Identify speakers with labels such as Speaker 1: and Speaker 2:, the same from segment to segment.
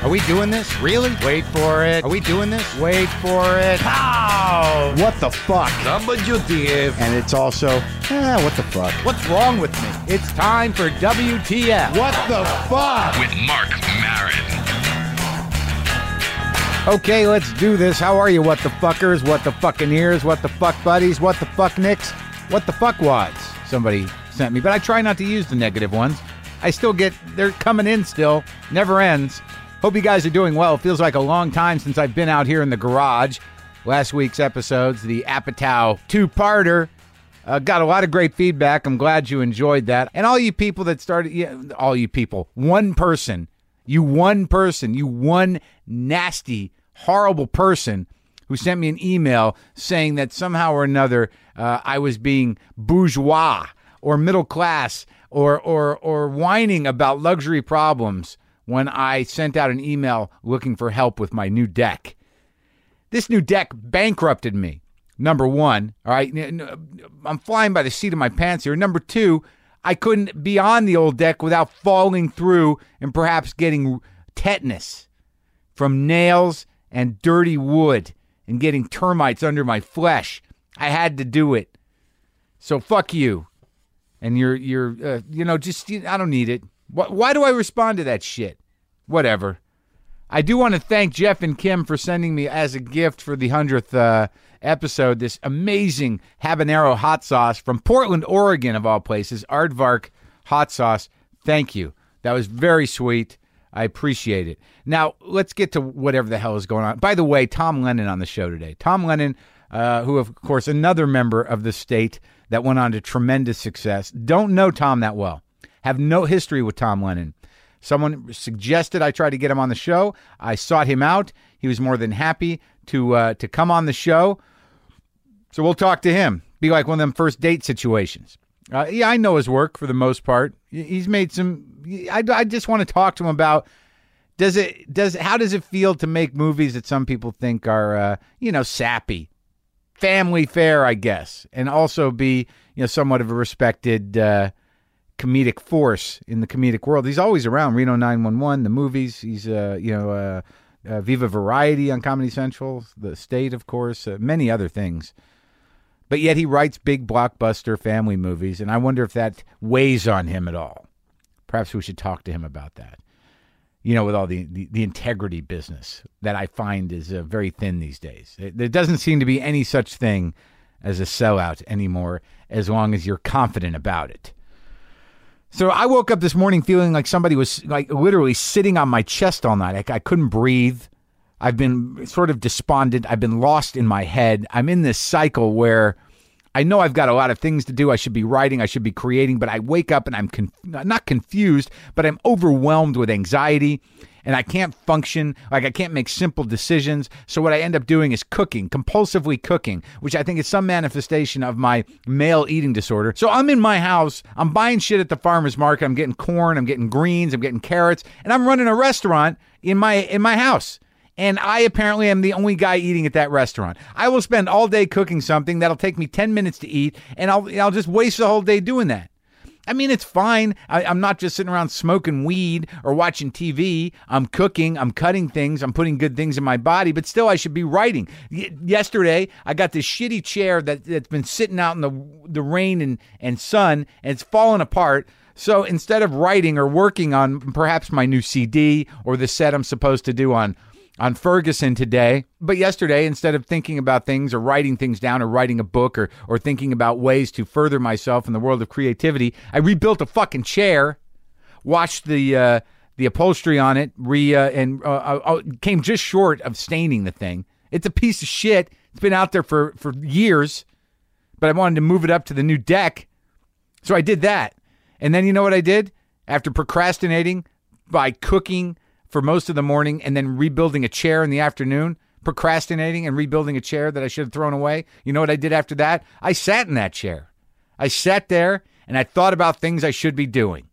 Speaker 1: Are we doing this? Really? Wait for it. Are we doing this? Wait for it. Pow! What the fuck?
Speaker 2: WTF.
Speaker 1: And it's also, eh, what the fuck? What's wrong with me? It's time for WTF. What the fuck?
Speaker 3: With Mark Marin.
Speaker 1: Okay, let's do this. How are you, what the fuckers? What the fucking ears? What the fuck buddies? What the fuck nicks? What the fuck wads? Somebody sent me, but I try not to use the negative ones. I still get, they're coming in still. Never ends. Hope you guys are doing well. It feels like a long time since I've been out here in the garage. Last week's episodes, the Apatow two parter, uh, got a lot of great feedback. I'm glad you enjoyed that. And all you people that started, yeah, all you people, one person, you one person, you one nasty, horrible person who sent me an email saying that somehow or another uh, I was being bourgeois or middle class or, or, or whining about luxury problems when I sent out an email looking for help with my new deck. This new deck bankrupted me. Number one, all right, n- n- I'm flying by the seat of my pants here. Number two, I couldn't be on the old deck without falling through and perhaps getting tetanus from nails and dirty wood and getting termites under my flesh. I had to do it. So fuck you. And you're you're uh, you know just you, I don't need it. Why, why do I respond to that shit? Whatever. I do want to thank Jeff and Kim for sending me as a gift for the 100th uh, episode this amazing habanero hot sauce from Portland, Oregon, of all places, Aardvark hot sauce. Thank you. That was very sweet. I appreciate it. Now, let's get to whatever the hell is going on. By the way, Tom Lennon on the show today. Tom Lennon, uh, who, of course, another member of the state that went on to tremendous success. Don't know Tom that well, have no history with Tom Lennon. Someone suggested I try to get him on the show. I sought him out. He was more than happy to uh, to come on the show. So we'll talk to him. Be like one of them first date situations. Uh, yeah, I know his work for the most part. He- He's made some. I, I just want to talk to him about does it does how does it feel to make movies that some people think are uh, you know sappy, family fair, I guess, and also be you know somewhat of a respected. Uh, comedic force in the comedic world. He's always around. Reno 911, the movies. He's uh, you know uh, uh, Viva Variety on Comedy Central, The State, of course, uh, many other things. But yet he writes big blockbuster family movies, and I wonder if that weighs on him at all. Perhaps we should talk to him about that. You know, with all the, the, the integrity business that I find is uh, very thin these days. There- There doesn't seem to be any such thing as a sellout anymore, as long as you're confident about it. So I woke up this morning feeling like somebody was like literally sitting on my chest all night. I, I couldn't breathe. I've been sort of despondent. I've been lost in my head. I'm in this cycle where I know I've got a lot of things to do. I should be writing. I should be creating. But I wake up and I'm conf- not confused, but I'm overwhelmed with anxiety and I can't function. Like I can't make simple decisions. So what I end up doing is cooking, compulsively cooking, which I think is some manifestation of my male eating disorder. So I'm in my house, I'm buying shit at the farmer's market, I'm getting corn, I'm getting greens, I'm getting carrots, and I'm running a restaurant in my in my house. And I apparently am the only guy eating at that restaurant. I will spend all day cooking something that'll take me 10 minutes to eat, and I'll, I'll just waste the whole day doing that. I mean, it's fine. I, I'm not just sitting around smoking weed or watching TV. I'm cooking, I'm cutting things, I'm putting good things in my body, but still, I should be writing. Y- yesterday, I got this shitty chair that, that's been sitting out in the, the rain and, and sun, and it's falling apart. So instead of writing or working on perhaps my new CD or the set I'm supposed to do on on Ferguson today. But yesterday, instead of thinking about things or writing things down or writing a book or, or thinking about ways to further myself in the world of creativity, I rebuilt a fucking chair, washed the uh, the upholstery on it, re uh, and uh, uh, uh, came just short of staining the thing. It's a piece of shit. It's been out there for for years, but I wanted to move it up to the new deck. So I did that. And then you know what I did? After procrastinating by cooking for most of the morning and then rebuilding a chair in the afternoon, procrastinating and rebuilding a chair that I should have thrown away, you know what I did after that? I sat in that chair. I sat there and I thought about things I should be doing.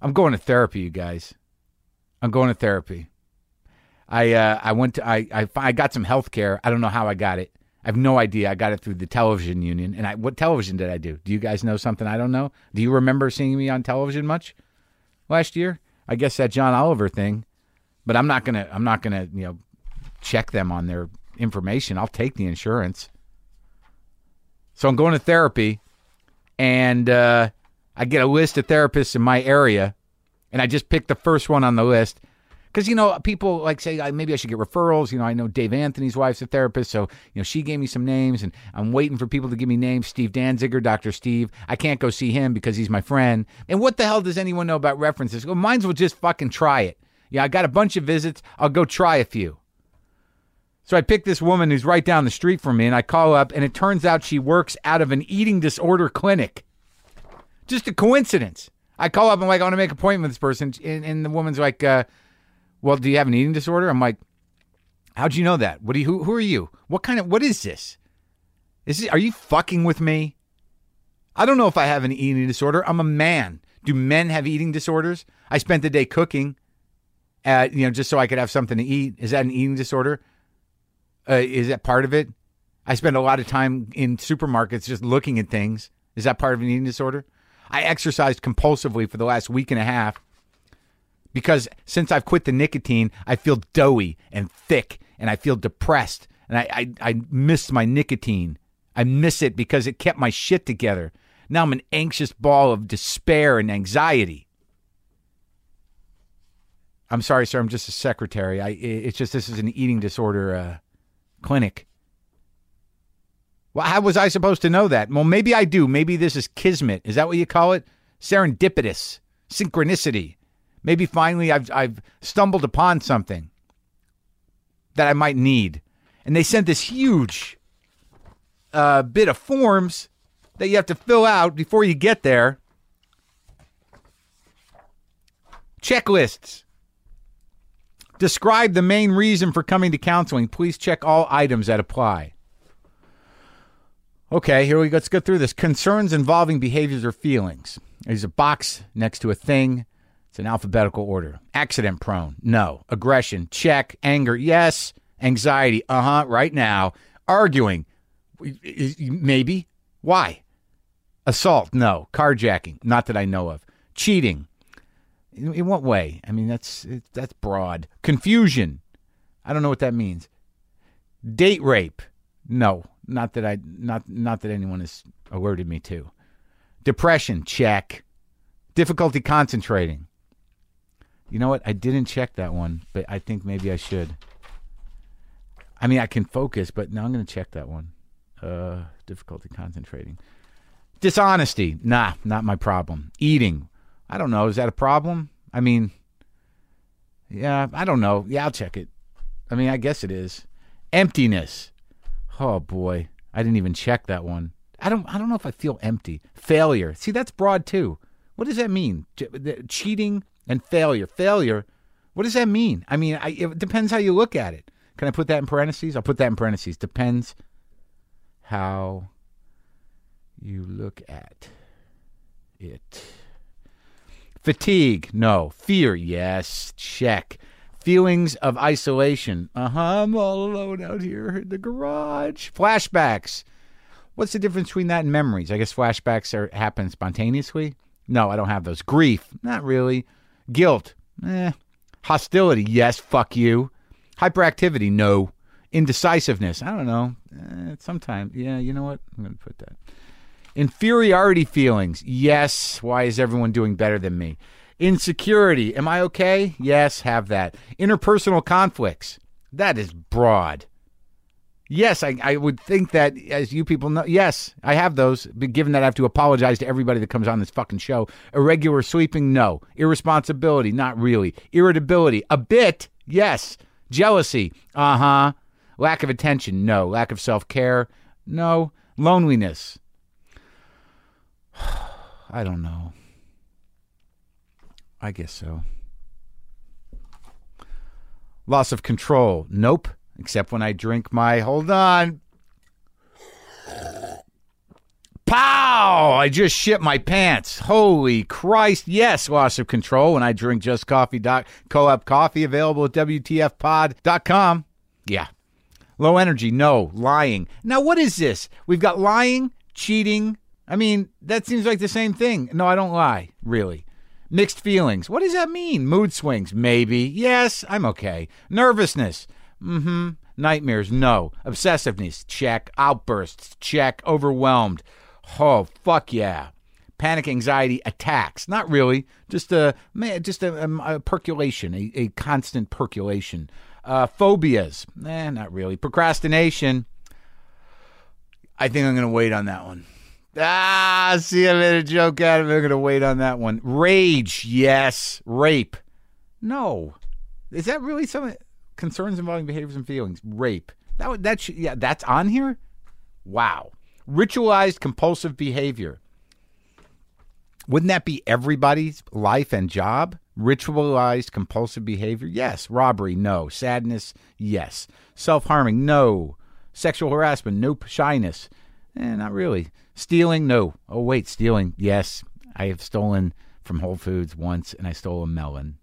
Speaker 1: I'm going to therapy, you guys. I'm going to therapy. I uh, I went to I, I I got some health care. I don't know how I got it. I have no idea. I got it through the television union. And I what television did I do? Do you guys know something I don't know? Do you remember seeing me on television much last year? I guess that John Oliver thing But I'm not gonna I'm not gonna you know check them on their information. I'll take the insurance. So I'm going to therapy, and uh, I get a list of therapists in my area, and I just pick the first one on the list. Because you know, people like say "I- maybe I should get referrals. You know, I know Dave Anthony's wife's a therapist, so you know she gave me some names, and I'm waiting for people to give me names. Steve Danziger, Doctor Steve. I can't go see him because he's my friend. And what the hell does anyone know about references? Well, mine's will just fucking try it. Yeah, I got a bunch of visits. I'll go try a few. So I pick this woman who's right down the street from me, and I call up, and it turns out she works out of an eating disorder clinic. Just a coincidence. I call up, and like, I want to make an appointment with this person, and, and the woman's like, uh, "Well, do you have an eating disorder?" I'm like, "How'd you know that? What do you? Who, who are you? What kind of? What is this? Is this, are you fucking with me? I don't know if I have an eating disorder. I'm a man. Do men have eating disorders? I spent the day cooking, uh, you know, just so I could have something to eat. Is that an eating disorder? Uh, is that part of it? I spend a lot of time in supermarkets just looking at things. Is that part of an eating disorder? I exercised compulsively for the last week and a half because since I've quit the nicotine, I feel doughy and thick and I feel depressed and I, I, I miss my nicotine. I miss it because it kept my shit together. Now I'm an anxious ball of despair and anxiety. I'm sorry, sir. I'm just a secretary. I it's just this is an eating disorder uh, clinic. Well, how was I supposed to know that? Well, maybe I do. Maybe this is kismet. Is that what you call it? Serendipitous, synchronicity. Maybe finally I've I've stumbled upon something that I might need. And they sent this huge uh, bit of forms that you have to fill out before you get there. Checklists. Describe the main reason for coming to counseling. Please check all items that apply. Okay, here we go. Let's go through this. Concerns involving behaviors or feelings. There's a box next to a thing. It's in alphabetical order. Accident prone. No. Aggression. Check. Anger. Yes. Anxiety. Uh huh. Right now. Arguing. Y- y- y- Maybe. Why? Assault. No. Carjacking. Not that I know of. Cheating. In, in what way? I mean, that's it, that's broad. Confusion. I don't know what that means. Date rape. No, not that I not not that anyone has alerted me to. Depression. Check. Difficulty concentrating. You know what? I didn't check that one, but I think maybe I should. I mean, I can focus, but now I'm going to check that one. Uh, difficulty concentrating. Dishonesty. Nah, not my problem. Eating. I don't know. Is that a problem? I mean, yeah, I don't know. Yeah, I'll check it. I mean, I guess it is. Emptiness. Oh boy, I didn't even check that one. I don't. I don't know if I feel empty. Failure. See, that's broad too. What does that mean? Ch- the- Cheating and failure. Failure. What does that mean? I mean, I, it depends how you look at it. Can I put that in parentheses? I'll put that in parentheses. Depends how you look at it. Fatigue, no. Fear, yes. Check. Feelings of isolation. Uh huh. I'm all alone out here in the garage. Flashbacks. What's the difference between that and memories? I guess flashbacks are happen spontaneously. No, I don't have those. Grief, not really. Guilt, eh. Hostility, yes. Fuck you. Hyperactivity, no. Indecisiveness, I don't know. Eh, sometimes, yeah. You know what? I'm gonna put that. Inferiority feelings. Yes. Why is everyone doing better than me? Insecurity. Am I okay? Yes, have that. Interpersonal conflicts. That is broad. Yes, I, I would think that as you people know, yes, I have those. But given that I have to apologize to everybody that comes on this fucking show, irregular sleeping, no. Irresponsibility, not really. Irritability, a bit, yes. Jealousy, uh huh. Lack of attention, no. Lack of self care, no. Loneliness, I don't know. I guess so. Loss of control. Nope. Except when I drink my. Hold on. Pow! I just shit my pants. Holy Christ. Yes, loss of control when I drink just coffee. Doc, co-op coffee available at WTFpod.com. Yeah. Low energy, no. Lying. Now, what is this? We've got lying, cheating. I mean, that seems like the same thing. No, I don't lie, really. Mixed feelings. What does that mean? Mood swings. Maybe. Yes, I'm okay. Nervousness. Mm hmm. Nightmares. No. Obsessiveness. Check. Outbursts. Check. Overwhelmed. Oh, fuck yeah. Panic anxiety attacks. Not really. Just a, ma- just a, um, a percolation, a, a constant percolation. Uh, phobias. Eh, not really. Procrastination. I think I'm going to wait on that one. Ah, see, I made a joke out of it. I'm going to wait on that one. Rage, yes. Rape, no. Is that really something? Concerns involving behaviors and feelings. Rape. That would that should, yeah. That's on here. Wow. Ritualized compulsive behavior. Wouldn't that be everybody's life and job? Ritualized compulsive behavior? Yes. Robbery? No. Sadness? Yes. Self harming? No. Sexual harassment? Nope. Shyness? Eh, not really. Stealing? No. Oh, wait. Stealing? Yes. I have stolen from Whole Foods once and I stole a melon.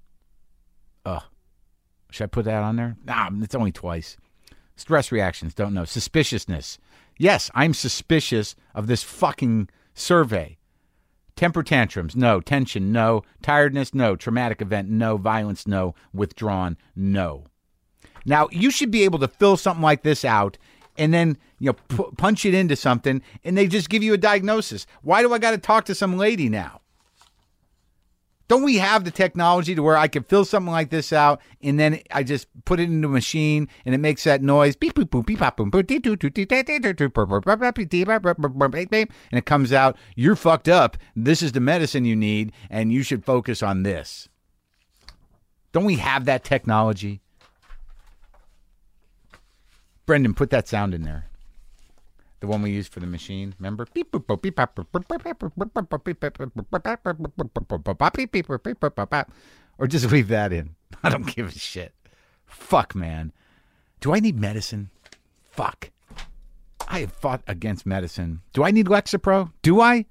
Speaker 1: Ugh. Should I put that on there? Nah, it's only twice. Stress reactions, don't know. Suspiciousness. Yes, I'm suspicious of this fucking survey. Temper tantrums, no. Tension, no. Tiredness, no. Traumatic event, no. Violence, no. Withdrawn, no. Now, you should be able to fill something like this out and then, you know, pu- punch it into something and they just give you a diagnosis. Why do I got to talk to some lady now? Don't we have the technology to where I can fill something like this out and then I just put it into a machine and it makes that noise beep boop boop beep pop boom boop dee doo doo dee dee dee doo doo burp burp burp burp dee dee burp burp burp burp beep beep and it comes out you're fucked up this is the medicine you need and you should focus on this. Don't we have that technology? Brendan, put that sound in there. The one we used for the machine, remember? Beep boop boop beep pop, boop, boop, boop, boop, boop, boop, boop, beep, boop, boop, boop, boop, boop, boop, boop, boop, boop, boop, beep, beep, boop, beep, boop, boop, boop. Or just leave that in. I don't give a shit. Fuck, man. Do I need medicine? Fuck. I have fought against medicine. Do I need Lexapro? Do I?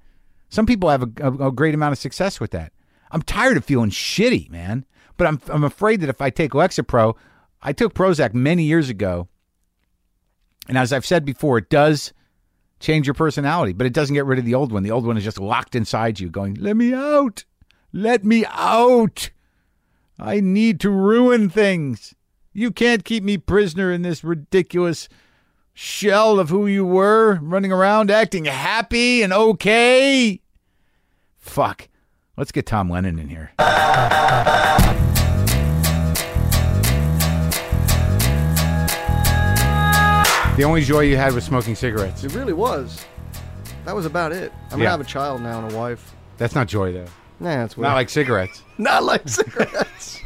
Speaker 1: Some people have a, a- a great amount of success with that. I'm tired of feeling shitty, man. But I'm I'm afraid that if I take Lexapro, I took Prozac many years ago. And as I've said before, it does change your personality, but it doesn't get rid of the old one. The old one is just locked inside you, going, Let me out. Let me out. I need to ruin things. You can't keep me prisoner in this ridiculous shell of who you were, running around acting happy and okay. Fuck. Let's get Tom Lennon in here. The only joy you had was smoking cigarettes.
Speaker 2: It really was. That was about it. I mean,
Speaker 1: Yeah.
Speaker 2: I have a child now and a wife.
Speaker 1: That's not joy, though.
Speaker 2: Nah, that's weird.
Speaker 1: Not like cigarettes.
Speaker 2: Not like cigarettes.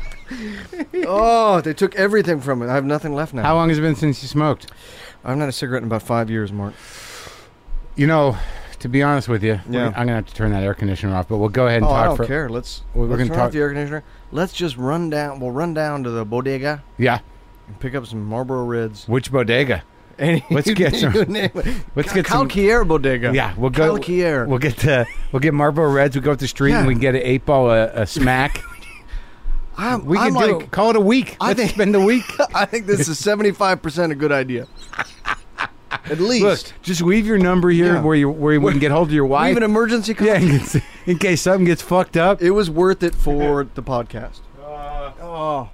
Speaker 2: oh, they took everything from it. I have nothing left now.
Speaker 1: How long has it been since you smoked?
Speaker 2: I've not had a cigarette in about five years, Mark.
Speaker 1: You know, to be honest with you,
Speaker 2: Yeah.
Speaker 1: we're- I'm gonna have to turn that air conditioner off. But we'll go ahead and
Speaker 2: Oh, I
Speaker 1: talk
Speaker 2: don't
Speaker 1: for
Speaker 2: care. Let's,
Speaker 1: We're
Speaker 2: let's
Speaker 1: gonna
Speaker 2: turn
Speaker 1: talk-
Speaker 2: off the air conditioner. Let's just run down. We'll run down to the bodega
Speaker 1: yeah.
Speaker 2: and pick up some Marlboro Reds.
Speaker 1: Which bodega? Let's get some- Let's get some-
Speaker 2: Calquier bodega.
Speaker 1: Yeah, we'll go.
Speaker 2: Calquier.
Speaker 1: We'll get the we'll get Marlboro Reds. We will go up the street and
Speaker 2: Yeah.
Speaker 1: we can get an eight ball a, a smack.
Speaker 2: I'm,
Speaker 1: We
Speaker 2: I'm
Speaker 1: can do
Speaker 2: like,
Speaker 1: it. call it a week.
Speaker 2: I
Speaker 1: Let's
Speaker 2: think-
Speaker 1: spend the week.
Speaker 2: I think this is seventy-five percent a good idea. At least.
Speaker 1: Look, just leave your number here
Speaker 2: Yeah.
Speaker 1: where you where we can get hold of your wife.
Speaker 2: Leave an emergency
Speaker 1: yeah,
Speaker 2: contact.
Speaker 1: in case, in case something gets fucked up.
Speaker 2: It was worth it for the podcast.
Speaker 1: oh.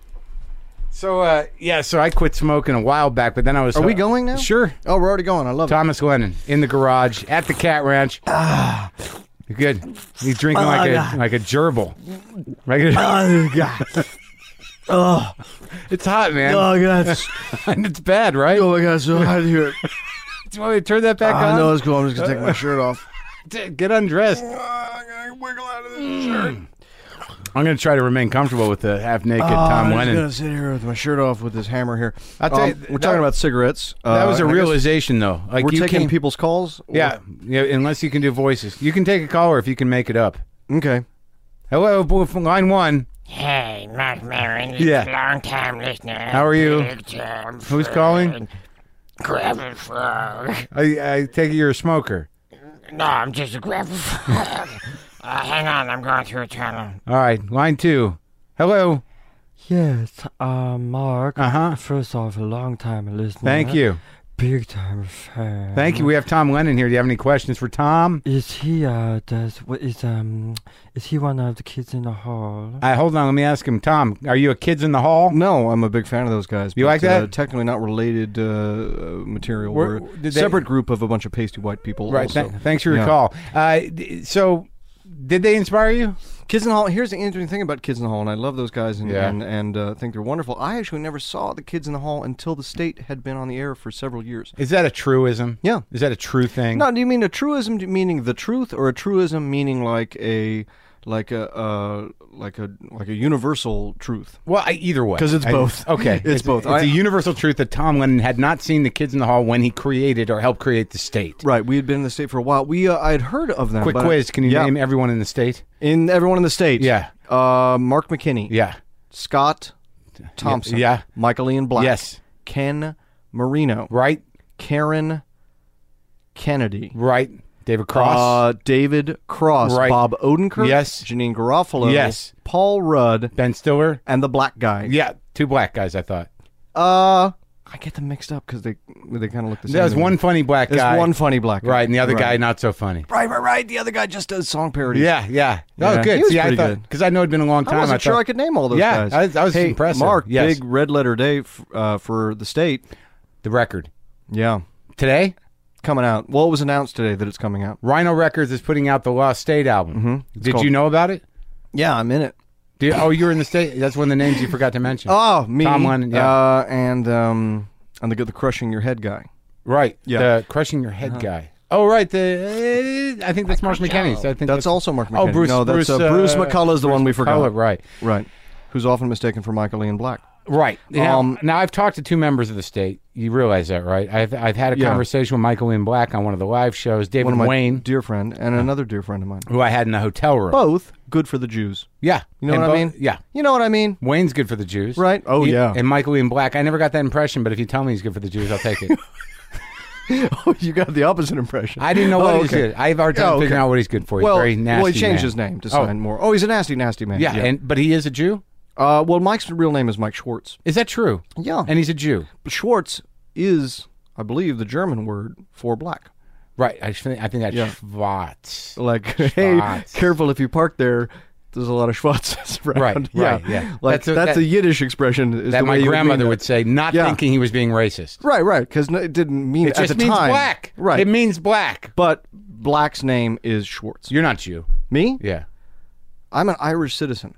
Speaker 1: So uh, yeah, so I quit smoking a while back, but then I was. uh,
Speaker 2: Are we going now?
Speaker 1: Sure.
Speaker 2: Oh, we're already going. I love
Speaker 1: Thomas Lennon in the garage at the cat ranch. Ah. Good. He's drinking like a like a gerbil. Like a,
Speaker 4: Oh god. Oh,
Speaker 1: it's hot, man.
Speaker 4: oh god. it's-
Speaker 1: and it's bad, right?
Speaker 4: Oh my god, it's so hot here.
Speaker 1: Do you want me to turn that back
Speaker 2: it. I
Speaker 1: on?
Speaker 2: know it's cool. I'm just gonna take my shirt off.
Speaker 1: D- Get undressed. I'm gonna try to remain comfortable with the half naked Tom
Speaker 2: I'm
Speaker 1: Lennon.
Speaker 2: just gonna sit here with my shirt off with this hammer here. Um,
Speaker 1: I'll tell you,
Speaker 2: we're
Speaker 1: that-
Speaker 2: talking about cigarettes.
Speaker 1: That
Speaker 2: Uh,
Speaker 1: was a
Speaker 2: and I guess
Speaker 1: realization, though. Like
Speaker 2: We're
Speaker 1: you
Speaker 2: taking
Speaker 1: can,
Speaker 2: people's calls. or-
Speaker 1: yeah, yeah. Unless you can do voices, you can take a caller if you can make it up.
Speaker 2: Okay.
Speaker 1: Hello, bo- from line one.
Speaker 5: Hey, Mark Maron,
Speaker 1: Yeah.
Speaker 5: long time listener.
Speaker 1: How are you?
Speaker 5: Big-time
Speaker 1: Who's
Speaker 5: fan.
Speaker 1: calling?
Speaker 5: Gravel frog.
Speaker 1: I, I take it you're a smoker.
Speaker 5: No, I'm just a gravel frog. uh, hang on, I'm going through a tunnel.
Speaker 1: All right, line two. Hello.
Speaker 4: Yes, uh, Mark.
Speaker 1: Uh huh.
Speaker 4: First off, a long time listener.
Speaker 1: Thank you.
Speaker 6: big time fan.
Speaker 1: Thank you. We have Tom Lennon here. Do you have any questions for Tom?
Speaker 6: Is he uh does what is um is he one of the kids in the hall?
Speaker 1: Uh, hold on. Let me ask him. Tom, are you a Kids in the Hall?
Speaker 2: No, I'm a big fan of those guys.
Speaker 1: You
Speaker 2: but,
Speaker 1: like that?
Speaker 2: Uh, technically not related uh, uh, material.
Speaker 1: Were-
Speaker 2: We're,
Speaker 1: did
Speaker 2: a
Speaker 1: they-
Speaker 2: separate group of a bunch of pasty white people.
Speaker 1: Right.
Speaker 2: Also.
Speaker 1: th- thanks for your
Speaker 2: Yeah.
Speaker 1: call. Uh, d- so, did they inspire you?
Speaker 2: Kids in the Hall. Here's the interesting thing about Kids in the Hall, and I love those guys, and
Speaker 1: Yeah.
Speaker 2: and, and uh, think they're wonderful. I actually never saw the Kids in the Hall until the state had been on the air for several years.
Speaker 1: Is that a truism?
Speaker 2: Yeah.
Speaker 1: Is that a true thing?
Speaker 2: No, do you mean a truism do- meaning the truth, or a truism meaning like a like a uh, like a like a universal truth?
Speaker 1: Well, I, either way,
Speaker 4: 'Cause it's
Speaker 1: I-
Speaker 4: both.
Speaker 1: Okay,
Speaker 4: It's both.
Speaker 1: It's
Speaker 4: I-
Speaker 1: a universal truth that Tom Lennon had not seen the Kids in the Hall when he created or helped create the state.
Speaker 2: Right. We had been in the state for a while. We uh, I had heard of them.
Speaker 1: Quick
Speaker 2: but-
Speaker 1: quiz: Can you
Speaker 2: yeah.
Speaker 1: name everyone in the state?
Speaker 2: in everyone in the state?
Speaker 1: Yeah.
Speaker 2: Uh, Mark McKinney.
Speaker 1: Yeah.
Speaker 2: Scott Thompson.
Speaker 1: Yeah.
Speaker 2: Michael Ian Black.
Speaker 1: Yes.
Speaker 2: Ken Marino.
Speaker 1: Right.
Speaker 2: Karen Kennedy.
Speaker 1: Right. David Cross.
Speaker 2: Uh, David Cross.
Speaker 1: Right.
Speaker 2: Bob Odenkirk.
Speaker 1: Yes.
Speaker 2: Janine Garofalo.
Speaker 1: Yes.
Speaker 2: Paul Rudd.
Speaker 1: ben Stiller.
Speaker 2: And the black guy.
Speaker 1: Yeah. Two black guys. I thought
Speaker 2: Uh, I get them mixed up because they they kind of look the same.
Speaker 1: there was
Speaker 2: to me.
Speaker 1: one funny black
Speaker 2: There's
Speaker 1: guy.
Speaker 2: one funny black guy.
Speaker 1: Right, and the other guy
Speaker 2: Right.
Speaker 1: not so funny.
Speaker 2: Right, right, right. The other guy just does song parodies.
Speaker 1: Yeah, yeah. Oh,
Speaker 2: Yeah.
Speaker 1: good.
Speaker 2: He was
Speaker 1: See, I
Speaker 2: pretty
Speaker 1: thought
Speaker 2: good.
Speaker 1: because I know it'd been a long time.
Speaker 2: I wasn't sure
Speaker 1: thought-
Speaker 2: I could name all those
Speaker 1: Yeah,
Speaker 2: guys.
Speaker 1: I was- I was
Speaker 2: hey,
Speaker 1: impressive.
Speaker 2: Mark,
Speaker 1: Yes.
Speaker 2: big red letter day f- uh, for the state.
Speaker 1: the record
Speaker 2: Yeah,
Speaker 1: today.
Speaker 2: coming out. Well, it was announced today that it's coming out.
Speaker 1: Rhino Records is putting out the Lost State album. Did
Speaker 2: Mm-hmm. called-
Speaker 1: you know about it?
Speaker 2: Yeah, I'm in it.
Speaker 1: Do you- oh, you're in the state. That's one of the names you forgot to mention.
Speaker 2: Oh, me.
Speaker 1: Tom Lennon, yeah.
Speaker 2: Uh, and um, and the the crushing your head guy.
Speaker 1: right.
Speaker 2: yeah. Uh-huh.
Speaker 1: The crushing your head guy. Oh, right. The uh, I think that's Mark McKenny's. I think
Speaker 2: That's also Mark
Speaker 1: Oh,
Speaker 2: McKinney.
Speaker 1: Bruce-
Speaker 2: No, that's
Speaker 1: Bruce,
Speaker 2: uh, Bruce
Speaker 1: uh,
Speaker 2: McCullough is the one we forgot.
Speaker 1: Color, right.
Speaker 2: Right. Who's often mistaken for Michael Ian Black.
Speaker 1: Right. Now,
Speaker 2: Um,
Speaker 1: now, I've talked to two members of the state. You realize that, right? I've, I've had a
Speaker 2: Yeah.
Speaker 1: conversation with Michael Ian Black on one of the live shows. David
Speaker 2: One of my
Speaker 1: Wayne,
Speaker 2: dear friend and another dear friend of mine.
Speaker 1: who I had in a hotel room.
Speaker 2: Both good for the Jews.
Speaker 1: Yeah.
Speaker 2: You know
Speaker 1: And
Speaker 2: what I
Speaker 1: both-
Speaker 2: mean?
Speaker 1: Yeah.
Speaker 2: You know what I mean?
Speaker 1: Wayne's good for the Jews.
Speaker 2: Right. Oh,
Speaker 1: You-
Speaker 2: yeah.
Speaker 1: And Michael Ian Black. I never got that impression, but if you tell me he's good for the Jews, I'll take it.
Speaker 2: Oh, you got the opposite impression.
Speaker 1: I didn't know what
Speaker 2: Oh,
Speaker 1: he was
Speaker 2: okay.
Speaker 1: good. I have a hard time
Speaker 2: Oh, okay.
Speaker 1: figuring out what he's good for. He's
Speaker 2: well,
Speaker 1: very nasty.
Speaker 2: well, he changed
Speaker 1: man.
Speaker 2: his name to
Speaker 1: Oh.
Speaker 2: sound more. Oh, he's a nasty, nasty man.
Speaker 1: Yeah, and but he is a Jew.
Speaker 2: uh, well, Mike's real name is Mike Schwartz.
Speaker 1: Is that true?
Speaker 2: Yeah.
Speaker 1: And he's a Jew,
Speaker 2: Schwartz is, I believe, the German word for black.
Speaker 1: right? I think I think that's
Speaker 2: Yeah.
Speaker 1: Schwartz.
Speaker 2: Like, hey,
Speaker 1: Schwartz.
Speaker 2: careful if you park there. There's a lot of Schwarzes around.
Speaker 1: Right,
Speaker 2: Yeah.
Speaker 1: right, yeah.
Speaker 2: Like
Speaker 1: That's
Speaker 2: that's
Speaker 1: a- that-
Speaker 2: a, Yiddish expression. Is
Speaker 1: That
Speaker 2: the way
Speaker 1: my
Speaker 2: you
Speaker 1: grandmother
Speaker 2: mean
Speaker 1: would
Speaker 2: that.
Speaker 1: say, not
Speaker 2: Yeah.
Speaker 1: thinking he was being racist.
Speaker 2: Right, right, because it didn't mean
Speaker 1: It
Speaker 2: at
Speaker 1: just
Speaker 2: the
Speaker 1: means
Speaker 2: time.
Speaker 1: black.
Speaker 2: Right.
Speaker 1: It means black.
Speaker 2: but black's name is Schwartz.
Speaker 1: You're not Jew.
Speaker 2: Me?
Speaker 1: Yeah.
Speaker 2: I'm an Irish citizen.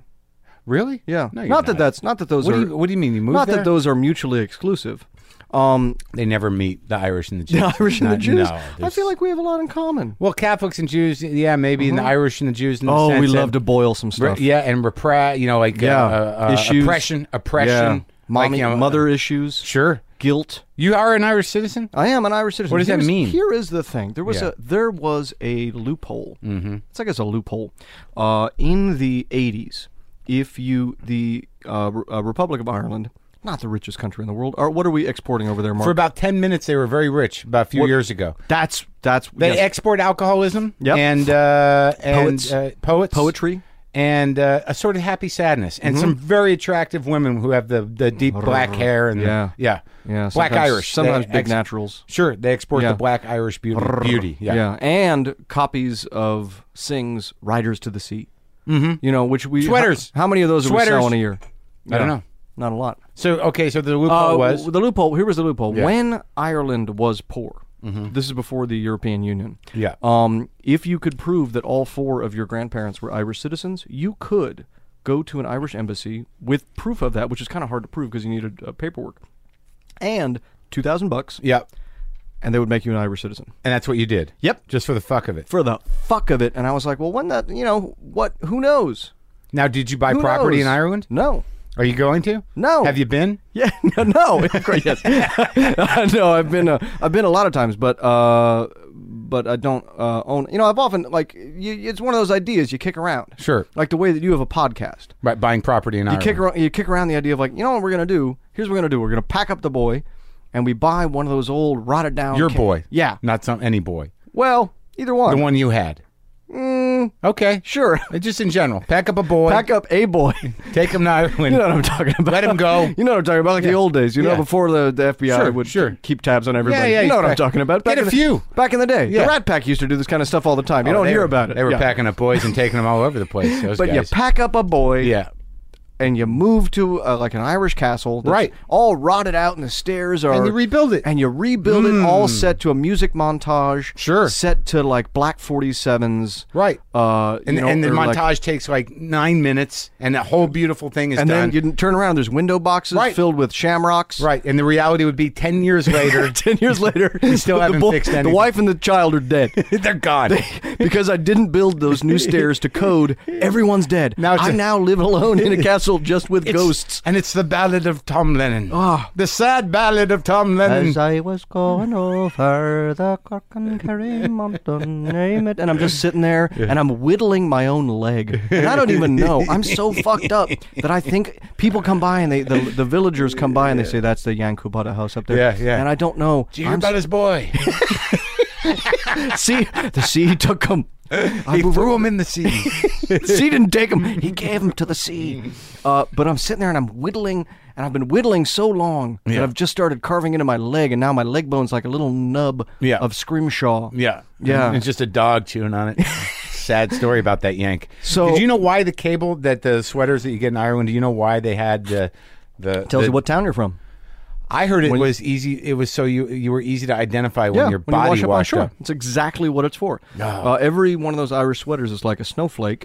Speaker 1: Really?
Speaker 2: Yeah.
Speaker 1: No,
Speaker 2: not,
Speaker 1: you're
Speaker 2: that that's not that those
Speaker 1: What
Speaker 2: are
Speaker 1: do you What do you mean? You moved
Speaker 2: not
Speaker 1: there?
Speaker 2: that those are mutually exclusive. Um,
Speaker 1: they never meet the Irish and the Jews.
Speaker 2: the Irish and the
Speaker 1: Not-
Speaker 2: Jews.
Speaker 1: No,
Speaker 2: I
Speaker 1: there's-
Speaker 2: feel like we have a lot in common.
Speaker 1: well, Catholics and Jews. Yeah, maybe and the Irish and the Jews. In the
Speaker 2: Uh-huh. Oh, we
Speaker 1: sense that-
Speaker 2: love to boil some
Speaker 1: Re-
Speaker 2: stuff.
Speaker 1: yeah, and repress. You know, like uh,
Speaker 2: Yeah.
Speaker 1: uh, uh,
Speaker 2: Issues.
Speaker 1: oppression,
Speaker 2: yeah.
Speaker 1: oppression.
Speaker 2: Mommy,
Speaker 1: like, you know, uh,
Speaker 2: mother Uh, issues,
Speaker 1: Sure.
Speaker 2: guilt.
Speaker 1: You are an Irish citizen.
Speaker 2: I am an Irish citizen.
Speaker 1: What does that
Speaker 2: Here's-
Speaker 1: mean?
Speaker 2: Here is the thing. There was
Speaker 1: Yeah.
Speaker 2: a there was a loophole. Mm-hmm. It's like it's a loophole. Uh, in the eighties, if you the uh, Re- uh, Republic of Ireland, not the richest country in the world, or what are we exporting over there, Mark?
Speaker 1: For about ten minutes, they were very rich. About a few
Speaker 2: What-
Speaker 1: years ago,
Speaker 2: that's that's
Speaker 1: they
Speaker 2: yes.
Speaker 1: export alcoholism
Speaker 2: Yep.
Speaker 1: and uh, and
Speaker 2: Poets. Mm-hmm.
Speaker 1: Uh, poets,
Speaker 2: poetry.
Speaker 1: and uh, a sort of happy sadness, and some very attractive women who have the, the deep black hair and the-
Speaker 2: Yeah.
Speaker 1: yeah,
Speaker 2: Yeah,
Speaker 1: black
Speaker 2: sometimes-
Speaker 1: Irish.
Speaker 2: Sometimes
Speaker 1: They
Speaker 2: big
Speaker 1: ex-
Speaker 2: naturals.
Speaker 1: Sure, they export
Speaker 2: Yeah.
Speaker 1: the black Irish beauty. beauty. Yeah.
Speaker 2: Yeah. and copies of Singh's "Riders to the Sea." Mm-hmm. You know, which we
Speaker 1: Sweaters.
Speaker 2: How, how many of those are
Speaker 1: Sweaters.
Speaker 2: we selling a year?
Speaker 1: I don't know.
Speaker 2: Not a lot.
Speaker 1: So okay, so the loophole
Speaker 2: Uh,
Speaker 1: Oh, was
Speaker 2: the loophole. Here was the loophole. When Ireland was poor, this is before the European Union.
Speaker 1: Mm-hmm. Yeah.
Speaker 2: Um, if you could prove that all four of your grandparents were Irish citizens, you could go to an Irish embassy with proof of that, which is kind of hard to prove because you needed uh, paperwork, and two thousand bucks,
Speaker 1: yeah,
Speaker 2: and they would make you an Irish citizen.
Speaker 1: and that's what you did.
Speaker 2: Yep.
Speaker 1: just for the fuck of it.
Speaker 2: for the fuck of it. And I was like, well, when that, you know, what? Who knows?
Speaker 1: Now, did you buy
Speaker 2: Who
Speaker 1: property
Speaker 2: knows?
Speaker 1: in Ireland?
Speaker 2: No.
Speaker 1: Are you going to?
Speaker 2: No.
Speaker 1: Have you been?
Speaker 2: Yeah. No. no. Great, yes. no. I've been. Uh, I've been a lot of times, but uh, but I don't uh, own. You know, I've often like. You, it's one of those ideas you kick around.
Speaker 1: Sure.
Speaker 2: Like the way that you have a podcast.
Speaker 1: Right, buying property in
Speaker 2: You
Speaker 1: Ireland.
Speaker 2: kick around. You kick around the idea of like, you know what we're gonna do? Here's what we're gonna do. We're gonna pack up the boy, and we buy one of those old rotted down.
Speaker 1: Your
Speaker 2: ca-
Speaker 1: boy.
Speaker 2: Yeah.
Speaker 1: Not some any boy.
Speaker 2: Well, either one.
Speaker 1: The one you had.
Speaker 2: Mm, Mm,
Speaker 1: Okay.
Speaker 2: sure.
Speaker 1: Just in general. Pack up a boy.
Speaker 2: Pack up a boy. you
Speaker 1: Take him to Ireland.
Speaker 2: know what I'm talking about.
Speaker 1: Let him go.
Speaker 2: You know what I'm talking about, like the old days. You
Speaker 1: Yeah.
Speaker 2: know, before the, the FBI
Speaker 1: Sure,
Speaker 2: would
Speaker 1: sure.
Speaker 2: keep tabs on everybody.
Speaker 1: yeah,
Speaker 2: you know what I'm
Speaker 1: exactly.
Speaker 2: talking about.
Speaker 1: Get a
Speaker 2: in the-
Speaker 1: few.
Speaker 2: back in the day,
Speaker 1: Yeah.
Speaker 2: the Rat Pack used to do this kind of stuff all the time. You
Speaker 1: Oh,
Speaker 2: don't
Speaker 1: they
Speaker 2: hear
Speaker 1: were-
Speaker 2: about it.
Speaker 1: They were
Speaker 2: Yeah.
Speaker 1: packing up boys and taking them all over the place. Those
Speaker 2: But
Speaker 1: guys.
Speaker 2: you pack up a boy.
Speaker 1: yeah.
Speaker 2: and you move to uh, like an Irish castle, that's
Speaker 1: Right.
Speaker 2: All rotted out, and the stairs are
Speaker 1: And you rebuild it. Hmm.
Speaker 2: and you rebuild it, all set to a music montage,
Speaker 1: Sure.
Speaker 2: set to like black forty sevens,
Speaker 1: Right.
Speaker 2: Uh, you
Speaker 1: And,
Speaker 2: know,
Speaker 1: and the
Speaker 2: or, like-
Speaker 1: montage takes like nine minutes, and that whole beautiful thing is
Speaker 2: and
Speaker 1: done.
Speaker 2: then you turn around. There's window boxes
Speaker 1: Right.
Speaker 2: filled with shamrocks.
Speaker 1: right. And the reality would be 10 years later,
Speaker 2: Ten years later,
Speaker 1: You still
Speaker 2: the,
Speaker 1: haven't
Speaker 2: boy-
Speaker 1: fixed
Speaker 2: the
Speaker 1: anything.
Speaker 2: wife and the child are dead.
Speaker 1: they're gone.
Speaker 2: because I didn't build those new stairs to code, everyone's dead.
Speaker 1: Now it's
Speaker 2: I
Speaker 1: a-
Speaker 2: now live alone in a castle just with
Speaker 1: It's-
Speaker 2: ghosts.
Speaker 1: And it's the ballad of Tom Lennon. The sad ballad of Tom Lennon.
Speaker 2: Mm.
Speaker 6: As I was going over the Cork and Kerry mountain, name it,
Speaker 2: and I'm just sitting there and I'm whittling my own leg. And I don't even know. I'm so fucked up that I think people come by and they the, the villagers come by and they say that's the Yankubata house up there.
Speaker 1: Yeah, yeah.
Speaker 2: And I don't know.
Speaker 1: Did you hear
Speaker 2: I'm
Speaker 1: about his boy?
Speaker 2: s- see the sea took him. I
Speaker 1: he threw him in the sea.
Speaker 2: sea didn't take him. He gave him to the sea. Uh, but I'm sitting there and I'm whittling, and I've been whittling so long that I've just started carving into my leg, and now my leg bone's like a little nub
Speaker 1: Yeah.
Speaker 2: of scrimshaw.
Speaker 1: yeah.
Speaker 2: Yeah.
Speaker 1: It's just a dog chewing on it. sad story about that yank.
Speaker 2: So-
Speaker 1: Did you know why the cable that the sweaters that you get in Ireland, do you know why they had uh, the
Speaker 2: Tells
Speaker 1: the-
Speaker 2: you what town you're from.
Speaker 1: I heard it was easy it was so you you were easy to identify when your
Speaker 2: when you
Speaker 1: body
Speaker 2: wash up on
Speaker 1: washed
Speaker 2: shore.
Speaker 1: up.
Speaker 2: That's exactly what it's for. Uh, every one of those Irish sweaters is like a snowflake.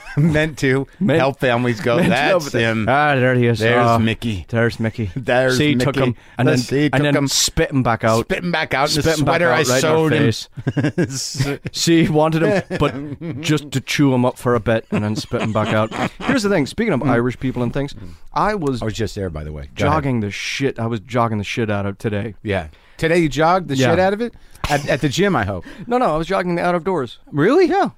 Speaker 1: meant to
Speaker 2: Meant-
Speaker 1: help families go. Oh, That's him.
Speaker 2: Ah, there he is.
Speaker 1: There's
Speaker 2: Ah,
Speaker 1: Mickey.
Speaker 2: There's Mickey.
Speaker 1: There's
Speaker 2: See, took
Speaker 1: Mickey.
Speaker 2: him and
Speaker 1: The
Speaker 2: then
Speaker 1: sea took
Speaker 2: and then
Speaker 1: him.
Speaker 2: spit him back out.
Speaker 1: Spitting back out in the
Speaker 2: Spit him back
Speaker 1: sweater
Speaker 2: out
Speaker 1: I
Speaker 2: right in our
Speaker 1: sewed him.
Speaker 2: face. See, he wanted him, but just to chew him up for a bit and then spit him back out. Here's the thing. Speaking of Irish people and things, I was
Speaker 1: I was just there, by the way. Go ahead.
Speaker 2: jogging the shit. I was jogging the shit out of today.
Speaker 1: Yeah. Today you jogged the
Speaker 2: Yeah.
Speaker 1: shit out of it at, at the gym. I hope.
Speaker 2: No, no, I was jogging the out of doors.
Speaker 1: Really? Yeah.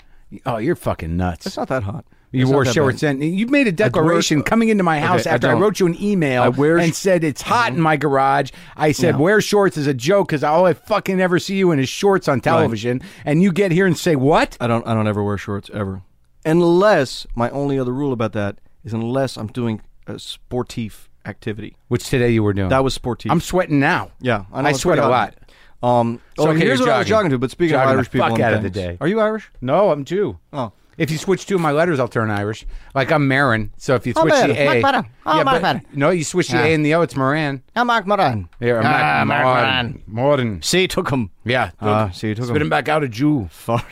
Speaker 1: Oh, you're fucking nuts.
Speaker 2: It's not that hot.
Speaker 1: you
Speaker 2: It's not
Speaker 1: wore
Speaker 2: that
Speaker 1: shorts
Speaker 2: bad.
Speaker 1: and you made a declaration coming into my house
Speaker 2: Okay, I
Speaker 1: after I,
Speaker 2: don't.
Speaker 1: wrote you an email
Speaker 2: I wear
Speaker 1: and
Speaker 2: sh-
Speaker 1: said it's hot in my garage. I said
Speaker 2: Yeah.
Speaker 1: wear shorts is a joke because all I fucking ever see you in is shorts on television, and you get here and say what?
Speaker 2: I don't I don't ever wear shorts ever. Unless my only other rule about that is unless I'm doing a sportif activity.
Speaker 1: Which today you were doing.
Speaker 2: That was sportif.
Speaker 1: I'm sweating now.
Speaker 2: yeah,
Speaker 1: I,
Speaker 2: know it's
Speaker 1: sweat a
Speaker 2: pretty
Speaker 1: lot.
Speaker 2: hot. Um, so
Speaker 1: okay,
Speaker 2: here's
Speaker 1: you're
Speaker 2: what I was
Speaker 1: jogging.
Speaker 2: jogging to. But speaking
Speaker 1: Jogging
Speaker 2: of
Speaker 1: the
Speaker 2: Irish people,
Speaker 1: fuck
Speaker 2: and
Speaker 1: out of the
Speaker 2: things,
Speaker 1: day.
Speaker 2: Are you Irish?
Speaker 1: No, I'm Jew.
Speaker 2: Oh.
Speaker 1: If you switch two of my letters, I'll turn Irish. Like I'm Marin. So if you switch
Speaker 2: Marin.
Speaker 1: the A,
Speaker 2: Mark Marin. Oh, Mark
Speaker 1: but-
Speaker 2: Marin.
Speaker 1: no, you switch the A and the O, it's Moran.
Speaker 2: I'm Mark Moran.
Speaker 1: Yeah,
Speaker 2: Ah, Mark
Speaker 1: Moran. Moran.
Speaker 2: See, took him.
Speaker 1: Yeah,
Speaker 2: Ah,
Speaker 1: don't-
Speaker 2: so you took
Speaker 1: spit
Speaker 2: him.
Speaker 1: him back out a Jew.
Speaker 2: Far.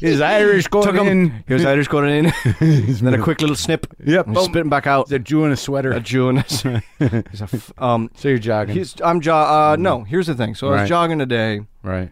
Speaker 1: Is Irish going
Speaker 2: took him.
Speaker 1: in?
Speaker 2: He was Irish going in. then a quick little snip.
Speaker 1: Yep.
Speaker 2: And spit him back out.
Speaker 1: It's a Jew in a sweater.
Speaker 2: A Jew. and a- He's a f- um,
Speaker 1: so you're jogging, Mm.
Speaker 2: he's, I'm jo- uh, No, here's the thing. So I
Speaker 1: Right.
Speaker 2: was jogging today.
Speaker 1: right?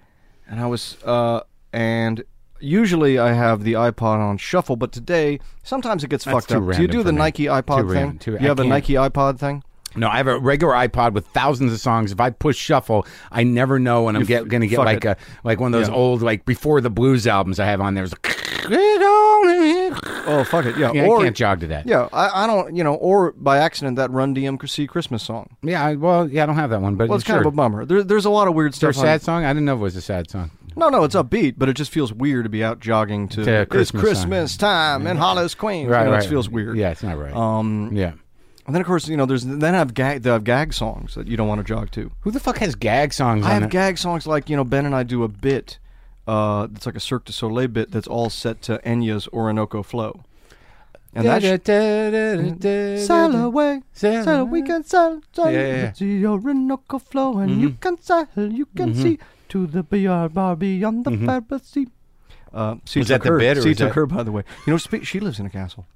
Speaker 2: and I was uh and usually I have the iPod on shuffle, but today sometimes it gets fucked
Speaker 1: too
Speaker 2: up. Do you
Speaker 1: random
Speaker 2: do
Speaker 1: for
Speaker 2: the
Speaker 1: me.
Speaker 2: Nike iPod
Speaker 1: Too
Speaker 2: thing?
Speaker 1: random, too-
Speaker 2: you
Speaker 1: I
Speaker 2: have the
Speaker 1: can't.
Speaker 2: Nike iPod thing?
Speaker 1: No, I have a regular iPod with thousands of songs. If I push shuffle, I never know when I'm get, gonna get
Speaker 2: fuck
Speaker 1: like a
Speaker 2: it.
Speaker 1: like one of those
Speaker 2: Yeah.
Speaker 1: old like before the blues albums I have on there. It's
Speaker 2: Oh fuck it, yeah.
Speaker 1: Yeah, I
Speaker 2: or
Speaker 1: can't jog to that.
Speaker 2: yeah, I, I don't you know, or by accident that Run DMC Christmas song.
Speaker 1: Yeah, I, well, yeah, I don't have that one, but
Speaker 2: Well, it's
Speaker 1: Mm, sure.
Speaker 2: kind of a bummer. There, there's a lot of weird
Speaker 1: Is there a
Speaker 2: stuff. on-
Speaker 1: sad song? I didn't know if it was a sad song.
Speaker 2: No, no, it's upbeat, but it just feels weird to be out jogging to,
Speaker 1: To a Christmas
Speaker 2: it's Christmas time in Hollis, Queens. you know, It feels weird.
Speaker 1: Yeah, it's not right.
Speaker 2: Um,
Speaker 1: yeah.
Speaker 2: and then of course you know there's then I have gag they have gag songs that you don't want to jog to.
Speaker 1: Who the fuck has gag songs
Speaker 2: I
Speaker 1: on it?
Speaker 2: have gag songs like you know Ben and I do a bit. Uh, it's like a Cirque du Soleil bit that's all set to Enya's Orinoco Flow. And that sh- sail away,
Speaker 1: Sail
Speaker 2: sail, we
Speaker 1: away.
Speaker 2: can sail, sail
Speaker 1: Yeah, yeah, yeah.
Speaker 2: to the Orinoco Flow, and you can sail, you can see to the beyond, bar beyond the fair sea. Mm-hmm. Uh, she
Speaker 1: Was
Speaker 2: took
Speaker 1: that the
Speaker 2: her.
Speaker 1: bit or
Speaker 2: she
Speaker 1: was
Speaker 2: took
Speaker 1: that-
Speaker 2: her, by the way. You know, spe- she lives in a castle,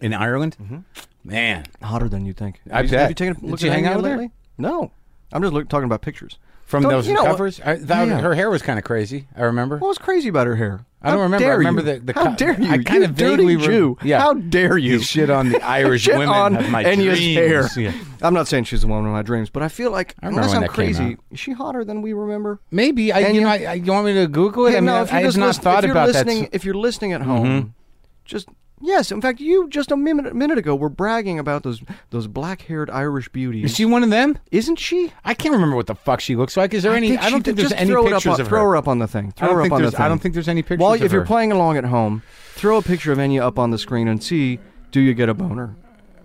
Speaker 1: in Ireland?
Speaker 2: Mm-hmm.
Speaker 1: Man,
Speaker 2: hotter than you think.
Speaker 1: I
Speaker 2: have, you-
Speaker 1: bet.
Speaker 2: have you taken a
Speaker 1: Did
Speaker 2: look
Speaker 1: you
Speaker 2: at
Speaker 1: hang
Speaker 2: Enya
Speaker 1: out with her?
Speaker 2: lately? No, I'm just look, talking about pictures.
Speaker 1: from
Speaker 2: Don't-
Speaker 1: those
Speaker 2: you know what-
Speaker 1: covers, I, that,
Speaker 2: Yeah.
Speaker 1: her hair was kind of crazy. I remember.
Speaker 2: What was crazy about her hair?
Speaker 1: I don't
Speaker 2: How
Speaker 1: remember. I
Speaker 2: dare
Speaker 1: remember
Speaker 2: you?
Speaker 1: the- the
Speaker 2: How
Speaker 1: co-
Speaker 2: dare you?
Speaker 1: I kind
Speaker 2: You
Speaker 1: of
Speaker 2: dirty
Speaker 1: vaguely rem-
Speaker 2: Jew.
Speaker 1: Yeah.
Speaker 2: How dare you?
Speaker 1: You shit on the Irish
Speaker 2: Shit
Speaker 1: women
Speaker 2: on
Speaker 1: of my
Speaker 2: Enya's
Speaker 1: dreams.
Speaker 2: hair.
Speaker 1: Yeah.
Speaker 2: I'm not saying she's the woman of my dreams, but I feel like
Speaker 1: remember
Speaker 2: unless
Speaker 1: when
Speaker 2: I'm
Speaker 1: that came
Speaker 2: crazy,
Speaker 1: out.
Speaker 2: is she hotter than we remember?
Speaker 1: Maybe I,
Speaker 2: And
Speaker 1: you
Speaker 2: you-
Speaker 1: know, I, I- you want me to Google it?
Speaker 2: Hey,
Speaker 1: I mean,
Speaker 2: no,
Speaker 1: I,
Speaker 2: if you're
Speaker 1: I have
Speaker 2: just
Speaker 1: not
Speaker 2: listen-
Speaker 1: thought
Speaker 2: if you're
Speaker 1: about that. Mm-hmm.
Speaker 2: listening, If you're listening at home, just Yes, in fact, you just a minute, minute ago were bragging about those those black-haired Irish beauties.
Speaker 1: Is she one of them?
Speaker 2: Isn't she?
Speaker 1: I can't remember what the fuck she looks like. Is there any?
Speaker 2: think
Speaker 1: I
Speaker 2: she
Speaker 1: don't think
Speaker 2: did-
Speaker 1: there's
Speaker 2: just
Speaker 1: any
Speaker 2: throw it up
Speaker 1: pictures
Speaker 2: on-
Speaker 1: of her.
Speaker 2: Throw her up on the thing. Throw
Speaker 1: I don't
Speaker 2: her up
Speaker 1: think
Speaker 2: on the
Speaker 1: there's-
Speaker 2: thing.
Speaker 1: I don't think there's any pictures
Speaker 2: Well,
Speaker 1: of
Speaker 2: if
Speaker 1: her.
Speaker 2: you're playing along at home, throw a picture of Enya up on the screen and see do you get a boner,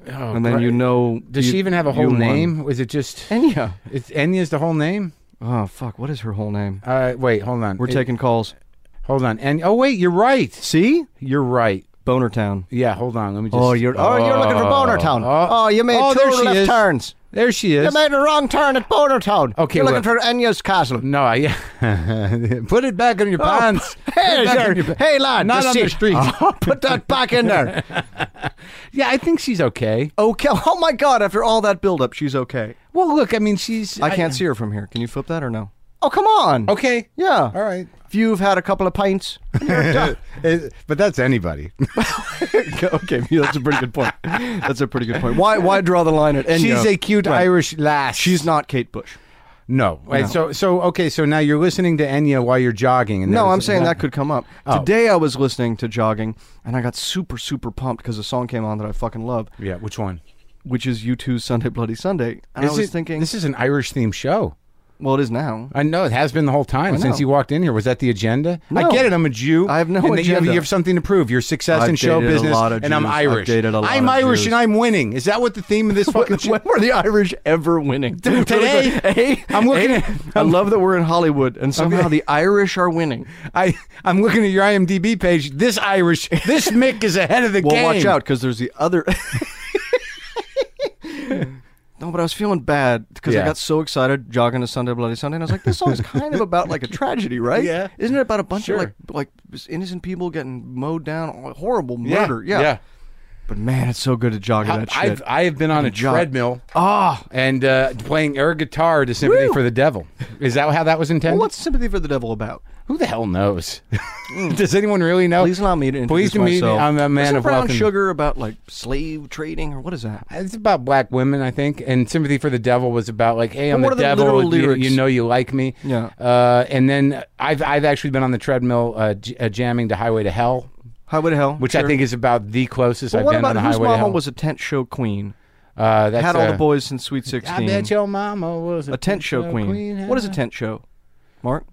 Speaker 1: Oh,
Speaker 2: and then
Speaker 1: great.
Speaker 2: you know.
Speaker 1: Does
Speaker 2: you-
Speaker 1: she even have a
Speaker 2: you
Speaker 1: whole
Speaker 2: won.
Speaker 1: name? Was it just
Speaker 2: Enya.
Speaker 1: it's Enya's the whole name?
Speaker 2: Oh fuck! What is her whole name?
Speaker 1: Uh, wait, hold on.
Speaker 2: We're
Speaker 1: It-
Speaker 2: taking calls.
Speaker 1: hold on. And oh wait, you're right.
Speaker 2: See,
Speaker 1: You're right.
Speaker 2: Boner Town.
Speaker 1: Yeah, hold on. Let me just.
Speaker 2: oh, you're oh, you're looking for Boner Town.
Speaker 1: Oh.
Speaker 2: Oh, you made
Speaker 1: Oh,
Speaker 2: two
Speaker 1: there she
Speaker 2: left
Speaker 1: is.
Speaker 2: turns.
Speaker 1: There she is.
Speaker 2: You made a wrong turn at Boner Town.
Speaker 1: Okay,
Speaker 2: you're
Speaker 1: well-
Speaker 2: looking for Enya's castle.
Speaker 1: no, I, put it back in your pants. Put
Speaker 2: Oh, Hey,
Speaker 1: it back
Speaker 2: sir.
Speaker 1: in your-
Speaker 2: hey, lad.
Speaker 1: Not on
Speaker 2: see-
Speaker 1: the street.
Speaker 2: Oh, put that back in there.
Speaker 1: Yeah, I think she's okay.
Speaker 2: Okay. Oh my God! After all that buildup, she's okay.
Speaker 1: Well, look, I mean, she's.
Speaker 2: I can't see her from here. Can you flip that or no? Oh come on.
Speaker 1: Okay.
Speaker 2: Yeah.
Speaker 1: All right.
Speaker 2: If you've had a couple of pints.
Speaker 1: It- but that's anybody.
Speaker 2: okay, that's a pretty good point. That's a pretty good point. Why why draw the line at Enya?
Speaker 1: she's a cute
Speaker 2: Right.
Speaker 1: Irish lass.
Speaker 2: She's not Kate Bush.
Speaker 1: No. Wait, So so okay. So now you're listening to Enya while you're jogging. And
Speaker 2: No, Oh.
Speaker 1: there's-
Speaker 2: I'm saying that could come up. Today I was listening to jogging and I got super super pumped because a song came on that I fucking love,
Speaker 1: Yeah. Which one?
Speaker 2: which is U2's Sunday Bloody Sunday. And I
Speaker 1: Is
Speaker 2: was
Speaker 1: it-
Speaker 2: thinking,
Speaker 1: this is an Irish themed show.
Speaker 2: well, it is now.
Speaker 1: I know it has been the whole time since
Speaker 2: know.
Speaker 1: you walked in here. Was that the agenda? I
Speaker 2: No.
Speaker 1: get it. I'm a Jew.
Speaker 2: I have no
Speaker 1: and that You have,
Speaker 2: agenda.
Speaker 1: you have something to prove. Your success
Speaker 2: I've
Speaker 1: in show
Speaker 2: dated a
Speaker 1: business,
Speaker 2: lot of
Speaker 1: and I'm
Speaker 2: Jews. I've
Speaker 1: Irish.
Speaker 2: dated a lot
Speaker 1: I'm
Speaker 2: of
Speaker 1: Irish
Speaker 2: Jews.
Speaker 1: and I'm winning. Is that what the theme of this fucking show?
Speaker 2: When were the Irish ever winning?
Speaker 1: today,
Speaker 2: hey,
Speaker 1: I'm looking at-
Speaker 2: I love that we're in Hollywood and somehow the Irish are winning.
Speaker 1: I I'm looking at your IMDb page. This Irish, this Mick is ahead of the
Speaker 2: Well,
Speaker 1: game.
Speaker 2: watch out because there's the other. no, but I was feeling bad because
Speaker 1: Yeah.
Speaker 2: I got so excited jogging to Sunday Bloody Sunday, and I was like, "This song is kind of about like a tragedy, right?
Speaker 1: Yeah.
Speaker 2: isn't it about a bunch
Speaker 1: Sure.
Speaker 2: of like like innocent people getting mowed down, horrible
Speaker 1: Yeah,
Speaker 2: murder? Yeah, But man, it's so good to jog to that
Speaker 1: I've
Speaker 2: shit.
Speaker 1: I have been on a
Speaker 2: job.
Speaker 1: treadmill
Speaker 2: Ah,
Speaker 1: and uh, playing air guitar to "Sympathy
Speaker 2: Woo!
Speaker 1: for the Devil." Is that how that was intended?
Speaker 2: well, what's sympathy for the devil about?
Speaker 1: Who the hell knows? Does anyone really know?
Speaker 2: Please allow me to introduce
Speaker 1: Oh, Please to me,
Speaker 2: myself.
Speaker 1: I'm a man
Speaker 2: Isn't
Speaker 1: of
Speaker 2: brown
Speaker 1: wealth and-
Speaker 2: sugar about like slave trading or what is that?
Speaker 1: It's about black women, I think, and "Sympathy for the Devil" was about like, "Hey, I'm
Speaker 2: what
Speaker 1: the
Speaker 2: are the
Speaker 1: devil.
Speaker 2: literal
Speaker 1: you,
Speaker 2: lyrics?
Speaker 1: you know, you like me."
Speaker 2: Yeah.
Speaker 1: Uh, and then I've I've actually been on the treadmill uh, j- uh, jamming to "Highway to Hell,"
Speaker 2: Highway to hell,
Speaker 1: which I
Speaker 2: sure.
Speaker 1: think is about the closest
Speaker 2: But
Speaker 1: I've
Speaker 2: what
Speaker 1: been
Speaker 2: about
Speaker 1: on
Speaker 2: whose
Speaker 1: "Highway to
Speaker 2: mama
Speaker 1: Hell."
Speaker 2: was a tent show queen?
Speaker 1: uh, that's,
Speaker 2: had all
Speaker 1: uh,
Speaker 2: the boys since Sweet 16.
Speaker 1: I bet your mama was a,
Speaker 2: a tent show queen. What is a
Speaker 1: huh?
Speaker 2: tent show? Mark?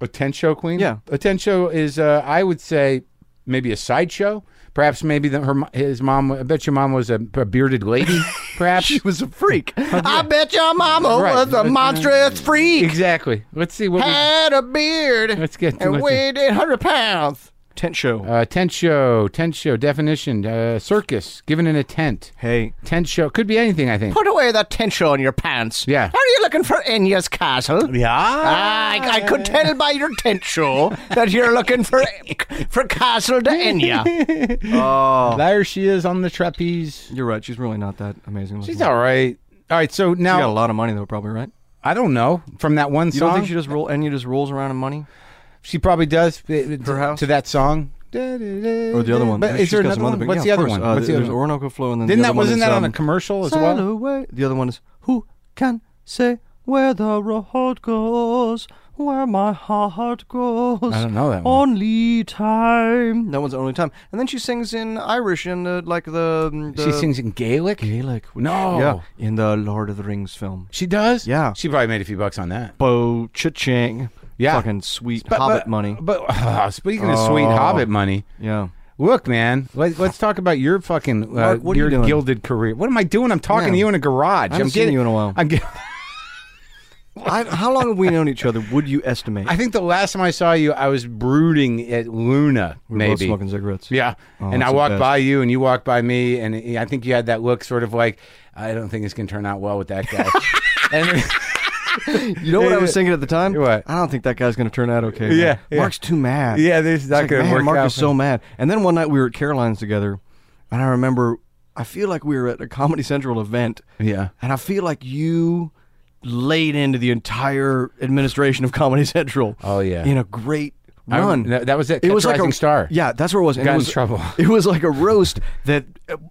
Speaker 1: A tent show queen?
Speaker 2: Yeah.
Speaker 1: A tent show is, uh, I would say, maybe a sideshow. Perhaps maybe the, her mo- his mom. I bet your mom was a, a bearded lady. Perhaps
Speaker 2: was a freak. I bet your mama
Speaker 1: Right. Uh,
Speaker 2: was a monstrous freak.
Speaker 1: exactly. Let's see what. we,
Speaker 2: Had a beard
Speaker 1: let's get to
Speaker 2: and
Speaker 1: let's see.
Speaker 2: weighed 800 pounds. Tent show.
Speaker 1: Uh, tent show, tent show definition: uh, circus given in a tent.
Speaker 2: hey.
Speaker 1: Tent show could be anything. I think.
Speaker 2: Put away that tent show on your pants.
Speaker 1: Yeah.
Speaker 2: Are you looking for Enya's castle?
Speaker 1: Yeah.
Speaker 2: Ah, I, I could tell by your tent show that you're looking for for castle to Enya. oh,
Speaker 1: There she is on the trapeze.
Speaker 2: you're right. She's really not that amazing.
Speaker 1: She's all right. All right. So
Speaker 2: She got a
Speaker 1: now
Speaker 2: lot of money though, probably right.
Speaker 1: I don't know from that one
Speaker 2: You
Speaker 1: song.
Speaker 2: don't think she just roll Enya just rolls around in money?
Speaker 1: She probably does uh, to,
Speaker 2: Her house?
Speaker 1: to that song.
Speaker 2: Or the other one?
Speaker 1: But is
Speaker 2: She's
Speaker 1: there another
Speaker 2: got some
Speaker 1: one?
Speaker 2: other big-
Speaker 1: What's
Speaker 2: yeah,
Speaker 1: the
Speaker 2: of
Speaker 1: other
Speaker 2: course.
Speaker 1: one?
Speaker 2: Uh,
Speaker 1: What's the
Speaker 2: there's
Speaker 1: other one?
Speaker 2: Orinoco Flow, and then
Speaker 1: Didn't
Speaker 2: the
Speaker 1: that
Speaker 2: other one
Speaker 1: wasn't
Speaker 2: is,
Speaker 1: that on
Speaker 2: um,
Speaker 1: a commercial as
Speaker 2: Sail
Speaker 1: well?
Speaker 2: away. The other one is who can say where the road goes, where my heart goes.
Speaker 1: I don't know that one.
Speaker 2: Only time. That one's only time. And then she sings in Irish and uh, like the, mm, the
Speaker 1: She sings in Gaelic.
Speaker 2: Gaelic.
Speaker 1: No.
Speaker 2: Yeah, in the Lord of the Rings film.
Speaker 1: She does.
Speaker 2: Yeah.
Speaker 1: She probably made a few bucks on that.
Speaker 2: Bo cha-ching.
Speaker 1: Yeah.
Speaker 2: Fucking sweet
Speaker 1: But-
Speaker 2: Hobbit
Speaker 1: but-
Speaker 2: money.
Speaker 1: But uh, speaking of sweet
Speaker 2: Oh.
Speaker 1: Hobbit money,
Speaker 2: Yeah.
Speaker 1: look, man, let, us talk about your fucking uh,
Speaker 2: Mark, what are you
Speaker 1: your
Speaker 2: doing?
Speaker 1: gilded career. What am I doing? I'm talking
Speaker 2: Man.
Speaker 1: to you in a garage.
Speaker 2: haven't
Speaker 1: I'm
Speaker 2: seen
Speaker 1: getting
Speaker 2: you in a while.
Speaker 1: I'm get-
Speaker 2: I, how long have we known each other? Would you estimate?
Speaker 1: I think the last time I saw you, I was brooding at Luna.
Speaker 2: We were both
Speaker 1: maybe
Speaker 2: smoking cigarettes.
Speaker 1: Yeah.
Speaker 2: Oh,
Speaker 1: and I
Speaker 2: that's the
Speaker 1: walked
Speaker 2: best.
Speaker 1: by you and you walked by me and I think you had that look sort of like, I don't think it's going to turn out well with that guy. and
Speaker 2: You know what I was thinking at the time?
Speaker 1: What?
Speaker 2: I don't think that guy's going to turn out okay. man.
Speaker 1: Yeah, yeah.
Speaker 2: Mark's too mad.
Speaker 1: Yeah, this is
Speaker 2: It's
Speaker 1: not
Speaker 2: like,
Speaker 1: gonna
Speaker 2: man,
Speaker 1: work
Speaker 2: Mark
Speaker 1: out
Speaker 2: is
Speaker 1: for
Speaker 2: so
Speaker 1: him.
Speaker 2: mad. And then one night we were at Caroline's together, and I remember, I feel like we were at a Comedy Central event,
Speaker 1: yeah.
Speaker 2: and I feel like you laid into the entire administration of Comedy Central.
Speaker 1: Oh, yeah.
Speaker 2: in a great
Speaker 1: I-
Speaker 2: run.
Speaker 1: that- that was it. Catch Rising
Speaker 2: a
Speaker 1: Star.
Speaker 2: Yeah, that's where it was. And
Speaker 1: Got
Speaker 2: it
Speaker 1: in
Speaker 2: was,
Speaker 1: trouble.
Speaker 2: It was like a roast that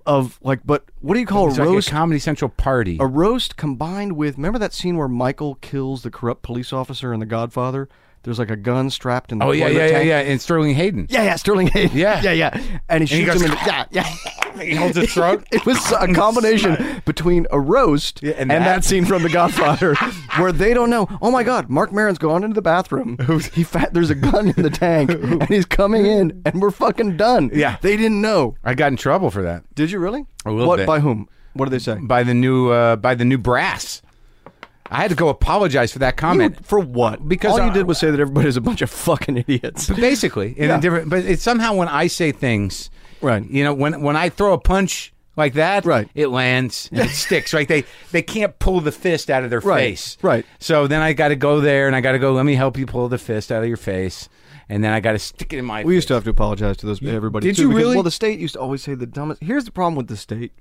Speaker 2: of like, but what do you call
Speaker 1: It's
Speaker 2: a
Speaker 1: like
Speaker 2: roast?
Speaker 1: a Comedy Central party.
Speaker 2: a roast combined with remember that scene where Michael kills the corrupt police officer in The Godfather. There's like a gun strapped in the
Speaker 1: Oh yeah,
Speaker 2: toilet
Speaker 1: yeah, yeah,
Speaker 2: tank.
Speaker 1: yeah. And Sterling Hayden.
Speaker 2: Yeah, yeah, Sterling Hayden.
Speaker 1: Yeah.
Speaker 2: yeah, yeah. And he
Speaker 1: he
Speaker 2: shoots
Speaker 1: goes,
Speaker 2: him in the, yeah, yeah.
Speaker 1: He holds his throat.
Speaker 2: It was a combination between a roast
Speaker 1: and
Speaker 2: and, that.
Speaker 1: that.
Speaker 2: scene from The Godfather, where they don't know. Oh my God, Mark Maron's gone into the bathroom. He fa- there's a gun in the tank, and he's coming in, and we're fucking done.
Speaker 1: Yeah.
Speaker 2: they didn't know.
Speaker 1: I got in trouble for that
Speaker 2: Did you really?
Speaker 1: A little
Speaker 2: what
Speaker 1: bit.
Speaker 2: by whom? What did they say?
Speaker 1: by the new uh, by the new brass. I had to go apologize for that
Speaker 2: You-
Speaker 1: comment.
Speaker 2: for what?
Speaker 1: Because
Speaker 2: all
Speaker 1: I-
Speaker 2: you did was say that everybody's a bunch of fucking idiots.
Speaker 1: But basically, in
Speaker 2: Yeah.
Speaker 1: a different. But it's somehow when I say things,
Speaker 2: Right.
Speaker 1: You know, when when I throw a punch like that,
Speaker 2: Right.
Speaker 1: It lands, and it sticks. Right? They they can't pull the fist out of their
Speaker 2: Right,
Speaker 1: face.
Speaker 2: right.
Speaker 1: So then I got to go there, and I got to go. Let me help you pull the fist out of your face, and then I got to stick it in my.
Speaker 2: We used to have to apologize to those everybody.
Speaker 1: Did
Speaker 2: too,
Speaker 1: you
Speaker 2: because,
Speaker 1: really?
Speaker 2: Well, the state used to always say the dumbest. Here's the problem with the state: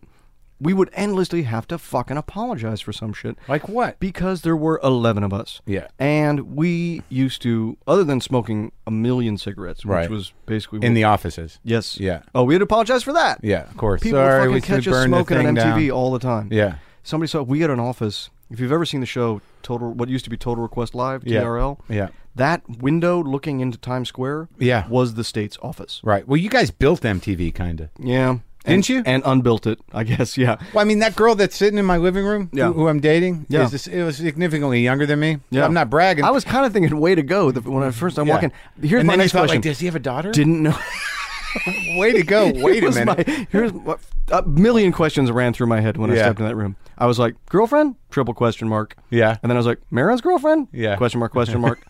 Speaker 2: we would endlessly have to fucking apologize for some shit.
Speaker 1: Like what?
Speaker 2: Because there were eleven of us.
Speaker 1: Yeah.
Speaker 2: And we used to, other than smoking a million cigarettes, which
Speaker 1: Right.
Speaker 2: was basically
Speaker 1: in the offices.
Speaker 2: yes,
Speaker 1: Yeah.
Speaker 2: Oh, we had to apologize for that.
Speaker 1: Yeah, of course.
Speaker 2: People would
Speaker 1: Sorry,
Speaker 2: fucking
Speaker 1: we
Speaker 2: catch
Speaker 1: should
Speaker 2: us
Speaker 1: burn the
Speaker 2: smoking on
Speaker 1: thing
Speaker 2: MTV
Speaker 1: down.
Speaker 2: all the time.
Speaker 1: Yeah.
Speaker 2: Somebody saw we had an office. If you've ever seen the show Total, what used to be Total Request Live,
Speaker 1: Yeah.
Speaker 2: TRL,
Speaker 1: Yeah.
Speaker 2: that window looking into Times Square,
Speaker 1: Yeah.
Speaker 2: was the state's office.
Speaker 1: Right. Well, you guys built MTV, kind of.
Speaker 2: Yeah,
Speaker 1: Didn't
Speaker 2: And-
Speaker 1: you?
Speaker 2: And unbuilt it, I guess. Yeah,
Speaker 1: Well, I mean, that girl that's sitting in my living room,
Speaker 2: Yeah.
Speaker 1: who, who I'm dating,
Speaker 2: Yeah.
Speaker 1: is this, it was significantly younger than me.
Speaker 2: yeah.
Speaker 1: I'm not bragging.
Speaker 2: I was kind of thinking, way to go. The, when I first I'm
Speaker 1: Yeah.
Speaker 2: walking. Here's
Speaker 1: and
Speaker 2: my
Speaker 1: then
Speaker 2: next
Speaker 1: I thought,
Speaker 2: question.
Speaker 1: Like, Does he have a daughter?
Speaker 2: Didn't know.
Speaker 1: Way to go! Wait a
Speaker 2: Here's
Speaker 1: minute.
Speaker 2: my- here's what, a million questions ran through my head when I
Speaker 1: Yeah.
Speaker 2: stepped in that room. I was like, girlfriend? Triple question mark.
Speaker 1: Yeah.
Speaker 2: And then I was like, Maron's girlfriend?
Speaker 1: Yeah.
Speaker 2: Question mark? Question mark.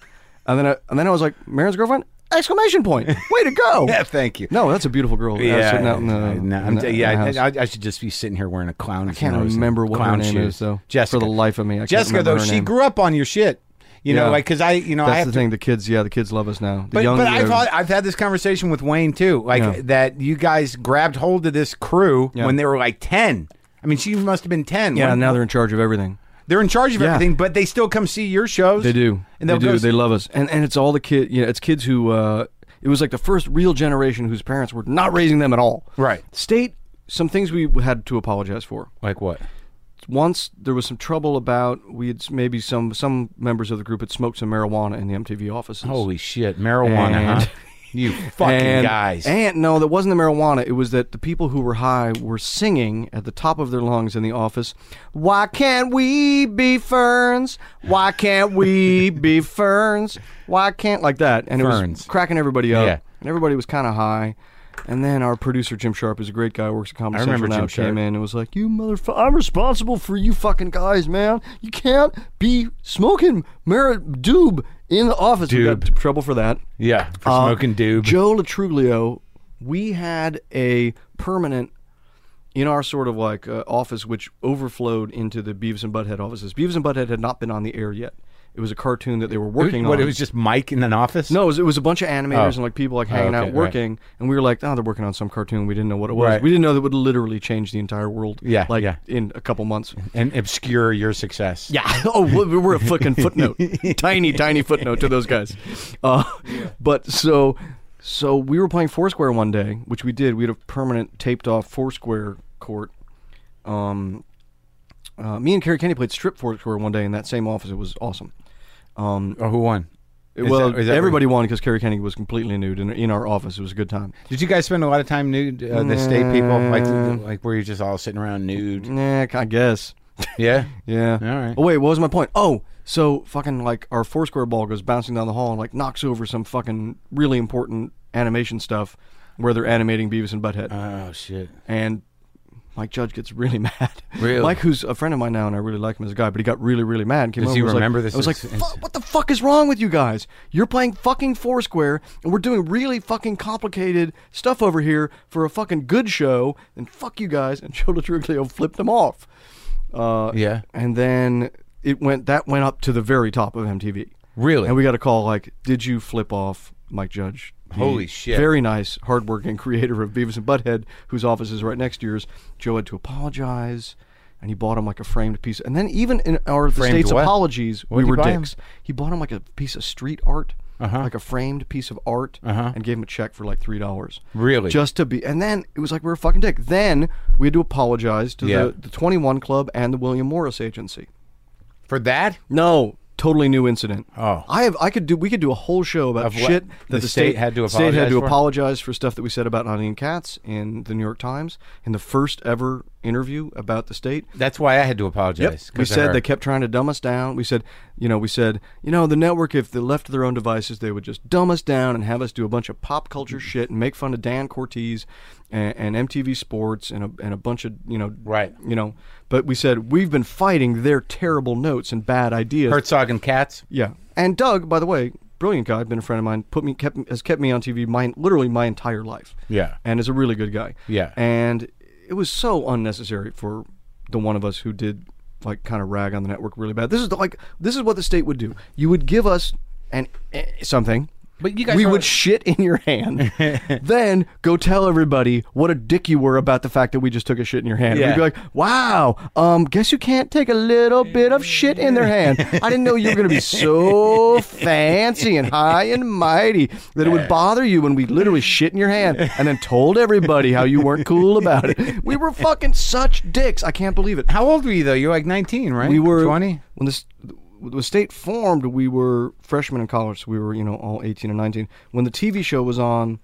Speaker 2: and then I, and then I was like, Maron's girlfriend? Exclamation point! Way to go!
Speaker 1: Yeah, thank you.
Speaker 2: No, that's a beautiful girl. uh,
Speaker 1: yeah,
Speaker 2: sitting out in the,
Speaker 1: I- no,
Speaker 2: in
Speaker 1: I'm-
Speaker 2: the- in
Speaker 1: yeah.
Speaker 2: the
Speaker 1: I-
Speaker 2: house.
Speaker 1: I, I should just be sitting here wearing a clown. I
Speaker 2: can't remember what her
Speaker 1: clown
Speaker 2: name
Speaker 1: shoes.
Speaker 2: is, though. For
Speaker 1: Jessica,
Speaker 2: the life of me, I can't
Speaker 1: Jessica,
Speaker 2: remember
Speaker 1: though,
Speaker 2: her
Speaker 1: she
Speaker 2: name.
Speaker 1: grew up on your shit. You know,
Speaker 2: Yeah.
Speaker 1: like because I, you know, I
Speaker 2: that's
Speaker 1: have
Speaker 2: the
Speaker 1: to
Speaker 2: thing. The kids, yeah, the kids love us now. The
Speaker 1: But,
Speaker 2: young,
Speaker 1: but I've,
Speaker 2: uh,
Speaker 1: had, I've had this conversation with Wayne too, like
Speaker 2: Yeah.
Speaker 1: that you guys grabbed hold of this crew
Speaker 2: Yeah.
Speaker 1: when they were like ten. I mean, she must have been ten.
Speaker 2: yeah,
Speaker 1: when-
Speaker 2: now they're in charge of everything.
Speaker 1: they're in charge of
Speaker 2: Yeah.
Speaker 1: everything, but they still come see your shows.
Speaker 2: They do.
Speaker 1: and
Speaker 2: they
Speaker 1: they'll
Speaker 2: do.
Speaker 1: go-
Speaker 2: They love us, and and it's all the kid. You know, it's kids who. Uh, it was like the first real generation whose parents were not raising them at all.
Speaker 1: Right.
Speaker 2: State some things we had to apologize for.
Speaker 1: like what?
Speaker 2: Once there was some trouble about we had s- maybe some some members of the group had smoked some marijuana in the MTV offices.
Speaker 1: Holy shit, marijuana,
Speaker 2: And-
Speaker 1: huh? You fucking
Speaker 2: and,
Speaker 1: guys.
Speaker 2: And no, that wasn't the marijuana. It was that the people who were high were singing at the top of their lungs in the office. Why can't we be ferns? Why can't we be ferns? Why can't like that? And it
Speaker 1: Ferns.
Speaker 2: was cracking everybody up.
Speaker 1: Yeah.
Speaker 2: And everybody was kind of high. And then our producer Jim Sharp is a great guy. Works at Comedy
Speaker 1: I remember
Speaker 2: Central now.
Speaker 1: Jim Sharp.
Speaker 2: Came in and was like, "You motherfucker! I'm responsible for you fucking guys, man. You can't be smoking mar doob in the office. We got
Speaker 1: Doob.
Speaker 2: in trouble for that.
Speaker 1: yeah, for
Speaker 2: Uh,
Speaker 1: smoking doob.
Speaker 2: Joe Latruglio, we had a permanent in our sort of like uh, office, which overflowed into the Beavis and Butthead offices. Beavis and Butthead had not been on the air yet. It was a cartoon that they were working
Speaker 1: what
Speaker 2: on.
Speaker 1: it was just Mike in an office.
Speaker 2: no, it was, it was a bunch of animators
Speaker 1: Oh.
Speaker 2: and like people like hanging
Speaker 1: okay,
Speaker 2: out
Speaker 1: right.
Speaker 2: working, and we were like, oh, they're working on some cartoon. We didn't know what it was.
Speaker 1: Right.
Speaker 2: We didn't know that would literally change the entire world.
Speaker 1: Yeah,
Speaker 2: like
Speaker 1: yeah.
Speaker 2: in a couple months.
Speaker 1: and obscure your success.
Speaker 2: Yeah. Oh, we- we're a fucking footnote, tiny, tiny footnote to those guys. Uh, But so, so we were playing Foursquare one day, which we did. We had a permanent taped off Foursquare court. Um, uh, me and Kerry Kenny played strip Foursquare one day in that same office. It was awesome. Um,
Speaker 1: Oh, who won? Is
Speaker 2: well,
Speaker 1: that- is that
Speaker 2: everybody won because Kerry Kenny was completely nude in, in our office. It was a good time.
Speaker 1: Did you guys spend a lot of time nude? Uh, the state people,
Speaker 2: Mm.
Speaker 1: like, like were you just all sitting around nude?
Speaker 2: Yeah, I guess.
Speaker 1: Yeah,
Speaker 2: Yeah.
Speaker 1: All right.
Speaker 2: Oh wait, what was my point? Oh, so fucking like our foursquare ball goes bouncing down the hall and like knocks over some fucking really important animation stuff where they're animating Beavis and Butthead,
Speaker 1: Oh shit.
Speaker 2: and Mike Judge gets really mad.
Speaker 1: Really?
Speaker 2: Mike, who's a friend of mine now, and I really like him as a guy, but he got really, really mad. And came
Speaker 1: Does
Speaker 2: over
Speaker 1: he
Speaker 2: and was like-
Speaker 1: remember this
Speaker 2: I was like,
Speaker 1: is- is-
Speaker 2: "Fuck, "What the fuck is wrong with you guys? You're playing fucking Foursquare, and we're doing really fucking complicated stuff over here for a fucking good show. And fuck you guys!" And Joe Latruglio flipped him off. Uh,
Speaker 1: Yeah.
Speaker 2: and then it went that went up to the very top of MTV.
Speaker 1: Really?
Speaker 2: And we got a call like, "Did you flip off Mike Judge?" the
Speaker 1: Holy shit.
Speaker 2: Very nice, hardworking creator of Beavis and Butthead, whose office is right next to yours. Joe had to apologize, and he bought him like a framed piece. And then even in our the
Speaker 1: Framed
Speaker 2: state's
Speaker 1: what?
Speaker 2: apologies, we
Speaker 1: did you
Speaker 2: were
Speaker 1: buy him? Uh-huh.
Speaker 2: dicks. He bought him like a piece of street art. Like a framed piece of art, and gave him a check for like three dollars.
Speaker 1: Really?
Speaker 2: Just to be, and then it was like we were a fucking dick. Then we had to apologize to
Speaker 1: Yeah.
Speaker 2: the, the 21 Club and the William Morris Agency.
Speaker 1: For that?
Speaker 2: No, Totally new incident.
Speaker 1: Oh.
Speaker 2: I have. I could do. We could do a whole show about
Speaker 1: Of what
Speaker 2: shit
Speaker 1: the
Speaker 2: that the,
Speaker 1: state had to
Speaker 2: state had
Speaker 1: apologize
Speaker 2: to
Speaker 1: for?
Speaker 2: apologize for stuff that we said about Honey and Cats in the New York Times in the first ever interview about the state.
Speaker 1: That's why I had to apologize.
Speaker 2: We
Speaker 1: 'cause of
Speaker 2: said
Speaker 1: her.
Speaker 2: they kept trying to dumb us down. We said, you know, we said, you know, the network, if they left to their own devices, they would just dumb us down and have us do a bunch of pop culture shit and make fun of Dan Cortez and, and MTV Sports and a, and a bunch of, you know,
Speaker 1: Right.
Speaker 2: you know. But we said, we've been fighting their terrible notes and bad ideas.
Speaker 1: Herzog and Katz.
Speaker 2: Yeah. And Doug, by the way, brilliant guy, been a friend of mine, put me kept has kept me on TV my literally my entire life.
Speaker 1: Yeah.
Speaker 2: And is a really good guy.
Speaker 1: Yeah.
Speaker 2: And it was so unnecessary for the one of us who did like kind of rag on the network really bad. This is the, like this is what the state would do. You would give us an eh, something
Speaker 1: But you guys
Speaker 2: we
Speaker 1: are-
Speaker 2: would shit in your hand, then go tell everybody what a dick you were about the fact that we just took a shit in your hand.
Speaker 1: Yeah.
Speaker 2: We'd be like, "Wow, um, guess you can't take a little bit of shit in their hand." I didn't know you were going to be so fancy and high and mighty that it would bother you when we literally shit in your hand and then told everybody how you weren't cool about it. We were fucking such dicks. I can't believe it.
Speaker 1: How old were you though? You were like 19, right?
Speaker 2: We were
Speaker 1: 20.
Speaker 2: when this when the state formed. We were freshmen in college, so we were you know all 18 and 19. When the TV show was on,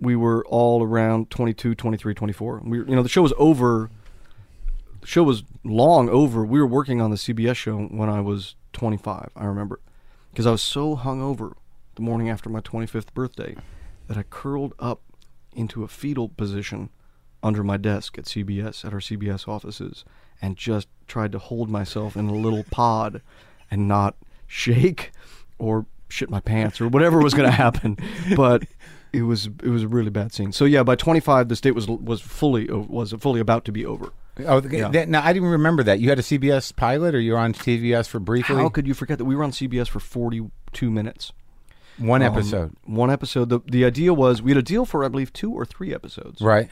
Speaker 2: we were all around 22, 23, 24. We were, you know the show was over. The show was long over. We were working on the CBS show when I was 25. I remember because I was so hungover the morning after my 25th birthday that I curled up into a fetal position under my desk at CBS at our CBS offices and just tried to hold myself in a little pod and not shake or shit my pants or whatever was going to happen but it was it was a really bad scene so yeah by 25 the state was was fully o- was fully about to be over
Speaker 1: Oh, okay.
Speaker 2: Yeah.
Speaker 1: That- now I didn't remember that. You had a CBS pilot, or you were on CBS for briefly
Speaker 2: how could you forget that we were on CBS for 42 minutes
Speaker 1: one
Speaker 2: Um,
Speaker 1: episode,
Speaker 2: one episode the the idea was we had a deal for I believe two or three episodes
Speaker 1: right?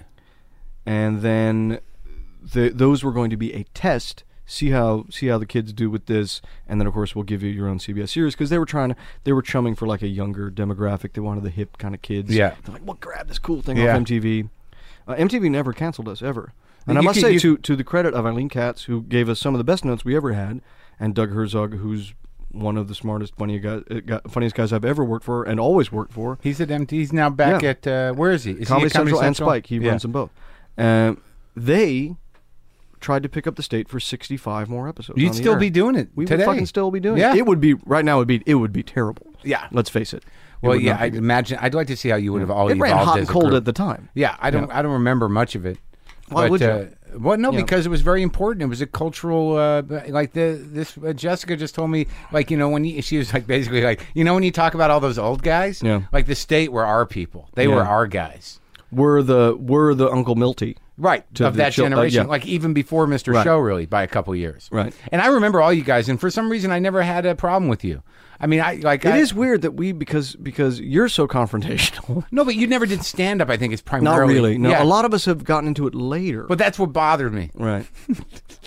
Speaker 2: and then the, those were going to be a test. See how see how the kids do with this, and then of course we'll give you your own CBS series because they were trying to they were chumming for like a younger demographic. They wanted the hip kind of kids.
Speaker 1: Yeah.
Speaker 2: they're like, well, grab this cool thing
Speaker 1: Yeah.
Speaker 2: off MTV. Uh, MTV never canceled us ever, and I
Speaker 1: You
Speaker 2: must
Speaker 1: could-
Speaker 2: say
Speaker 1: you-
Speaker 2: to to the credit of Eileen Katz who gave us some of the best notes we ever had, and Doug Herzog who's one of the smartest, funny guy, uh, guy- funniest guys I've ever worked for and always worked for.
Speaker 1: He's at MT. He's now back
Speaker 2: Yeah.
Speaker 1: at uh, where is he? Is
Speaker 2: Comedy,
Speaker 1: he at Comedy
Speaker 2: Central, and Spike. He
Speaker 1: Yeah.
Speaker 2: runs them both. Um, they tried to pick up the state for sixty-five more episodes.
Speaker 1: You'd
Speaker 2: on the
Speaker 1: still
Speaker 2: air.
Speaker 1: be doing it
Speaker 2: We
Speaker 1: today.
Speaker 2: would fucking still be doing
Speaker 1: Yeah.
Speaker 2: it. It would be right now. It would be it would be terrible.
Speaker 1: Yeah.
Speaker 2: let's face it. It
Speaker 1: well,
Speaker 2: would
Speaker 1: yeah.
Speaker 2: not
Speaker 1: I
Speaker 2: be good.
Speaker 1: imagine. I'd like to see how you would have all
Speaker 2: it ran
Speaker 1: evolved
Speaker 2: hot
Speaker 1: as
Speaker 2: and
Speaker 1: a
Speaker 2: cold
Speaker 1: group.
Speaker 2: at the time.
Speaker 1: Yeah, I don't. I don't remember much of it.
Speaker 2: Why
Speaker 1: But,
Speaker 2: would you?
Speaker 1: Uh, well, no,
Speaker 2: Yeah.
Speaker 1: because it was very important. It was a cultural, uh, like the this. Uh, Jessica just told me, like you know, when you, she was like basically like you know when you talk about all those old guys,
Speaker 2: Yeah.
Speaker 1: like the state were our people. They were
Speaker 2: Yeah.
Speaker 1: our guys,
Speaker 2: We're the we're the Uncle Milty.
Speaker 1: right?
Speaker 2: To
Speaker 1: of
Speaker 2: the
Speaker 1: that
Speaker 2: chil- uh,
Speaker 1: generation,
Speaker 2: yeah.
Speaker 1: like even before Mister
Speaker 2: Right.
Speaker 1: Show, really by a couple years,
Speaker 2: Right.
Speaker 1: And I remember all you guys, and for some reason, I never had a problem with you. I mean, I like
Speaker 2: It
Speaker 1: I,
Speaker 2: is weird that we because because you're so confrontational.
Speaker 1: no, but you never did stand up. I think it's
Speaker 2: Not
Speaker 1: primarily
Speaker 2: really. No,
Speaker 1: Yeah.
Speaker 2: a lot of us have gotten into it later.
Speaker 1: But that's what bothered me.
Speaker 2: right,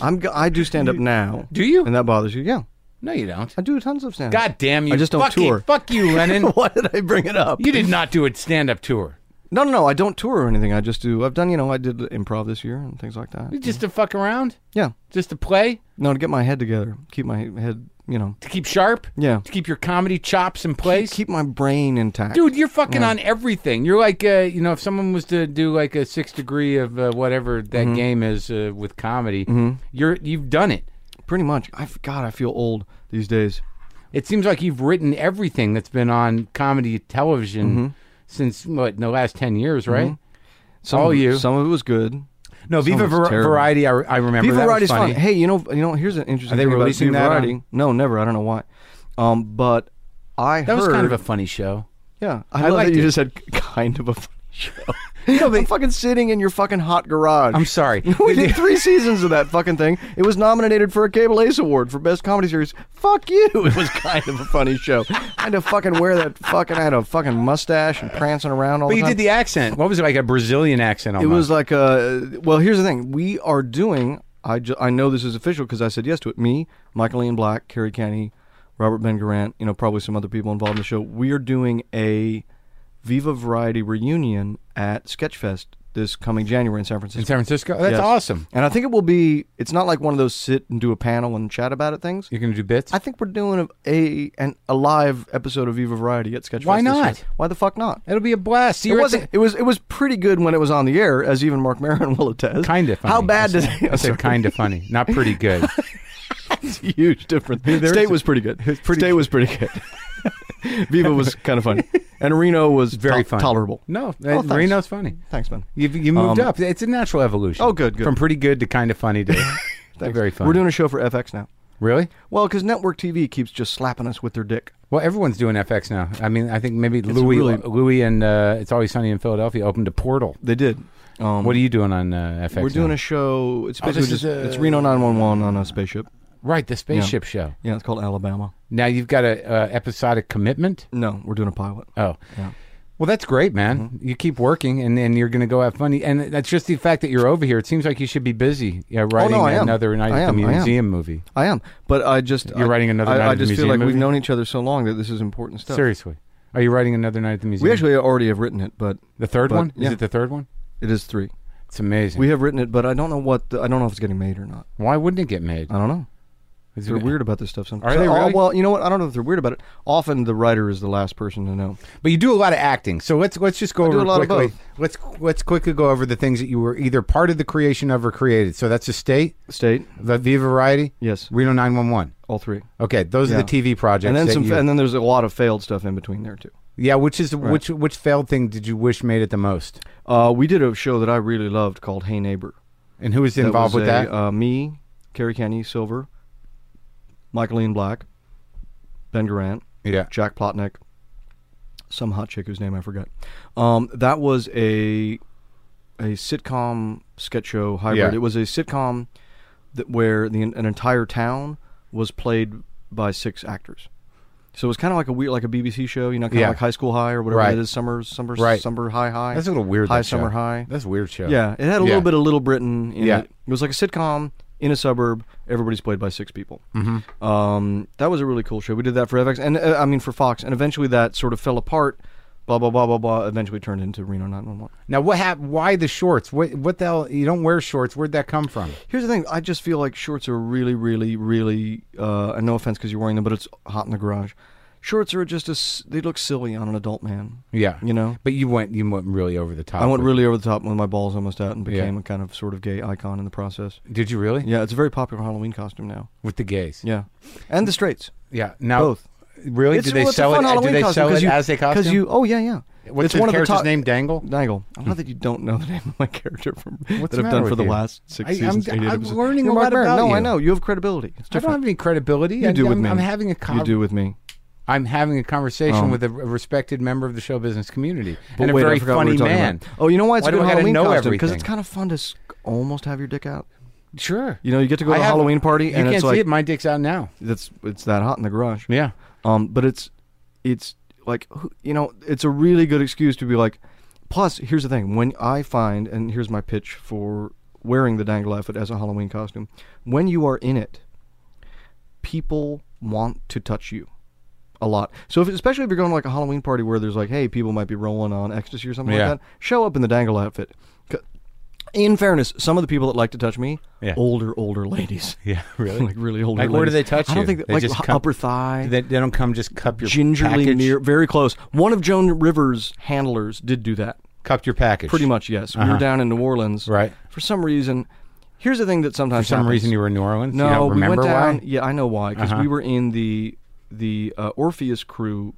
Speaker 2: I'm g- I do stand up now.
Speaker 1: Do you?
Speaker 2: And that bothers you? Yeah,
Speaker 1: No, you don't.
Speaker 2: I do tons of stand.
Speaker 1: God damn you!
Speaker 2: I just don't
Speaker 1: fuck
Speaker 2: tour.
Speaker 1: You, fuck you, Lennon.
Speaker 2: Why did I bring it up?
Speaker 1: You did not do a stand-up tour.
Speaker 2: No, no, no. I don't tour or anything. I just do. I've done, you know, I did improv this year and things like that.
Speaker 1: Just to fuck around,
Speaker 2: Yeah.
Speaker 1: just to play,
Speaker 2: No, to get my head together, keep my head, you know,
Speaker 1: to keep sharp,
Speaker 2: yeah,
Speaker 1: to keep your comedy chops in place.
Speaker 2: keep my brain intact.
Speaker 1: Dude, you're fucking on everything. You're like, uh, you know, if someone was to do like a six degree of uh, whatever that
Speaker 2: Mm-hmm.
Speaker 1: game is uh, with comedy, you're you've done it.
Speaker 2: pretty much. I've God, I feel old these days.
Speaker 1: It seems like you've written everything that's been on comedy television since what in the last ten years, right?
Speaker 2: Some
Speaker 1: All
Speaker 2: of,
Speaker 1: you.
Speaker 2: Some of it was good.
Speaker 1: Mm-hmm. No, Viva
Speaker 2: Someone's
Speaker 1: Var-
Speaker 2: terrible.
Speaker 1: Variety. I, I remember.
Speaker 2: Viva
Speaker 1: that was
Speaker 2: Variety's
Speaker 1: funny.
Speaker 2: fun. Hey, you know, you know, here's an interesting.
Speaker 1: Are they
Speaker 2: thing about
Speaker 1: releasing
Speaker 2: Viva
Speaker 1: that
Speaker 2: Variety.
Speaker 1: on-
Speaker 2: No, never. I don't know why. Um, but I
Speaker 1: That was
Speaker 2: heard,
Speaker 1: kind of a funny show.
Speaker 2: yeah. I,
Speaker 1: I
Speaker 2: love
Speaker 1: liked
Speaker 2: that you
Speaker 1: it.
Speaker 2: just said kind of a funny show. I'm fucking sitting in your fucking hot garage.
Speaker 1: I'm sorry.
Speaker 2: we did three seasons of that fucking thing. It was nominated for a Cable Ace Award for Best Comedy Series. Fuck you. It was kind of a funny show. I had to fucking wear that fucking. I had a fucking mustache and prancing around all
Speaker 1: But
Speaker 2: the
Speaker 1: you
Speaker 2: time.
Speaker 1: did the accent. What was it like a Brazilian accent?
Speaker 2: It
Speaker 1: Almost.
Speaker 2: was like a. Well, here's the thing. We are doing. I, ju- I know this is official because I said yes to it. Me, Michael Ian Black, Kerry Kenny, Robert Ben Garant, you know, probably some other people involved in the show. We are doing a Viva Variety reunion at Sketchfest this coming January in San Francisco.
Speaker 1: in San Francisco. That's
Speaker 2: Yes.
Speaker 1: awesome.
Speaker 2: And I think it will be. It's not like one of those sit and do a panel and chat about it things.
Speaker 1: You're going to do bits.
Speaker 2: I think we're doing a, a an a live episode of Viva Variety at Sketchfest.
Speaker 1: Why
Speaker 2: this year.
Speaker 1: not?
Speaker 2: Why the fuck not?
Speaker 1: It'll be a blast. See,
Speaker 2: It
Speaker 1: you're at
Speaker 2: wasn't.
Speaker 1: the-
Speaker 2: It was. It was pretty good when it was on the air, as even Mark Maron will attest.
Speaker 1: kind of funny.
Speaker 2: How bad
Speaker 1: I
Speaker 2: does
Speaker 1: said, I said kind of funny, not pretty good.
Speaker 2: huge difference. State was pretty good. State was pretty good. Viva was kind of funny, and Reno was
Speaker 1: Very
Speaker 2: to-
Speaker 1: funny.
Speaker 2: tolerable.
Speaker 1: No,
Speaker 2: Oh,
Speaker 1: uh,
Speaker 2: thanks.
Speaker 1: Reno's funny.
Speaker 2: Thanks, man.
Speaker 1: You've, you moved
Speaker 2: Um,
Speaker 1: up. It's a natural evolution.
Speaker 2: Oh, good, good.
Speaker 1: From pretty good to kind of funny to to
Speaker 2: Thanks.
Speaker 1: very funny.
Speaker 2: We're doing a show for FX now.
Speaker 1: really
Speaker 2: Well, because network TV keeps just slapping us with their dick.
Speaker 1: well. Everyone's doing FX now. I mean, I think maybe Louis,
Speaker 2: really-
Speaker 1: Louis, and uh, it's always sunny in Philadelphia opened a portal.
Speaker 2: They did. Um,
Speaker 1: What are you doing on uh, FX?
Speaker 2: We're doing
Speaker 1: now?
Speaker 2: a show. It's
Speaker 1: Oh, this
Speaker 2: basically
Speaker 1: is
Speaker 2: just
Speaker 1: a-
Speaker 2: it's Reno 911 on a spaceship.
Speaker 1: right the spaceship show.
Speaker 2: Yeah, it's called Alabama.
Speaker 1: Now you've got a uh, episodic commitment.
Speaker 2: No, we're doing a pilot.
Speaker 1: Oh.
Speaker 2: Yeah.
Speaker 1: Well, that's great, man.
Speaker 2: Mm-hmm.
Speaker 1: You keep working, and then you're going to go have fun. And that's just the fact that you're over here. It seems like you should be busy. Yeah, writing
Speaker 2: Oh, I am.
Speaker 1: another night
Speaker 2: I
Speaker 1: at the
Speaker 2: am, I am.
Speaker 1: museum movie.
Speaker 2: I am, but I just
Speaker 1: You're
Speaker 2: I-
Speaker 1: writing another
Speaker 2: I,
Speaker 1: Night
Speaker 2: I
Speaker 1: at the
Speaker 2: just feel
Speaker 1: Museum
Speaker 2: like
Speaker 1: movie?
Speaker 2: we've known each other so long that this is important stuff.
Speaker 1: Seriously, are you writing another night at the museum?
Speaker 2: We actually already have written it, but
Speaker 1: the third
Speaker 2: but-
Speaker 1: one. Is
Speaker 2: yeah.
Speaker 1: it the third one?
Speaker 2: it is three.
Speaker 1: It's amazing.
Speaker 2: We have written it, but I don't know what the, I don't know if it's getting made or not.
Speaker 1: Why wouldn't it get made?
Speaker 2: I don't know.
Speaker 1: Is
Speaker 2: They're
Speaker 1: it-
Speaker 2: weird about this stuff sometimes.
Speaker 1: Are they
Speaker 2: Oh,
Speaker 1: really?
Speaker 2: Well, you know what? I don't know if they're weird about it. Often the writer is the last person to know.
Speaker 1: But you do a lot of acting, so let's let's just go
Speaker 2: do
Speaker 1: over
Speaker 2: a lot of
Speaker 1: quickly.
Speaker 2: both.
Speaker 1: Let's let's quickly go over the things that you were either part of the creation of or created. So that's Estate,
Speaker 2: State,
Speaker 1: the Viva Variety,
Speaker 2: yes,
Speaker 1: Reno nine one one.
Speaker 2: all three,
Speaker 1: Okay, those are
Speaker 2: Yeah.
Speaker 1: the TV projects.
Speaker 2: and then
Speaker 1: that
Speaker 2: some,
Speaker 1: you-
Speaker 2: and then there's a lot of failed stuff in between there too.
Speaker 1: yeah, which is which which failed thing did you wish made it the most?
Speaker 2: Uh, we did a show that I really loved called Hey Neighbor.
Speaker 1: And who was
Speaker 2: That
Speaker 1: involved
Speaker 2: was
Speaker 1: with
Speaker 2: a,
Speaker 1: that?
Speaker 2: Uh, me, Kerry Kenny, Silver, Michaeline Black, Ben Garant,
Speaker 1: yeah,
Speaker 2: Jack Plotnick, some hot chick whose name I forgot. Um, that was a a sitcom sketch show hybrid.
Speaker 1: Yeah.
Speaker 2: It was a sitcom that where the an entire town was played by six actors. So it was kind of like a weird, like a BBC show, you know, kind of
Speaker 1: Yeah.
Speaker 2: like High School High or whatever
Speaker 1: Right.
Speaker 2: it is. Summer, summer,
Speaker 1: Right.
Speaker 2: summer high, high.
Speaker 1: that's a little weird.
Speaker 2: High
Speaker 1: that show.
Speaker 2: summer high.
Speaker 1: That's a weird show.
Speaker 2: Yeah, it had a
Speaker 1: Yeah.
Speaker 2: little bit of Little Britain. In
Speaker 1: Yeah.
Speaker 2: it. it was like a sitcom in a suburb. Everybody's played by six people. Mm-hmm. Um, that was a really cool show. We did that for FX, and uh, I mean for Fox, and eventually that sort of fell apart. Blah blah blah blah blah. Eventually turned into Reno 911.
Speaker 1: Now what happened? Why the shorts? What what the hell? You don't wear shorts. Where'd that come from?
Speaker 2: Here's the thing: I just feel like shorts are really, really, really. Uh, and no offense because you're wearing them, but it's hot in the garage. Shorts are just a s they look silly on an adult man.
Speaker 1: Yeah,
Speaker 2: You know?
Speaker 1: But you went you went really over the top.
Speaker 2: I went
Speaker 1: with-
Speaker 2: really over the top when my balls almost out and
Speaker 1: Yeah.
Speaker 2: became a kind of sort of gay icon in the process.
Speaker 1: Did you really?
Speaker 2: Yeah, it's a very popular Halloween costume now.
Speaker 1: With the gays.
Speaker 2: Yeah, and the straights.
Speaker 1: Yeah. Now
Speaker 2: Both.
Speaker 1: Really?
Speaker 2: It's-
Speaker 1: do they
Speaker 2: well, it's a
Speaker 1: sell
Speaker 2: fun
Speaker 1: it?
Speaker 2: Halloween
Speaker 1: do they
Speaker 2: costume
Speaker 1: sell
Speaker 2: 'cause
Speaker 1: it
Speaker 2: you-
Speaker 1: as a costume?
Speaker 2: Because you, oh yeah, yeah.
Speaker 1: What's
Speaker 2: it's
Speaker 1: the
Speaker 2: one of the
Speaker 1: character's
Speaker 2: top-
Speaker 1: name? Dangle.
Speaker 2: Dangle. I'm glad that you don't know the name of my character from
Speaker 1: What's
Speaker 2: that
Speaker 1: the
Speaker 2: I've
Speaker 1: matter
Speaker 2: done for
Speaker 1: with
Speaker 2: the
Speaker 1: you?
Speaker 2: last six
Speaker 1: I- I'm-
Speaker 2: seasons. 88
Speaker 1: I'm
Speaker 2: episodes.
Speaker 1: learning
Speaker 2: You're
Speaker 1: a lot
Speaker 2: Mark Maron.
Speaker 1: about
Speaker 2: no,
Speaker 1: you.
Speaker 2: I know you have credibility.
Speaker 1: I
Speaker 2: It's
Speaker 1: don't
Speaker 2: different.
Speaker 1: have any credibility.
Speaker 2: You
Speaker 1: I,
Speaker 2: do with
Speaker 1: I'm,
Speaker 2: me.
Speaker 1: I'm having a
Speaker 2: you
Speaker 1: con-
Speaker 2: do with me.
Speaker 1: I'm having a conversation
Speaker 2: Um,
Speaker 1: with a r- respected member of the show business community
Speaker 2: But
Speaker 1: and a
Speaker 2: wait, I
Speaker 1: very
Speaker 2: forgot what we
Speaker 1: funny
Speaker 2: were talking
Speaker 1: man.
Speaker 2: about. Oh, you know why it's
Speaker 1: Why
Speaker 2: a good
Speaker 1: do I gotta
Speaker 2: Halloween
Speaker 1: know
Speaker 2: costume? Because it's
Speaker 1: everything?
Speaker 2: kind of fun to s- almost have your dick out.
Speaker 1: Sure.
Speaker 2: You know, you get to go to a
Speaker 1: I have-
Speaker 2: Halloween party,
Speaker 1: You
Speaker 2: and
Speaker 1: can't
Speaker 2: it's
Speaker 1: see
Speaker 2: like
Speaker 1: it. My dick's out now.
Speaker 2: that's it's that hot in the garage.
Speaker 1: Yeah.
Speaker 2: Um, but it's it's like who- you know, it's a really good excuse to be like. Plus, here's the thing: when I find, and here's my pitch for wearing the dangle outfit as a Halloween costume, when you are in it, people want to touch you a lot. So, if, especially if you're going to like a Halloween party where there's like, hey, people might be rolling on ecstasy or something
Speaker 1: Yeah.
Speaker 2: like that, show up in the dangle outfit. 'Cause- In fairness, some of the people that like to touch me,
Speaker 1: Yeah.
Speaker 2: older, older ladies.
Speaker 1: Yeah. Really.
Speaker 2: Like really older.
Speaker 1: Like, where do
Speaker 2: ladies.
Speaker 1: they touch
Speaker 2: I don't
Speaker 1: you?
Speaker 2: think that,
Speaker 1: They
Speaker 2: like
Speaker 1: just
Speaker 2: h-
Speaker 1: come-
Speaker 2: upper thigh
Speaker 1: They, they don't come just cup your
Speaker 2: gingerly
Speaker 1: package.
Speaker 2: near, very close. One of Joan Rivers' handlers did do that.
Speaker 1: cup your package.
Speaker 2: Pretty much, yes. We were down in New Orleans,
Speaker 1: uh-huh. Right.
Speaker 2: For some reason, here's the thing that sometimes
Speaker 1: For some
Speaker 2: happens.
Speaker 1: reason, you were in New Orleans.
Speaker 2: no,
Speaker 1: you don't
Speaker 2: we
Speaker 1: remember
Speaker 2: went down.
Speaker 1: why?
Speaker 2: Yeah, I know why. Because
Speaker 1: Uh-huh.
Speaker 2: we were in the the uh, Orpheus crew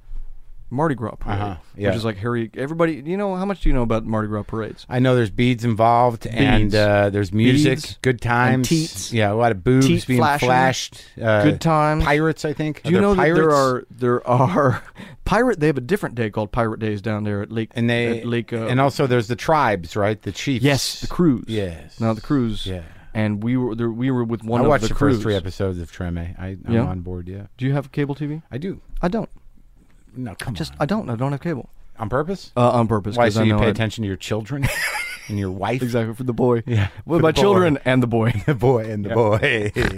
Speaker 2: Mardi Gras parade,
Speaker 1: Uh-huh, yeah.
Speaker 2: which is like Harry. Everybody, you know how much do you know about Mardi Gras parades?
Speaker 1: I know there's beads involved and
Speaker 2: Beads.
Speaker 1: uh, there's music,
Speaker 2: Beads
Speaker 1: good times,
Speaker 2: teats.
Speaker 1: yeah, a lot of boobs
Speaker 2: Teat
Speaker 1: being
Speaker 2: flashing.
Speaker 1: flashed, uh,
Speaker 2: Good times.
Speaker 1: pirates. I think.
Speaker 2: Do you
Speaker 1: there
Speaker 2: know that there
Speaker 1: pirates?
Speaker 2: are there are pirate? They have a different day called Pirate Days down there at Lake
Speaker 1: and they
Speaker 2: at Lake uh,
Speaker 1: and also there's the tribes, right? The chiefs.
Speaker 2: Yes, the cruise.
Speaker 1: Yes.
Speaker 2: Now the cruise.
Speaker 1: Yeah.
Speaker 2: And we were there, we were with
Speaker 1: I
Speaker 2: one of
Speaker 1: watched
Speaker 2: the,
Speaker 1: the,
Speaker 2: crews.
Speaker 1: first three episodes of Treme. I, I'm
Speaker 2: Yeah?
Speaker 1: on board. Yeah,
Speaker 2: Do you have cable TV?
Speaker 1: I do.
Speaker 2: I don't.
Speaker 1: No, come
Speaker 2: Just
Speaker 1: on.
Speaker 2: I don't. I don't have cable.
Speaker 1: on purpose.
Speaker 2: Uh, on purpose.
Speaker 1: Why?
Speaker 2: 'cause
Speaker 1: So
Speaker 2: I
Speaker 1: you
Speaker 2: know
Speaker 1: pay
Speaker 2: I-
Speaker 1: attention to your children and your wife.
Speaker 2: Exactly for the boy.
Speaker 1: Yeah,
Speaker 2: Well,
Speaker 1: for
Speaker 2: my
Speaker 1: the boy.
Speaker 2: children and the boy.
Speaker 1: The boy and the boy.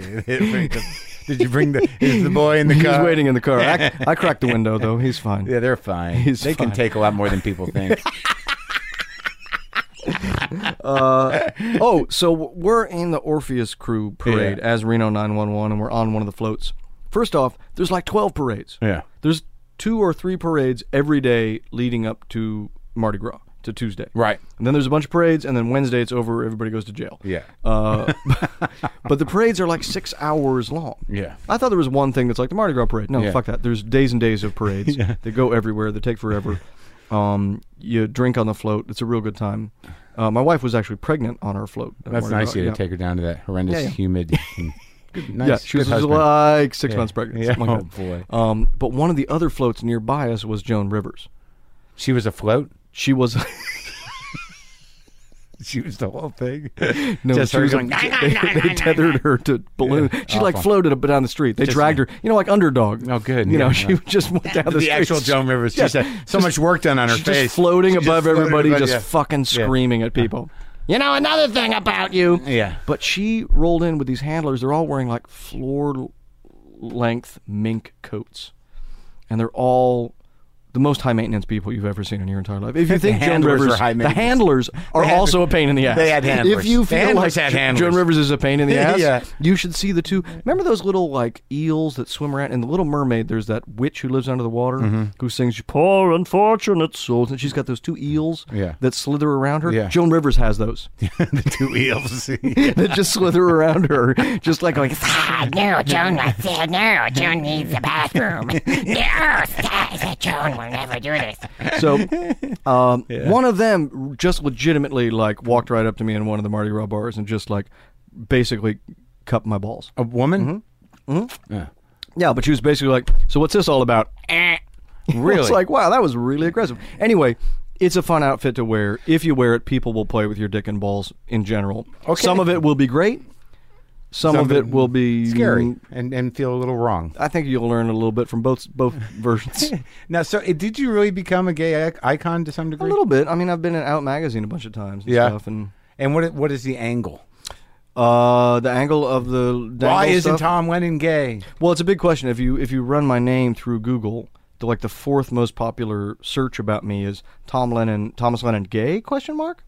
Speaker 1: Did you bring the? Is the boy in the
Speaker 2: He's
Speaker 1: car?
Speaker 2: waiting in the car. I, I cracked the window though. He's fine.
Speaker 1: Yeah, they're fine.
Speaker 2: He's
Speaker 1: they can
Speaker 2: fine.
Speaker 1: take a lot more than people think.
Speaker 2: Uh, oh, so we're in the Orpheus crew parade as Reno 911, and we're on one of the floats. First off, there's like 12 parades.
Speaker 7: Yeah.
Speaker 2: There's two or three parades every day leading up to Mardi Gras, to Tuesday.
Speaker 1: Right.
Speaker 2: And then there's a bunch of parades, and then Wednesday it's over, everybody goes to jail.
Speaker 1: Yeah.
Speaker 2: Uh, but the parades are like six hours long.
Speaker 7: Yeah.
Speaker 2: I thought there was one thing that's like the Mardi Gras parade. No,
Speaker 7: Yeah.
Speaker 2: fuck that. There's days and days of parades. They go everywhere. They take forever. Um, you drink on the float. It's a real good time. Uh, my wife was actually pregnant on our float. at
Speaker 1: That's
Speaker 2: Mardi
Speaker 1: nice
Speaker 2: Gras.
Speaker 1: of you
Speaker 2: Yeah.
Speaker 1: to take her down to that horrendous,
Speaker 2: Yeah, yeah.
Speaker 1: humid. good, nice.
Speaker 2: yeah, she was
Speaker 1: good husband.
Speaker 2: like six
Speaker 1: Yeah.
Speaker 2: months pregnant.
Speaker 1: Yeah.
Speaker 2: something like
Speaker 1: Oh,
Speaker 2: that.
Speaker 1: boy.
Speaker 2: Um, but one of the other floats nearby us was Joan Rivers.
Speaker 1: She was afloat.
Speaker 2: She was
Speaker 1: She was the whole thing.
Speaker 2: no,
Speaker 1: Just
Speaker 2: she
Speaker 1: her
Speaker 2: was
Speaker 1: going,
Speaker 2: like, they, they tethered her to balloon. she like floated up and down the street. They dragged her, you know, like underdog.
Speaker 1: Oh, good.
Speaker 2: You know,
Speaker 1: Yeah.
Speaker 2: she just went down the,
Speaker 1: the
Speaker 2: street.
Speaker 1: actual Joan Rivers. She
Speaker 2: Yeah.
Speaker 1: said so much work done on her
Speaker 2: She's
Speaker 1: face.
Speaker 2: just floating
Speaker 1: She
Speaker 2: above
Speaker 1: floated
Speaker 2: everybody, just
Speaker 1: yeah.
Speaker 2: fucking screaming at people. You know another thing about you.
Speaker 1: Yeah.
Speaker 2: But she rolled in with these handlers. They're all wearing like floor l- length mink coats, and they're all the most high maintenance people you've ever seen in your entire life. If you think Joan
Speaker 1: handlers are
Speaker 2: Rivers,
Speaker 1: high
Speaker 2: the
Speaker 1: maintenance.
Speaker 2: handlers are
Speaker 1: had-
Speaker 2: also a pain in the ass.
Speaker 1: they had handlers.
Speaker 2: If you
Speaker 1: The
Speaker 2: feel like
Speaker 1: handlers had
Speaker 2: Jo-
Speaker 1: handlers.
Speaker 2: Joan Rivers is a pain in the ass,
Speaker 1: Yeah.
Speaker 2: you should see the two. Remember those little like eels that swim around in the Little Mermaid? There's that witch who lives under the water
Speaker 1: Mm-hmm.
Speaker 2: who sings "Poor unfortunate souls," and she's got those two eels
Speaker 1: Yeah.
Speaker 2: that slither around her.
Speaker 1: Yeah.
Speaker 2: Joan Rivers has those
Speaker 1: the two eels.
Speaker 2: that just slither around her, just like like.
Speaker 5: Ah, no, Joan, I said no. Joan needs the bathroom. no, stop. said Joan will never do this.
Speaker 2: So, um, one of them just legitimately like walked right up to me in one of the Mardi Gras bars and just like basically cupped my balls.
Speaker 1: a woman. Mm-hmm.
Speaker 2: Yeah, but she was basically like, "So what's this all about?"
Speaker 5: Eh.
Speaker 1: Really?
Speaker 2: It's like, wow, that was really aggressive. Anyway, it's a fun outfit to wear. If you wear it, people will play with your dick and balls in general. Okay. Some of it will be great. Some, of
Speaker 1: Some
Speaker 2: it will be
Speaker 1: scary Mm, and and feel a little wrong.
Speaker 2: I think you'll learn a little bit from both both versions.
Speaker 1: Now, so eh, did you really become a gay ic- icon to some
Speaker 2: a
Speaker 1: degree?
Speaker 2: little bit. I mean, I've been in Out magazine a bunch of times. And
Speaker 1: Yeah.
Speaker 2: Stuff and
Speaker 1: And what what is the angle?
Speaker 2: uh, the angle of the dangle
Speaker 1: Why isn't
Speaker 2: stuff-
Speaker 1: Tom Lennon gay?
Speaker 2: Well, it's a big question. If you if you run my name through Google, the like the fourth most popular search about me is Tom Lennon, Thomas Lennon, gay question mark.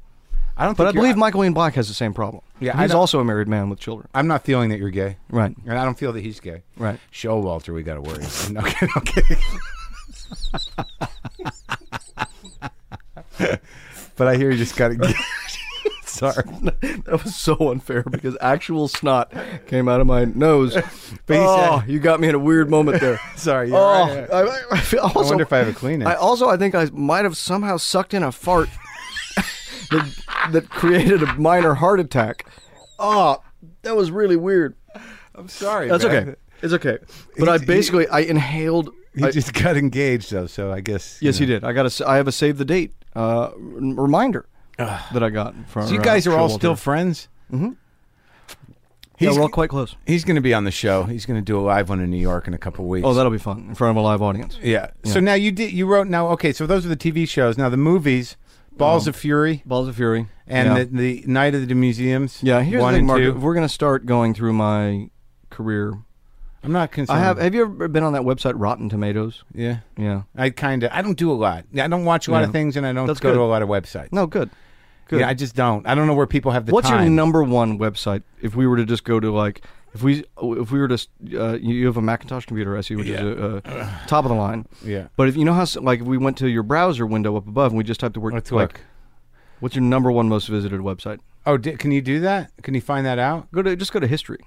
Speaker 1: I don't.
Speaker 2: But I
Speaker 1: think you're-
Speaker 2: believe Michael Ian Black has the same problem.
Speaker 1: Yeah,
Speaker 2: And
Speaker 1: I
Speaker 2: he's
Speaker 1: don't-
Speaker 2: also a married man with children.
Speaker 1: I'm not feeling that you're gay,
Speaker 2: Right.
Speaker 1: and I don't feel that he's gay.
Speaker 2: Right.
Speaker 1: Showalter, we got to worry. No, okay, okay. but I hear you just got to. Sorry.
Speaker 2: That was so unfair because actual snot came out of my nose. oh, you got me in a weird moment there.
Speaker 1: Sorry,
Speaker 2: Oh,
Speaker 1: you're right.
Speaker 2: I, I feel- also,
Speaker 1: wonder if I have a Kleenex.
Speaker 2: I also I think I might have somehow sucked in a fart that, that created a minor heart attack. Oh, that was really weird.
Speaker 1: I'm sorry.
Speaker 2: That's
Speaker 1: man.
Speaker 2: okay. It's okay. But I
Speaker 1: he-
Speaker 2: basically I inhaled.
Speaker 1: He
Speaker 2: I-
Speaker 1: just got engaged though, so I guess.
Speaker 2: yes, he did. I got a. s- I have a save the date uh, r- reminder that I got from.
Speaker 1: So you
Speaker 2: uh,
Speaker 1: guys are all
Speaker 2: Showalter.
Speaker 1: still friends.
Speaker 2: Yeah,
Speaker 1: He's-
Speaker 2: we're all quite close.
Speaker 1: He's going to be on the show. He's going to do a live one in New York in a couple weeks.
Speaker 2: Oh, that'll be fun in front of a live audience.
Speaker 1: yeah. So now you did. You wrote now. Okay, so those are the TV shows. Now the movies, Balls of Fury,
Speaker 2: Balls of Fury.
Speaker 1: and
Speaker 2: Uh-huh. yeah.
Speaker 1: the, the Night of the Museums.
Speaker 2: yeah, here's
Speaker 1: one
Speaker 2: the thing,
Speaker 1: and
Speaker 2: Mark. If
Speaker 1: two.
Speaker 2: we're gonna start going through my career,
Speaker 1: I'm not concerned.
Speaker 2: I have. Have you ever been on that website Rotten Tomatoes?
Speaker 1: Yeah.
Speaker 2: Yeah.
Speaker 1: I kind of. I don't do a lot. I don't watch a lot
Speaker 2: Yeah.
Speaker 1: of things, and I don't
Speaker 2: That's
Speaker 1: go
Speaker 2: good.
Speaker 1: to a lot of websites.
Speaker 2: No, good. Good.
Speaker 1: Yeah, I just don't. I don't know where people have the
Speaker 2: What's
Speaker 1: time.
Speaker 2: your number one website? If we were to just go to like, if we if we were to, s- uh, you you have a Macintosh computer, I see, which is a, uh top of the line.
Speaker 1: Yeah.
Speaker 2: But if you know how s- like if we went to your browser window up above and we just typed the word
Speaker 1: Let's
Speaker 2: like,
Speaker 1: look.
Speaker 2: what's your number one most visited website?
Speaker 1: Oh, di- can you do that? Can you find that out?
Speaker 2: Go to just go to history.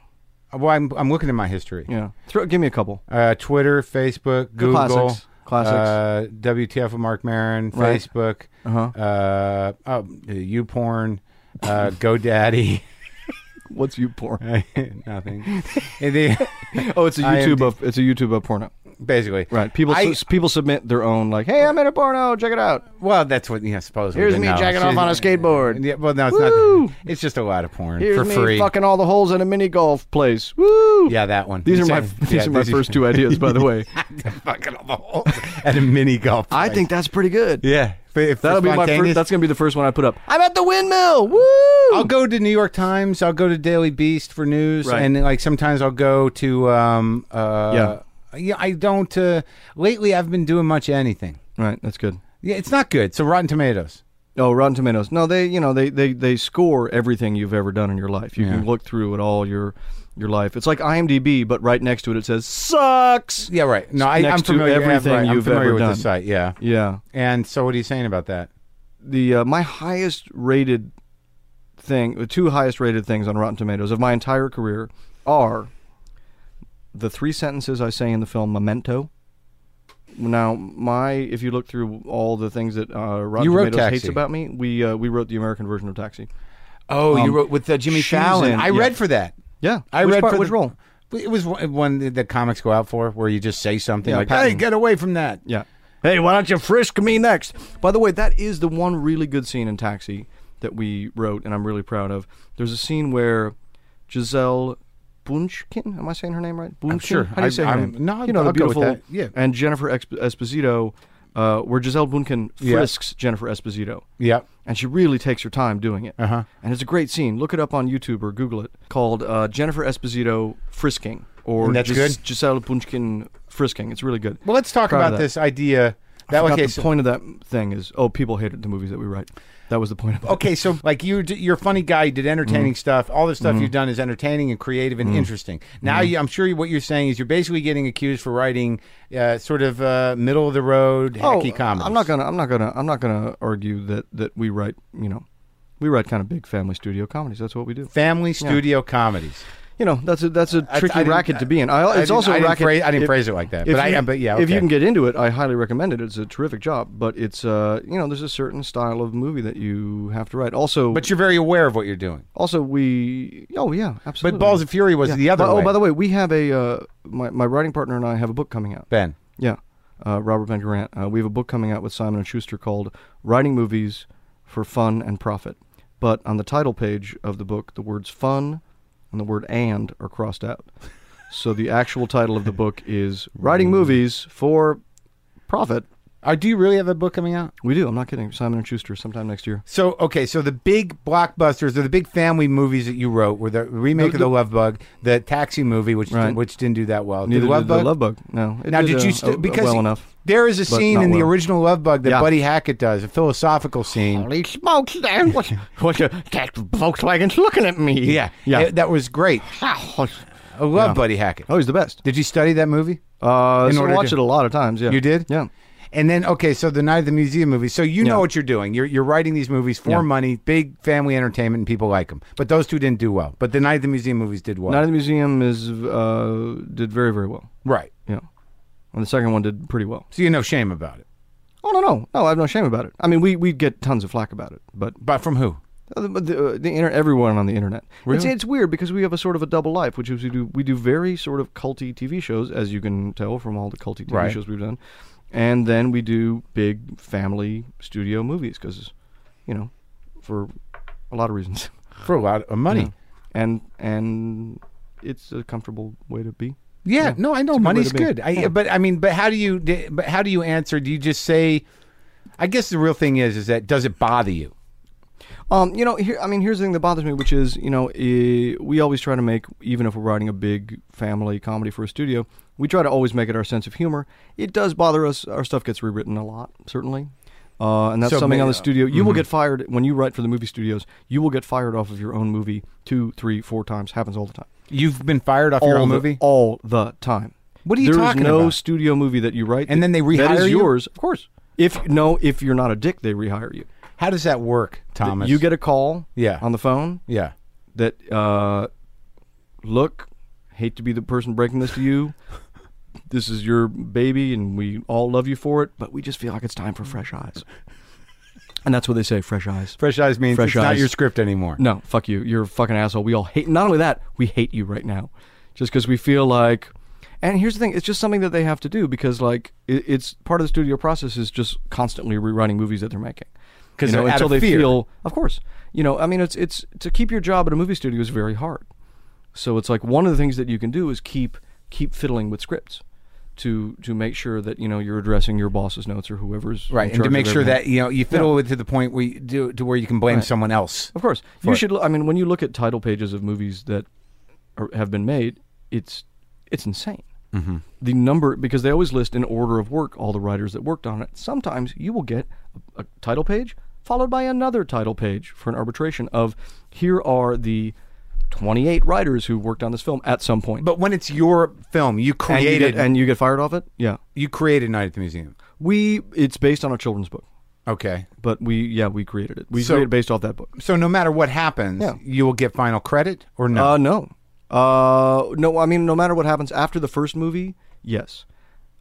Speaker 1: Well, I'm I'm looking at my history.
Speaker 2: Yeah. Throw give me a couple.
Speaker 1: Uh, Twitter, Facebook,
Speaker 2: The
Speaker 1: Google,
Speaker 2: classics. Classics.
Speaker 1: Uh, WTF with Mark Maron,
Speaker 2: Right.
Speaker 1: Facebook,
Speaker 2: Uh-huh.
Speaker 1: uh, oh, YouPorn, uh, GoDaddy,
Speaker 2: What's you porn?
Speaker 1: nothing. And they-
Speaker 2: Oh, it's a
Speaker 1: IMD.
Speaker 2: YouTube of it's a YouTube of porno.
Speaker 1: basically,
Speaker 2: Right. People
Speaker 1: I-
Speaker 2: s- people submit their own like, hey, I'm in a porno. Check it out.
Speaker 1: well, that's what you know, suppose.
Speaker 2: Here's me jacking off on a skateboard.
Speaker 1: Yeah, well, no, it's
Speaker 2: Woo!
Speaker 1: not. It's just a lot of porn
Speaker 2: Here's
Speaker 1: for
Speaker 2: me
Speaker 1: free.
Speaker 2: fucking all the holes in a mini golf place. Woo.
Speaker 1: yeah, that one.
Speaker 2: These are my
Speaker 1: Yeah,
Speaker 2: these are my
Speaker 1: these
Speaker 2: first two ideas, by the way.
Speaker 1: fucking all the holes at a mini golf.
Speaker 2: I
Speaker 1: place.
Speaker 2: think that's pretty good.
Speaker 1: Yeah, if- if
Speaker 2: That'll be my
Speaker 1: spontaneous-
Speaker 2: first. That's gonna be the first one I put up. I'm at the windmill. Woo!
Speaker 1: I'll go to New York Times. I'll go to Daily Beast for news,
Speaker 2: Right.
Speaker 1: and like sometimes I'll go to. Um, uh, yeah. I don't. Uh, lately, I've been doing much anything.
Speaker 2: Right, that's good.
Speaker 1: Yeah, it's not good. So Rotten Tomatoes.
Speaker 2: Oh, Rotten Tomatoes. No, they you know they they they score everything you've ever done in your life. You can look through it all your your life. It's like IMDb, but right next to it it says sucks.
Speaker 1: Yeah, right. No, I,
Speaker 2: Next
Speaker 1: I'm
Speaker 2: to
Speaker 1: familiar. yeah,
Speaker 2: everything
Speaker 1: right, I'm
Speaker 2: you've
Speaker 1: familiar
Speaker 2: ever
Speaker 1: with
Speaker 2: done.
Speaker 1: the site. Yeah.
Speaker 2: Yeah.
Speaker 1: And so, what are you saying about that?
Speaker 2: The uh, my highest rated thing, the two highest rated things on Rotten Tomatoes of my entire career are the three sentences I say in the film Memento. Now, my if you look through all the things that uh, Rotten
Speaker 1: You wrote
Speaker 2: Tomatoes hates
Speaker 1: Taxi.
Speaker 2: about me, we uh, we wrote the American version of Taxi.
Speaker 1: Oh, you
Speaker 2: Um,
Speaker 1: wrote with uh, Jimmy
Speaker 2: she's
Speaker 1: Fallon.
Speaker 2: in-
Speaker 1: I
Speaker 2: yeah.
Speaker 1: read for that.
Speaker 2: Yeah,
Speaker 1: I
Speaker 2: which
Speaker 1: read
Speaker 2: part,
Speaker 1: for
Speaker 2: which
Speaker 1: the,
Speaker 2: role.
Speaker 1: It was one one that the comics go out for, where you just say something
Speaker 2: Yeah,
Speaker 1: like,
Speaker 2: Patton.
Speaker 1: "Hey, get away from that."
Speaker 2: Mm. Yeah. Hey, why don't you frisk me next? By the way, that is the one really good scene in Taxi that we wrote, and I'm really proud of. There's a scene where Giselle Bunchkin, am I saying her name right? Bunchkin?
Speaker 1: sure.
Speaker 2: How do
Speaker 1: I-
Speaker 2: you say her
Speaker 1: I'm-
Speaker 2: name?
Speaker 1: no,
Speaker 2: you know,
Speaker 1: I'll
Speaker 2: the
Speaker 1: go with
Speaker 2: beautiful,
Speaker 1: that. Yeah.
Speaker 2: and Jennifer Exp- Esposito, uh, where Giselle Bunchkin
Speaker 1: Yeah.
Speaker 2: frisks Jennifer Esposito.
Speaker 1: Yep.
Speaker 2: And she really takes her time doing it.
Speaker 1: Uh-huh.
Speaker 2: And it's a great scene. Look it up on YouTube or Google it. Called uh, Jennifer Esposito Frisking. Or
Speaker 1: And that's
Speaker 2: Gis-
Speaker 1: good?
Speaker 2: Giselle Bunchkin Frisking. It's really good.
Speaker 1: Well, let's talk
Speaker 2: Proud of
Speaker 1: about
Speaker 2: that.
Speaker 1: this idea.
Speaker 2: I
Speaker 1: That
Speaker 2: forgot
Speaker 1: okay,
Speaker 2: the
Speaker 1: so,
Speaker 2: point of that thing is oh people hated the movies that we write. That was the point of it.
Speaker 1: okay, so like you, d- you're a funny guy. You did
Speaker 2: Mm-hmm.
Speaker 1: entertaining stuff. All the stuff you've done is entertaining and creative and interesting. Now,
Speaker 2: Mm-hmm.
Speaker 1: you, I'm sure you- what you're saying is you're basically getting accused for writing uh, sort of uh, middle of the road hacky comedy.
Speaker 2: Oh, I'm not gonna I'm not gonna I'm not gonna argue that that we write you know we write kind of big family studio comedies. That's what we do.
Speaker 1: family studio comedies.
Speaker 2: You know that's a that's a
Speaker 1: I-
Speaker 2: tricky
Speaker 1: I didn't-
Speaker 2: racket to be in. I,
Speaker 1: I
Speaker 2: it's
Speaker 1: didn't-
Speaker 2: also
Speaker 1: I
Speaker 2: a
Speaker 1: didn't
Speaker 2: racket.
Speaker 1: phrase- I didn't phrase it like that,
Speaker 2: if
Speaker 1: but I-
Speaker 2: you-
Speaker 1: but yeah,
Speaker 2: if
Speaker 1: okay.
Speaker 2: you can get into it, I highly recommend it. It's a terrific job, but it's uh you know there's a certain style of movie that you have to write. Also,
Speaker 1: But you're very aware of what you're doing.
Speaker 2: also we oh yeah absolutely.
Speaker 1: But Balls of Fury was the other.
Speaker 2: But-
Speaker 1: way.
Speaker 2: Oh, by the way, we have a uh, my my writing partner and I have a book coming out.
Speaker 1: Ben.
Speaker 2: Yeah, uh, Robert Ben Grant. Uh, we have a book coming out with Simon and Schuster called "Writing Movies for Fun and Profit." But on the title page of the book, the words "fun" and the word "and" are crossed out. So the actual title of the book is "Writing Movies for Profit."
Speaker 1: Uh, do you really have a book coming out?
Speaker 2: We do. I'm not kidding. Simon and Schuster sometime next year.
Speaker 1: So okay, so the big blockbusters or the big family movies that you wrote were the remake
Speaker 2: The-
Speaker 1: of the Love Bug, the Taxi movie, which
Speaker 2: Right.
Speaker 1: which didn't do that well.
Speaker 2: Neither
Speaker 1: did Love
Speaker 2: did
Speaker 1: Bug.
Speaker 2: the Love Bug. No. It
Speaker 1: now, did,
Speaker 2: uh,
Speaker 1: you still
Speaker 2: uh,
Speaker 1: because
Speaker 2: well enough?
Speaker 1: there is a
Speaker 2: but
Speaker 1: scene
Speaker 2: not
Speaker 1: in the
Speaker 2: well.
Speaker 1: original Love Bug that
Speaker 2: Yeah.
Speaker 1: Buddy Hackett does, a philosophical scene.
Speaker 5: Holy smokes, there. What, what the, that Volkswagen's looking at me.
Speaker 1: Yeah,
Speaker 2: Yeah.
Speaker 1: It- that was great.
Speaker 5: Oh,
Speaker 1: I love Buddy Hackett.
Speaker 2: Oh, he's the best.
Speaker 1: Did you study that movie?
Speaker 2: Uh,
Speaker 1: In
Speaker 2: so
Speaker 1: order
Speaker 2: I watched
Speaker 1: to-
Speaker 2: it a lot of times. Yeah,
Speaker 1: You did?
Speaker 2: Yeah.
Speaker 1: And then okay, so the Night of the Museum movie. So you know
Speaker 2: Yeah.
Speaker 1: what you're doing. You're you're writing these movies for
Speaker 2: Yeah.
Speaker 1: money, big family entertainment, and people like them. But those two didn't do well. But the Night of the Museum movies did well.
Speaker 2: Night at the Museum is uh, did very very well.
Speaker 1: right.
Speaker 2: Yeah, and the second one did pretty well.
Speaker 1: So you have no shame about it.
Speaker 2: Oh no no no! I have no shame about it. I mean, we we get tons of flack about it, but
Speaker 1: But from who?
Speaker 2: uh, but the, uh, the inter- everyone on the internet.
Speaker 1: Really?
Speaker 2: It's, it's weird because we have a sort of a double life, which is we do we do very sort of culty TV shows, as you can tell from all the culty TV
Speaker 1: Right.
Speaker 2: shows we've done, and then we do big family studio movies because, you know, for a lot of reasons.
Speaker 1: For a lot of money.
Speaker 2: and and it's a comfortable way to be.
Speaker 1: Yeah, no, I know
Speaker 2: good way
Speaker 1: money's
Speaker 2: to be.
Speaker 1: good. I, But I mean, but how do you? But how do you answer? Do you just say? I guess the real thing is, is that does it bother you?
Speaker 2: Um, you know, here I mean, here's the thing that bothers me, which is, you know, eh, we always try to make, even if we're writing a big family comedy for a studio, we try to always make it our sense of humor. It does bother us. Our stuff gets rewritten a lot, certainly, uh, and that's
Speaker 1: So
Speaker 2: something
Speaker 1: may- mm-hmm.
Speaker 2: on the studio. You will get fired when you write for the movie studios. You will get fired off of your own movie two, three, four times. Happens all the time.
Speaker 1: You've been fired off your
Speaker 2: all
Speaker 1: own
Speaker 2: the,
Speaker 1: movie.
Speaker 2: all the time.
Speaker 1: What are you
Speaker 2: There is
Speaker 1: talking
Speaker 2: no
Speaker 1: about?
Speaker 2: studio movie that you write,
Speaker 1: And then they
Speaker 2: that
Speaker 1: rehire
Speaker 2: is
Speaker 1: you?
Speaker 2: yours, of course. If no, if you're not a dick, they rehire you.
Speaker 1: How does that work, Thomas?
Speaker 2: You get a call,
Speaker 1: Yeah.
Speaker 2: on the phone
Speaker 1: yeah.
Speaker 2: that uh, look, hate to be the person breaking this to you. this is your baby, and we all love you for it, but we just feel like it's time for fresh eyes. And that's what they say, fresh eyes.
Speaker 1: Fresh eyes means
Speaker 2: Fresh
Speaker 1: it's not
Speaker 2: eyes.
Speaker 1: your script anymore.
Speaker 2: No, fuck you. You're a fucking asshole. We all hate. Not only that, we hate you right now, just because we feel like. And here's the thing: it's just something that they have to do because, like, it, it's part of the studio process is just constantly rewriting movies that they're making.
Speaker 1: 'Cause
Speaker 2: you know,
Speaker 1: they're out
Speaker 2: until
Speaker 1: of
Speaker 2: they
Speaker 1: fear.
Speaker 2: feel, of course, you know. I mean, it's it's to keep your job at a movie studio is very hard. So it's like one of the things that you can do is keep keep fiddling with scripts. To, to make sure that you know you're addressing your boss's notes or whoever's in
Speaker 1: Right, and
Speaker 2: charge
Speaker 1: to
Speaker 2: of
Speaker 1: make sure
Speaker 2: everything.
Speaker 1: that you know you fiddle with it to the point where you do to where you can blame someone else.
Speaker 2: Of course, you should. I mean, when you look at title pages of movies that are, have been made, it's it's insane. Mm-hmm. The number because they always list in order of work all the writers that worked on it. Sometimes you will get a, a title page followed by another title page for an arbitration of here are the 28 writers who worked on this film at some point.
Speaker 1: But when it's your film, you
Speaker 2: and you,
Speaker 1: created
Speaker 2: get, and you get fired off it? Yeah.
Speaker 1: you created Night at the Museum.
Speaker 2: We it's based on a children's book,
Speaker 1: Okay.
Speaker 2: but we yeah, we created it. We
Speaker 1: So-
Speaker 2: created it based off that book.
Speaker 1: So no matter what happens,
Speaker 2: Yeah.
Speaker 1: you will get final credit or no?
Speaker 2: Uh, no. Uh, no. I mean, no matter what happens after the first movie, yes.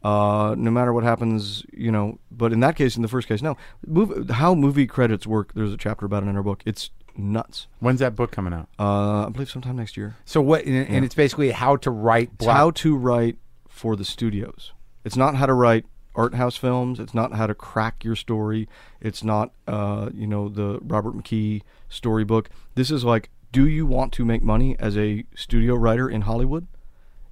Speaker 2: Uh, no matter what happens, you know. But in that case, in the first case, no. Move, how movie credits work? There's a chapter about it in our book. It's nuts.
Speaker 1: When's that book coming out?
Speaker 2: Uh, I believe sometime next year.
Speaker 1: So what? And, and it's basically how to write
Speaker 2: It's
Speaker 1: block.
Speaker 2: how to write for the studios. It's not how to write art house films. It's not how to crack your story. It's not, uh, you know, the Robert McKee storybook. This is like, do you want to make money as a studio writer in Hollywood?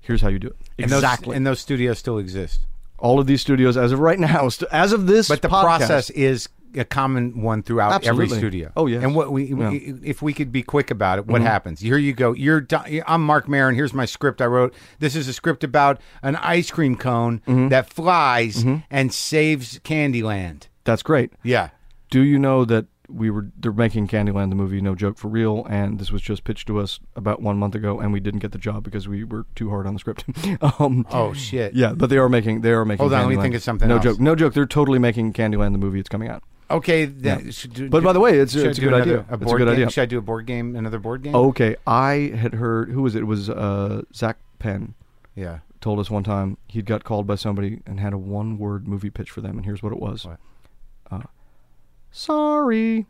Speaker 2: Here's how you do it.
Speaker 1: and those, And those studios still exist,
Speaker 2: All of these studios, as of right now, st- as of this,
Speaker 1: but the
Speaker 2: podcast-
Speaker 1: process is a common one throughout every
Speaker 2: Absolutely.
Speaker 1: studio.
Speaker 2: Oh, yes.
Speaker 1: And what we,
Speaker 2: Yeah. Mm-hmm.
Speaker 1: we- if we could be quick about it, what happens? Here you go. You're di- I'm Mark Maron. Here's my script I wrote. This is a script about an ice cream cone
Speaker 2: Mm-hmm.
Speaker 1: that flies and saves Candyland.
Speaker 2: That's great.
Speaker 1: Yeah.
Speaker 2: Do you know that we were they're making Candyland the movie, no joke for real, and this was just pitched to us about one month ago, and we didn't get the job because we were too hard on the script. um,
Speaker 1: Oh shit.
Speaker 2: Yeah, but they are making they are making.
Speaker 1: Hold on, let me
Speaker 2: Candyland.
Speaker 1: think of something
Speaker 2: No
Speaker 1: else.
Speaker 2: joke, no joke. They're totally making Candyland the movie. It's coming out.
Speaker 1: Okay. That, should do-
Speaker 2: But by the way, it's-
Speaker 1: should I
Speaker 2: it's a
Speaker 1: do
Speaker 2: good
Speaker 1: another-
Speaker 2: idea.
Speaker 1: A
Speaker 2: It's a
Speaker 1: board
Speaker 2: good
Speaker 1: game?
Speaker 2: idea. Oh.
Speaker 1: Should I do a board game? Another board game?
Speaker 2: Okay, I had heard who was it? It was uh, Zach Penn
Speaker 1: yeah.
Speaker 2: told us one time he'd got called by somebody and had a one word movie pitch for them, and here's what it was. Uh,
Speaker 1: What?
Speaker 2: sorry.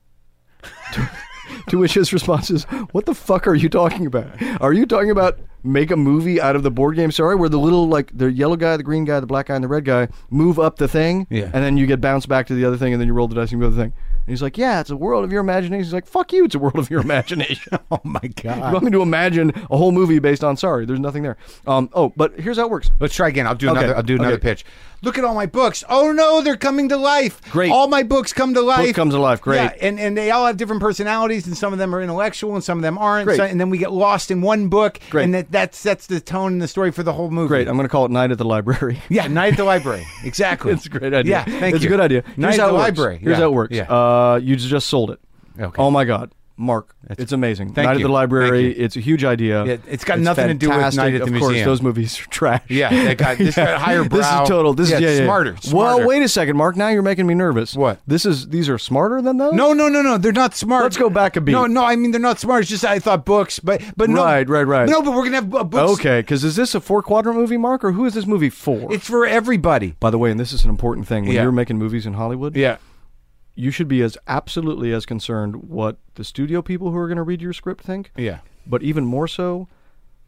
Speaker 2: to which his response is, "What the fuck are you talking about? Are you talking about make a movie out of the board game? Sorry, where the little like the yellow guy, the green guy, the black guy, and the red guy move up the thing,
Speaker 1: Yeah.
Speaker 2: and then you get bounced back to the other thing, and then you roll the dice and go to the thing." And he's like, "Yeah, it's a world of your imagination." He's like, "Fuck you, it's a world of your imagination."
Speaker 1: Oh my god.
Speaker 2: you want me to imagine a whole movie based on Sorry? There's nothing there. Um, oh, but here's how it works.
Speaker 1: Let's try again. I'll do another. I'll do
Speaker 2: Okay.
Speaker 1: another pitch. Look at all my books. Oh no, they're coming to life.
Speaker 2: Great.
Speaker 1: All my books come to life.
Speaker 2: comes to life. Great.
Speaker 1: Yeah, and and they all have different personalities, and some of them are intellectual, and some of them aren't.
Speaker 2: Great.
Speaker 1: So- and then we get lost in one book,
Speaker 2: Great.
Speaker 1: and that that sets the tone and the story for the whole movie.
Speaker 2: Great. I'm going to call it Night at the Library.
Speaker 1: Yeah, night at the library. Exactly.
Speaker 2: it's a great idea.
Speaker 1: Yeah, thank
Speaker 2: it's
Speaker 1: you.
Speaker 2: a good idea.
Speaker 1: Night
Speaker 2: Here's
Speaker 1: at
Speaker 2: how
Speaker 1: the
Speaker 2: it works.
Speaker 1: library.
Speaker 2: Here's
Speaker 1: Yeah.
Speaker 2: how it works.
Speaker 1: Yeah.
Speaker 2: Uh, you just sold it.
Speaker 1: Okay.
Speaker 2: Oh my God, Mark, it's amazing.
Speaker 1: Thank
Speaker 2: Night
Speaker 1: you.
Speaker 2: at the
Speaker 1: Thank
Speaker 2: Library. It's a huge idea.
Speaker 1: Yeah, it's got nothing to do with
Speaker 2: fantastic.
Speaker 1: Night at the
Speaker 2: Of course,
Speaker 1: Museum.
Speaker 2: those movies are trash.
Speaker 1: Yeah, they got- this got higher
Speaker 2: This
Speaker 1: brow.
Speaker 2: is total. This
Speaker 1: Yeah,
Speaker 2: is yeah, yeah, yeah.
Speaker 1: smarter, smarter.
Speaker 2: Well, wait a second, Mark. Now you're making me nervous.
Speaker 1: What?
Speaker 2: This is. These are smarter than those.
Speaker 1: No, no, no, no. They're not smart.
Speaker 2: Let's go back a beat.
Speaker 1: No, no. I mean, they're not smart. It's just I thought books, but but no.
Speaker 2: Right, right, right.
Speaker 1: No, but we're gonna have uh, books.
Speaker 2: Okay, because is this a four quadrant movie, Mark, or who is this movie for?
Speaker 1: It's for everybody.
Speaker 2: By the way, and this is an important thing when
Speaker 1: Yeah.
Speaker 2: you're making movies in Hollywood.
Speaker 1: Yeah.
Speaker 2: you should be as absolutely as concerned what the studio people who are going to read your script think.
Speaker 1: Yeah.
Speaker 2: But even more so,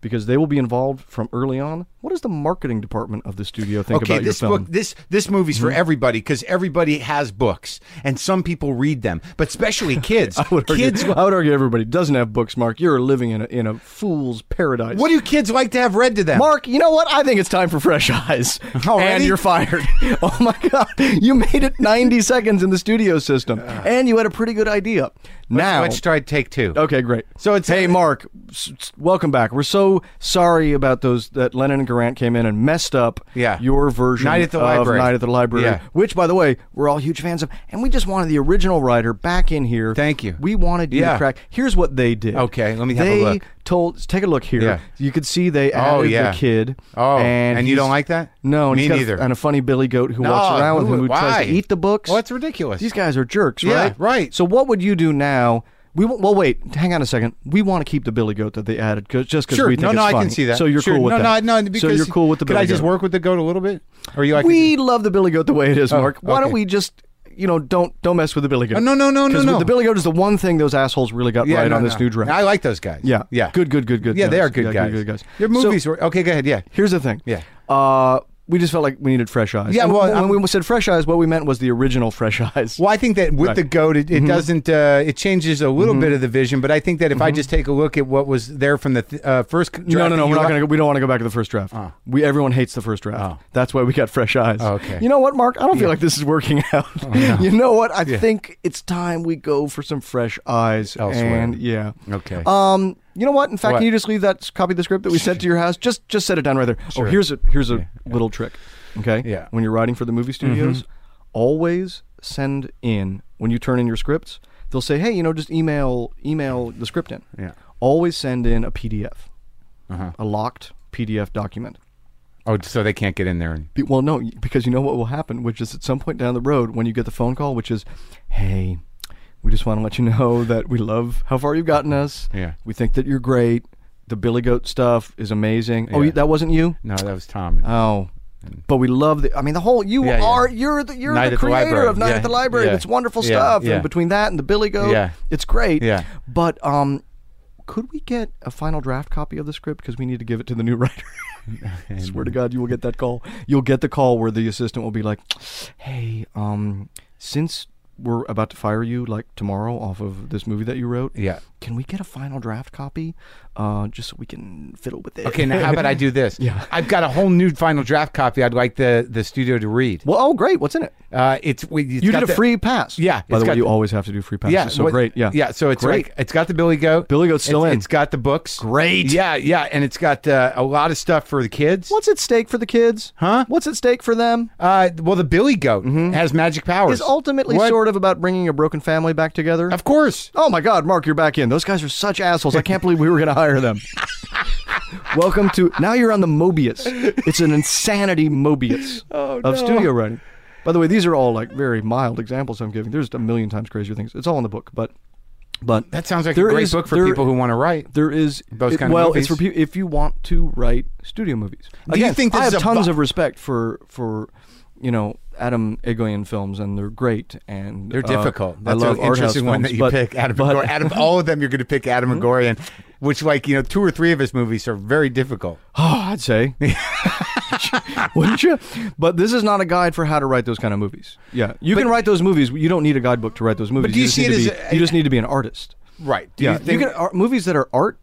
Speaker 2: because they will be involved from early on. What does the marketing department of the studio think
Speaker 1: okay,
Speaker 2: about
Speaker 1: this
Speaker 2: your film? Mm-hmm.
Speaker 1: book, this this movie's for everybody because everybody has books, and some people read them, but especially kids.
Speaker 2: I would, argue,
Speaker 1: kids,
Speaker 2: I would argue everybody doesn't have books, Mark. You're living in a, in a fool's paradise.
Speaker 1: what do kids like to have read to them?
Speaker 2: Mark, you know what? I think it's time for fresh eyes.
Speaker 1: Already?
Speaker 2: And you're fired. oh my god. You made it 90 seconds in the studio system. And you had a pretty good idea. Now
Speaker 1: let's try take two.
Speaker 2: Okay, great.
Speaker 1: So it's- uh,
Speaker 2: hey, Mark, s- s- welcome back. We're so sorry about those that Lennon and Grant came in and messed up.
Speaker 1: Yeah.
Speaker 2: your version
Speaker 1: Night at the
Speaker 2: of
Speaker 1: Library.
Speaker 2: Night at the Library,
Speaker 1: Yeah.
Speaker 2: which, by the way, we're all huge fans of, and we just wanted the original writer back in here.
Speaker 1: Thank you.
Speaker 2: We wanted you
Speaker 1: Yeah.
Speaker 2: to crack. Here's what they did.
Speaker 1: Okay, let me have a
Speaker 2: They
Speaker 1: look.
Speaker 2: Told, take a look here.
Speaker 1: Yeah.
Speaker 2: You could see they added
Speaker 1: Oh, yeah.
Speaker 2: the kid.
Speaker 1: Oh,
Speaker 2: and,
Speaker 1: and you
Speaker 2: he's-
Speaker 1: don't like that?
Speaker 2: No, and
Speaker 1: Me
Speaker 2: he's got a-
Speaker 1: neither.
Speaker 2: and a funny Billy goat who walks
Speaker 1: No,
Speaker 2: around with him who tries
Speaker 1: why?
Speaker 2: to eat the books.
Speaker 1: Well, that's ridiculous.
Speaker 2: These guys are jerks,
Speaker 1: Yeah,
Speaker 2: right?
Speaker 1: right.
Speaker 2: So what would you do now? We w- well, wait, hang on a second. We want to keep the Billy Goat that they added 'cause- just because
Speaker 1: Sure,
Speaker 2: we
Speaker 1: no,
Speaker 2: think
Speaker 1: no,
Speaker 2: it's
Speaker 1: I
Speaker 2: funny.
Speaker 1: can see that.
Speaker 2: So you're
Speaker 1: Sure.
Speaker 2: cool with
Speaker 1: no,
Speaker 2: that?
Speaker 1: No, no, because
Speaker 2: so you're cool with the
Speaker 1: Could
Speaker 2: Billy
Speaker 1: I just
Speaker 2: Goat.
Speaker 1: work with the goat a little bit? Or you like?
Speaker 2: We love the Billy Goat the way it is, Mark. Why
Speaker 1: Oh, okay.
Speaker 2: don't we just you know don't don't mess with the Billy Goat?
Speaker 1: Oh, no, no, no, no,
Speaker 2: 'Cause
Speaker 1: no.
Speaker 2: The Billy Goat is the one thing those assholes really got
Speaker 1: yeah,
Speaker 2: right
Speaker 1: no,
Speaker 2: on this
Speaker 1: no.
Speaker 2: new draft.
Speaker 1: I like those guys.
Speaker 2: Yeah.
Speaker 1: yeah.
Speaker 2: Good, good, good, good
Speaker 1: Yeah, they
Speaker 2: guys.
Speaker 1: are good
Speaker 2: Yeah,
Speaker 1: guys.
Speaker 2: good, good guys.
Speaker 1: Your
Speaker 2: So-
Speaker 1: movies were okay. Go ahead. Yeah.
Speaker 2: Here's the thing.
Speaker 1: Yeah.
Speaker 2: Uh, we just felt like we needed fresh eyes.
Speaker 1: Yeah,
Speaker 2: And
Speaker 1: well, um,
Speaker 2: when we said fresh eyes, what we meant was the original fresh eyes.
Speaker 1: Well, I think that with the goat, it, it doesn't. Uh, it changes a little bit of the vision, but I think that if I just take a look at what was there from the th- uh, first, draft
Speaker 2: No, no, no.
Speaker 1: that
Speaker 2: We're
Speaker 1: you Ah.
Speaker 2: not
Speaker 1: li-
Speaker 2: gonna. Go, we don't want to go back to the first draft. We everyone hates the first draft. That's why we got fresh eyes.
Speaker 1: Oh. Okay. Oh,
Speaker 2: You know what, Mark? I don't feel like this is working out. You know what? I think it's time we go for some fresh eyes
Speaker 1: Elsewhere.
Speaker 2: And yeah.
Speaker 1: Okay.
Speaker 2: Um. You know what? In fact,
Speaker 1: What?
Speaker 2: can you just leave that s- copy of the script that we sent to your house? Just just set it down right there. Oh, here's a here's a little trick. Okay.
Speaker 1: Yeah. Mm-hmm.
Speaker 2: When you're writing for the movie studios, always send in when you turn in your scripts, they'll say, "Hey, you know, just email email the script in."
Speaker 4: Yeah.
Speaker 2: Always send in a PDF,
Speaker 1: Uh-huh.
Speaker 2: a locked PDF document.
Speaker 1: Oh, so they can't get in there. And,
Speaker 2: Be- Well, no, because you know what will happen, which is at some point down the road when you get the phone call, which is, "Hey, we just want to let you know that we love how far you've gotten us.
Speaker 1: Yeah.
Speaker 2: we think that you're great. The Billy Goat stuff is amazing. Oh,
Speaker 1: Yeah.
Speaker 2: you, that wasn't you.
Speaker 1: no, that was Tom.
Speaker 2: Oh, but we love the. I mean, the whole you
Speaker 1: Yeah, yeah.
Speaker 2: are you're the you're
Speaker 1: Night
Speaker 2: the
Speaker 1: at the
Speaker 2: creator
Speaker 1: Library.
Speaker 2: of Night
Speaker 1: Yeah,
Speaker 2: at the Library.
Speaker 1: yeah,
Speaker 2: It's wonderful
Speaker 1: yeah,
Speaker 2: stuff.
Speaker 1: yeah.
Speaker 2: And between that and the Billy Goat,
Speaker 1: Yeah.
Speaker 2: it's great.
Speaker 1: Yeah.
Speaker 2: But um, could we get a final draft copy of the script because we need to give it to the new writer? I swear to God, you will get that call. You'll get the call where the assistant will be like, "Hey, um, since we're about to fire you like tomorrow off of this movie that you wrote,
Speaker 1: Yeah.
Speaker 2: Can we get a final draft copy, uh, just so we can fiddle with it?
Speaker 1: Okay, now how about I do this?
Speaker 2: Yeah.
Speaker 1: I've got a whole new final draft copy. I'd like the the studio to read.
Speaker 2: Well, oh, great. What's in it?
Speaker 1: Uh, it's we it's
Speaker 2: you
Speaker 1: got
Speaker 2: did a
Speaker 1: the-
Speaker 2: free pass.
Speaker 1: Yeah,
Speaker 2: By
Speaker 1: it's
Speaker 2: the way,
Speaker 1: got
Speaker 2: you
Speaker 1: the-
Speaker 2: always have to do free passes.
Speaker 1: Yeah,
Speaker 2: So
Speaker 1: what-
Speaker 2: great. Yeah.
Speaker 1: yeah. So it's
Speaker 2: great.
Speaker 1: like it's got the Billy Goat.
Speaker 2: Billy Goat's still
Speaker 1: It's-
Speaker 2: in.
Speaker 1: It's got the books.
Speaker 2: Great.
Speaker 1: Yeah, yeah, and it's got uh, a lot of stuff for the kids.
Speaker 2: What's at stake for the kids?
Speaker 1: Huh?
Speaker 2: What's at stake for them?
Speaker 1: Uh, well, the Billy Goat
Speaker 2: Mm-hmm.
Speaker 1: has magic powers.
Speaker 2: Is ultimately
Speaker 1: What?
Speaker 2: sort of about bringing a broken family back together.
Speaker 1: Of course.
Speaker 2: Oh my God, Mark, you're back in. Those guys are such assholes. I can't believe we were going to hire them. Welcome to now. You're on the Mobius. It's an insanity Mobius
Speaker 1: Oh,
Speaker 2: of studio writing. By the way, these are all like very mild examples I'm giving. There's a million times crazier things. It's all in the book, but but
Speaker 1: That sounds like
Speaker 2: There
Speaker 1: a great
Speaker 2: is-
Speaker 1: book for
Speaker 2: there-
Speaker 1: people who want to write.
Speaker 2: there is
Speaker 1: Those
Speaker 2: it-
Speaker 1: kind of
Speaker 2: well,
Speaker 1: movies.
Speaker 2: it's for peo- if you want to write studio movies.
Speaker 1: Do you think
Speaker 2: I
Speaker 1: this
Speaker 2: have
Speaker 1: is a
Speaker 2: tons
Speaker 1: bu-
Speaker 2: of respect for for you know Adam Egoyan films and they're great and
Speaker 1: They're
Speaker 2: uh,
Speaker 1: difficult. That's
Speaker 2: I love
Speaker 1: an
Speaker 2: art house
Speaker 1: interesting one
Speaker 2: films,
Speaker 1: that you
Speaker 2: but-
Speaker 1: pick. Adam
Speaker 2: but- Hmm?
Speaker 1: Gor- out of all of them, you're going to pick Adam Gorian, which, like you know, two or three of his movies are very difficult.
Speaker 2: Oh, I'd say. Wouldn't you? But this is not a guide for how to write those kind of movies. Yeah, you can write those movies. You don't need a guidebook to write those movies.
Speaker 1: do you
Speaker 2: just
Speaker 1: see
Speaker 2: need
Speaker 1: it
Speaker 2: to
Speaker 1: as
Speaker 2: be,
Speaker 1: a-
Speaker 2: you just need to be an artist.
Speaker 1: Right? Do
Speaker 2: yeah,
Speaker 1: You
Speaker 2: you,
Speaker 1: think,
Speaker 2: can art, movies that are art.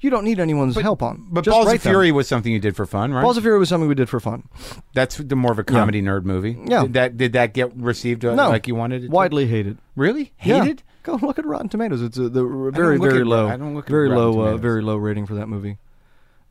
Speaker 2: You don't need anyone's help on.
Speaker 1: but
Speaker 2: Just
Speaker 1: Balls
Speaker 2: write
Speaker 1: of Fury was something you did for fun, right?
Speaker 2: Them. Balls of Fury was something we did for fun.
Speaker 1: That's the more of a comedy nerd movie.
Speaker 2: Yeah.
Speaker 1: Did that did that get received uh,
Speaker 2: No,
Speaker 1: like you wanted? It to?
Speaker 2: widely hated.
Speaker 1: Really?
Speaker 2: Yeah.
Speaker 1: Hated?
Speaker 2: Go look at Rotten Tomatoes. It's a the r- very
Speaker 1: look
Speaker 2: very
Speaker 1: at-
Speaker 2: low.
Speaker 1: I don't look at
Speaker 2: very
Speaker 1: Rotten
Speaker 2: low. Uh,
Speaker 1: Tomatoes.
Speaker 2: very low rating for that movie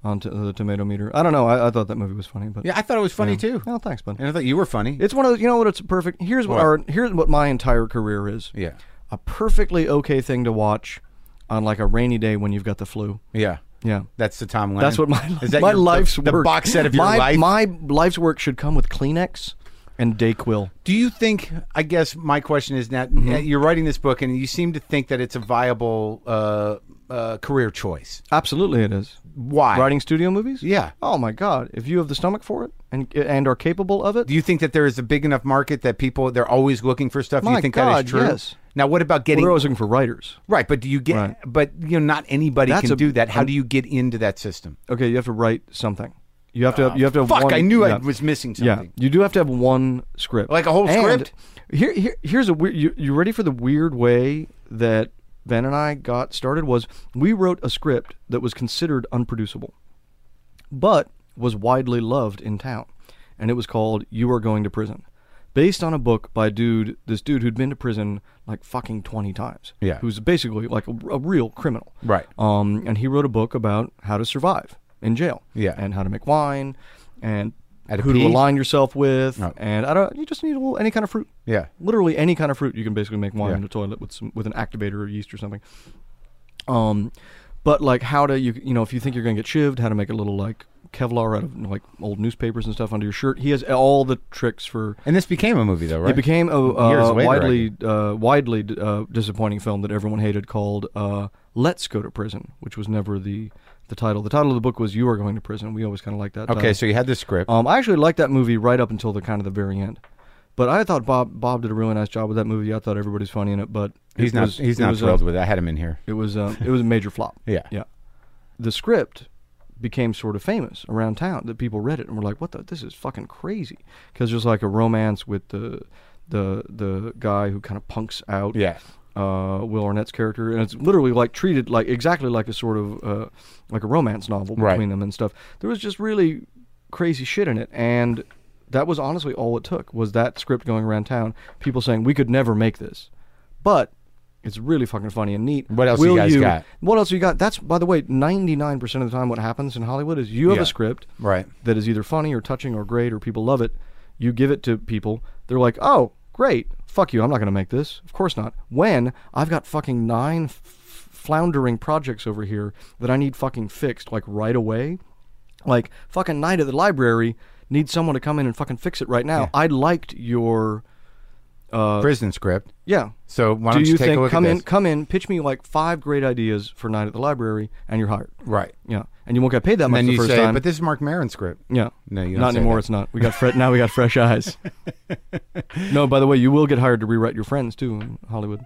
Speaker 2: on t- uh, the tomato meter. I don't know. I, I thought that movie was funny, but
Speaker 1: Yeah, I thought it was funny too,
Speaker 2: Oh, thanks, bud.
Speaker 1: and I thought you were funny.
Speaker 2: It's one of those. You know what? It's perfect. Here's what,
Speaker 1: What?
Speaker 2: our here's what my entire career is.
Speaker 1: yeah,
Speaker 2: A perfectly okay thing to watch on like a rainy day when you've got the flu.
Speaker 1: yeah.
Speaker 2: Yeah.
Speaker 1: That's the Tom Lennon.
Speaker 2: That's what my
Speaker 1: is that
Speaker 2: my
Speaker 1: your- the-
Speaker 2: life's
Speaker 1: the,
Speaker 2: work.
Speaker 1: box set of your
Speaker 2: my,
Speaker 1: life.
Speaker 2: My life's work should come with Kleenex and Dayquil.
Speaker 1: Do you think? I guess my question is now
Speaker 2: Mm-hmm.
Speaker 1: you're writing this book, and you seem to think that it's a viable uh, uh, career choice.
Speaker 2: Absolutely, it is.
Speaker 1: Why?
Speaker 2: Writing studio movies?
Speaker 1: Yeah.
Speaker 2: Oh my God! If you have the stomach for it and and are capable of it,
Speaker 1: Do you think that there is a big enough market that people they're always looking for stuff? Do
Speaker 2: My
Speaker 1: you think that
Speaker 2: God,
Speaker 1: is true?
Speaker 2: yes.
Speaker 1: Now, what about
Speaker 2: well,
Speaker 1: getting
Speaker 2: they're always looking for writers.
Speaker 1: right? But do you get?
Speaker 2: Right.
Speaker 1: But you know, not anybody
Speaker 2: That's
Speaker 1: can
Speaker 2: a-
Speaker 1: do that. How do you get into that system?
Speaker 2: Okay, you have to write something. You have to. you have to. have
Speaker 1: Fuck!
Speaker 2: one-
Speaker 1: I knew I
Speaker 2: yeah.
Speaker 1: was missing
Speaker 2: Yeah,
Speaker 1: something.
Speaker 2: you do have to have one script,
Speaker 1: Like a whole
Speaker 2: And
Speaker 1: script?
Speaker 2: Here, here, here's a weird. You, you ready for the weird way that Ben and I got started? Was we wrote a script that was considered unproducible, but was widely loved in town, and it was called "You Are Going to Prison," based on a book by a dude, this dude who'd been to prison like fucking twenty times.
Speaker 1: Yeah.
Speaker 2: who's basically like a, a real criminal.
Speaker 1: Right.
Speaker 2: Um, and he wrote a book about how to survive in jail.
Speaker 1: Yeah.
Speaker 2: and how to make wine, and
Speaker 1: At a
Speaker 2: who to
Speaker 1: peak?
Speaker 2: align yourself with,
Speaker 1: Oh.
Speaker 2: and I don't. You just need a little, any kind of fruit.
Speaker 1: Yeah.
Speaker 2: literally any kind of fruit you can basically make wine
Speaker 1: Yeah.
Speaker 2: in a toilet with some with an activator or yeast or something. Um, but like how to you you know if you think you're gonna get shivved, how to make a little like Kevlar out of you know, like old newspapers and stuff under your shirt. He has all the tricks for.
Speaker 1: And this became a movie, though, right?
Speaker 2: It became a,
Speaker 1: Years
Speaker 2: uh,
Speaker 1: later, I
Speaker 2: widely uh, widely uh, disappointing film that everyone hated called uh, "Let's Go to Prison," which was never the the title. The title of the book was "You Are Going to Prison." We always kind of liked that.
Speaker 1: Okay,
Speaker 2: title.
Speaker 1: so you had the script.
Speaker 2: uh, Um, I actually liked that movie right up until the kind of the very end. But I thought Bob Bob did a really nice job with that movie. I thought everybody's funny in it, but it
Speaker 1: he's not.
Speaker 2: was-
Speaker 1: he's
Speaker 2: it
Speaker 1: not
Speaker 2: was uh,
Speaker 1: thrilled
Speaker 2: A,
Speaker 1: with it. I had him in here.
Speaker 2: it was a, it was a major flop.
Speaker 1: Yeah.
Speaker 2: yeah. The script became sort of famous around town. That people read it and were like, "What the? This is fucking crazy." Because there's like a romance with the the the guy who kind of punks out
Speaker 1: Yeah.
Speaker 2: uh, Will Arnett's character, and it's literally like treated like exactly like a sort of uh, like a romance novel between
Speaker 1: Right.
Speaker 2: them and stuff. There was just really crazy shit in it, and that was honestly all it took was that script going around town, people saying we could never make this, but it's really fucking funny and neat.
Speaker 1: What else you guys got?
Speaker 2: What else you got? That's by the way, ninety nine percent of the time, what happens in Hollywood is you have
Speaker 1: Yeah.
Speaker 2: a script,
Speaker 1: Right.
Speaker 2: that is either funny or touching or great or people love it, you give it to people. They're like, oh, Great. Fuck you. I'm not going to make this. Of course not. When I've got fucking nine f- floundering projects over here that I need fucking fixed like right away. Like fucking night at the library needs someone to come in and fucking fix it right now. I liked your
Speaker 1: Prison script.
Speaker 2: yeah.
Speaker 1: So why
Speaker 2: Do
Speaker 1: don't you,
Speaker 2: you
Speaker 1: take a
Speaker 2: think
Speaker 1: look
Speaker 2: come
Speaker 1: at
Speaker 2: in
Speaker 1: this?
Speaker 2: come in pitch me like five great ideas for night at the library and you're hired.
Speaker 1: right.
Speaker 2: Yeah. And you won't get paid that much
Speaker 1: And
Speaker 2: the
Speaker 1: you
Speaker 2: first
Speaker 1: say,
Speaker 2: time.
Speaker 1: but this is Mark Maron's script.
Speaker 2: Yeah.
Speaker 1: No, you don't
Speaker 2: not
Speaker 1: say
Speaker 2: anymore.
Speaker 1: that.
Speaker 2: It's not. We got fre- now. We got fresh eyes. no, by the way, you will get hired to rewrite your friends too in Hollywood.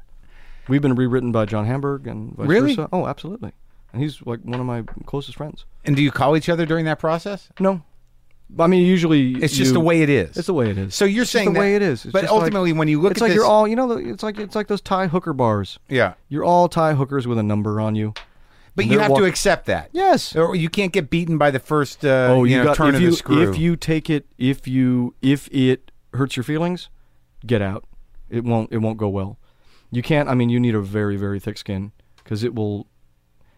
Speaker 2: We've been rewritten by John Hamburg and vice
Speaker 1: Really?
Speaker 2: versa. Oh, absolutely. And he's like one of my closest friends.
Speaker 1: And do you call each other during that process?
Speaker 2: No, I mean usually
Speaker 1: It's just
Speaker 2: you-
Speaker 1: the way it is.
Speaker 2: It's the way it is.
Speaker 1: So you're
Speaker 2: It's just
Speaker 1: saying
Speaker 2: the way
Speaker 1: that-
Speaker 2: it is. It's
Speaker 1: but
Speaker 2: just like-
Speaker 1: ultimately, when you look
Speaker 2: it's
Speaker 1: at
Speaker 2: like
Speaker 1: this-
Speaker 2: you're all you know. the- It's like it's like those Thai hooker bars.
Speaker 1: Yeah.
Speaker 2: You're all Thai hookers with a number on you.
Speaker 1: But
Speaker 2: And
Speaker 1: you
Speaker 2: they're
Speaker 1: have
Speaker 2: walk-
Speaker 1: to accept that.
Speaker 2: Yes.
Speaker 1: Or you can't get beaten by the first uh,
Speaker 2: oh,
Speaker 1: you,
Speaker 2: you,
Speaker 1: know,
Speaker 2: got
Speaker 1: turn
Speaker 2: if
Speaker 1: of
Speaker 2: you
Speaker 1: the screw.
Speaker 2: if you take it if you if it hurts your feelings, get out. It won't it won't go well. You can't. I mean, you need a very very thick skin because it will.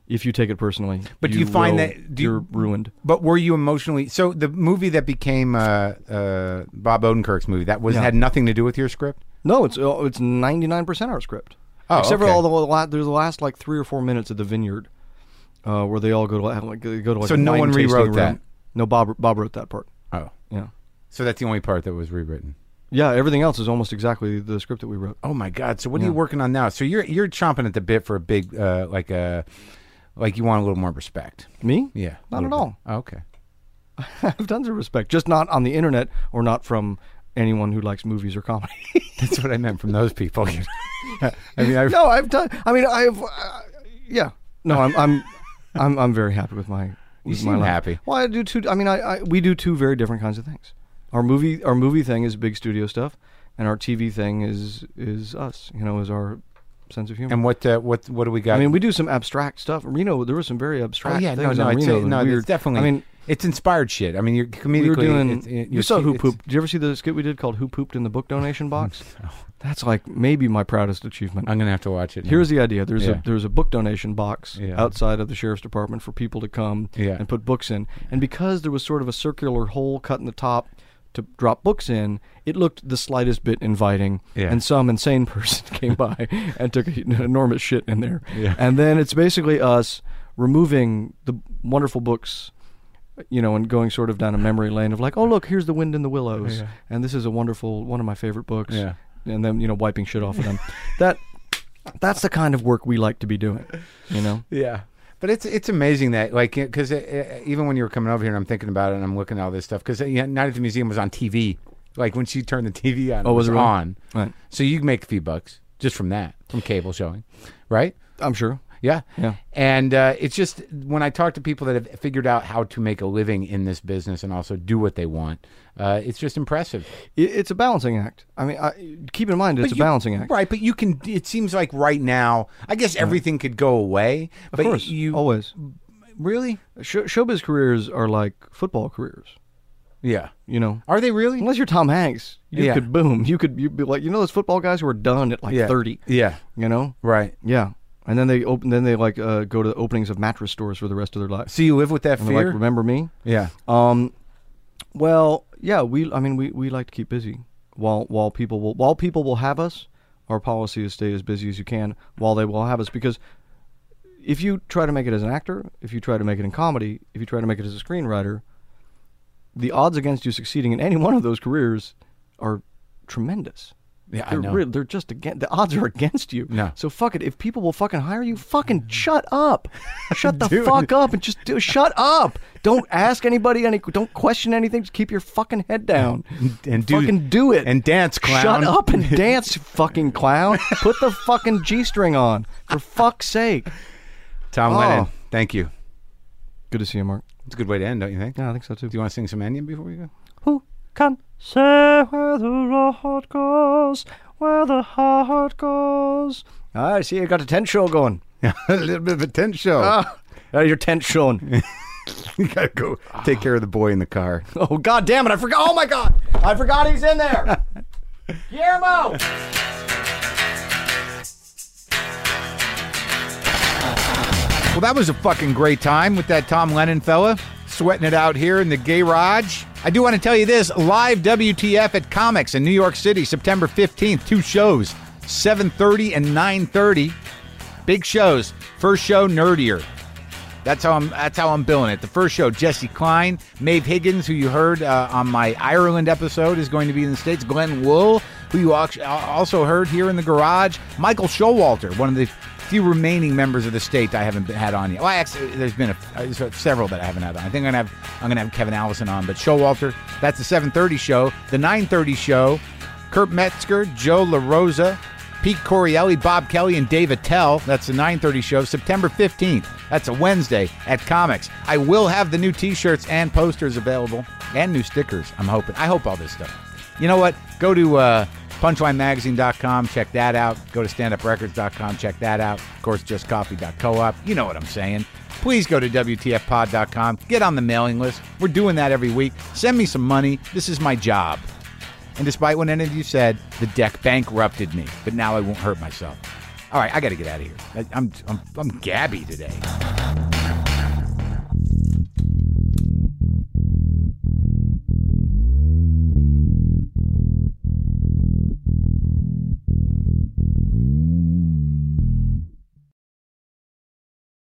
Speaker 2: If you take it personally,
Speaker 1: But do you find
Speaker 2: will-
Speaker 1: that- do you-
Speaker 2: you're ruined?
Speaker 1: but were you emotionally so the movie that became uh, uh, Bob Odenkirk's movie that was
Speaker 2: Yeah.
Speaker 1: had nothing to do with your script?
Speaker 2: No, it's oh, it's ninety nine percent our script.
Speaker 1: Oh,
Speaker 2: except
Speaker 1: okay.
Speaker 2: for all the la- there's the last like three or four minutes of the vineyard, uh, where they all go to have, like they go to like
Speaker 1: So
Speaker 2: a
Speaker 1: no
Speaker 2: wine
Speaker 1: one
Speaker 2: tasting
Speaker 1: rewrote that?
Speaker 2: room. No, Bob Bob wrote that part.
Speaker 1: Oh,
Speaker 2: Yeah,
Speaker 1: so that's the only part that was rewritten.
Speaker 2: yeah. Everything else is almost exactly the script that we wrote.
Speaker 1: Oh my God! So what are you working on now? So you're you're chomping at the bit for a big uh, like a like you want a little more respect.
Speaker 2: Me?
Speaker 1: Yeah, a
Speaker 2: Not at
Speaker 1: little
Speaker 2: all.
Speaker 1: bit. Oh, okay.
Speaker 2: I've done the respect, just not on the internet or not from anyone who likes movies or comedy.
Speaker 1: That's what I meant from those people. I mean, I,
Speaker 2: no, I've done. I mean, I've. Uh, yeah. No, I'm. I'm. I'm. I'm very happy with my. With
Speaker 1: seem
Speaker 2: my life.
Speaker 1: happy.
Speaker 2: Well, I do two. I mean, I, I. We do two very different kinds of things. Our movie. Our movie thing is big studio stuff, and our TV thing is is us. You know, is our sense of humor.
Speaker 1: and what uh, what what do we got?
Speaker 2: I mean, we do some abstract stuff. Reno, there was some very abstract.
Speaker 1: Oh, yeah, no,
Speaker 2: things
Speaker 1: no,
Speaker 2: on
Speaker 1: it's,
Speaker 2: Reno
Speaker 1: uh,
Speaker 2: that
Speaker 1: no,
Speaker 2: were
Speaker 1: it's
Speaker 2: weird.
Speaker 1: definitely.
Speaker 2: I mean,
Speaker 1: it's inspired shit. I mean, you're comedically.
Speaker 2: we were doing.
Speaker 1: it's- it-
Speaker 2: you saw
Speaker 1: see-
Speaker 2: who
Speaker 1: it's-
Speaker 2: pooped. Did you ever see the skit we did called "Who Pooped in the Book Donation Box"? That's like maybe my proudest achievement.
Speaker 1: I'm gonna have to watch it. now.
Speaker 2: Here's the idea. There's
Speaker 1: Yeah.
Speaker 2: a there's a book donation box
Speaker 1: Yeah.
Speaker 2: outside of the sheriff's department for people to come
Speaker 1: Yeah.
Speaker 2: and put books in. And because there was sort of a circular hole cut in the top to drop books in, it looked the slightest bit inviting.
Speaker 1: Yeah.
Speaker 2: And some insane person came by and took an enormous shit in there. And then it's basically us removing the wonderful books you know, and going sort of down a memory lane of like, oh look, here's the wind in the willows, and this is a wonderful one of my favorite books,
Speaker 1: Yeah.
Speaker 2: and then you know wiping shit off of them. that that's the kind of work we like to be doing, you know.
Speaker 1: Yeah. But it's it's amazing that like because uh, even when you were coming over here and I'm thinking about it and I'm looking at all this stuff because yeah, Night at the Museum was on TV. Like when she turned the TV on,
Speaker 2: Oh, was
Speaker 1: it
Speaker 2: it really?
Speaker 1: on?
Speaker 2: Right.
Speaker 1: So you can make a few bucks just from that, from cable showing, right?
Speaker 2: I'm sure.
Speaker 1: Yeah.
Speaker 2: Yeah.
Speaker 1: And uh, it's just when I talk to people that have figured out how to make a living in this business and also do what they want, uh, it's just impressive.
Speaker 2: It, it's a balancing act. I mean, I, keep in mind it's a
Speaker 1: you-
Speaker 2: balancing act.
Speaker 1: right? But you can. It seems like right now, I guess everything could go away.
Speaker 2: Of
Speaker 1: but
Speaker 2: course,
Speaker 1: you
Speaker 2: always.
Speaker 1: really?
Speaker 2: Sh- showbiz careers are like football careers,
Speaker 1: Yeah.
Speaker 2: you know.
Speaker 1: Are they really?
Speaker 2: Unless you're Tom Hanks, you
Speaker 1: Yeah.
Speaker 2: could boom. You could you'd be like you know those football guys who are done at like
Speaker 1: Yeah.
Speaker 2: 30.
Speaker 1: Yeah.
Speaker 2: You know.
Speaker 1: Right.
Speaker 2: Yeah, and then they open. Then they like uh, go to the openings of mattress stores for the rest of their lives.
Speaker 1: So you live with that
Speaker 2: And they're
Speaker 1: fear?
Speaker 2: like, remember me?
Speaker 1: yeah.
Speaker 2: Um, well, yeah. We, I mean, we, we like to keep busy while while people will while people will have us. Our policy is stay as busy as you can while they will have us because if you try to make it as an actor, if you try to make it in comedy, if you try to make it as a screenwriter, the odds against you succeeding in any one of those careers are tremendous.
Speaker 1: Yeah, I
Speaker 2: they're
Speaker 1: know.
Speaker 2: real- they're just again. The odds are against you.
Speaker 1: No.
Speaker 2: So fuck it. If people will fucking hire you, fucking shut up. Shut the fuck up and just do. Shut up. Don't ask anybody any. Don't question anything. Just keep your fucking head down
Speaker 1: And do-
Speaker 2: fucking do it
Speaker 1: and dance, clown.
Speaker 2: Shut up and dance, fucking clown. Put the fucking g string on for fuck's sake.
Speaker 1: Tom
Speaker 2: Oh.
Speaker 1: Lennon, thank you.
Speaker 2: Good to see you, Mark.
Speaker 1: It's a good way to end, don't you think?
Speaker 2: Yeah, I think so too.
Speaker 1: Do you want to sing some Indian before we go?
Speaker 2: Who can say where the heart goes? Where the heart goes? I see you got a tent show going.
Speaker 1: a little bit of a tent show.
Speaker 2: There's your tent showing.
Speaker 1: you gotta go take care of the boy in the car.
Speaker 2: oh god damn it, I forgot oh my god. I forgot he's in there. Guillermo!
Speaker 1: Well, that was a fucking great time with that Tom Lennon fella sweating it out here in the garage. I do want to tell you this live WTF at Comics in New York City, September 15th. Two shows, 7.30 and 9.30. Big shows. First show, Nerdier. That's how I'm. That's how I'm billing it. The first show, Jesse Klein, Maeve Higgins, who you heard uh, on my Ireland episode, is going to be in the states. Glenn Wool, who you al- also heard here in the garage. Michael Showalter, one of the few remaining members of the state I haven't been- had on yet. Well, actually, there's been a, uh, so- several that I haven't had on. I think I'm gonna have I'm gonna have Kevin Allison on, but Showalter. That's the 7:30 show. The 9:30 show. Kurt Metzger, Joe LaRosa, Pete Corielli, Bob Kelly, and Dave Attell. That's the 9:30 show, September 15th. That's a Wednesday at Comics. I will have the new T-shirts and posters available, and new stickers. I'm hoping. I hope all this stuff. You know what? Go to uh, punchlinemagazine.com. Check that out. Go to standuprecords.com. Check that out. Of course, justcoffee.coop. You know what I'm saying. Please go to WTFpod.com. Get on the mailing list. We're doing that every week. Send me some money. This is my job. And despite what any of you said, the deck bankrupted me. But now I won't hurt myself. All right, I got to get out of here. I, I'm, I'm, I'm Gabby today.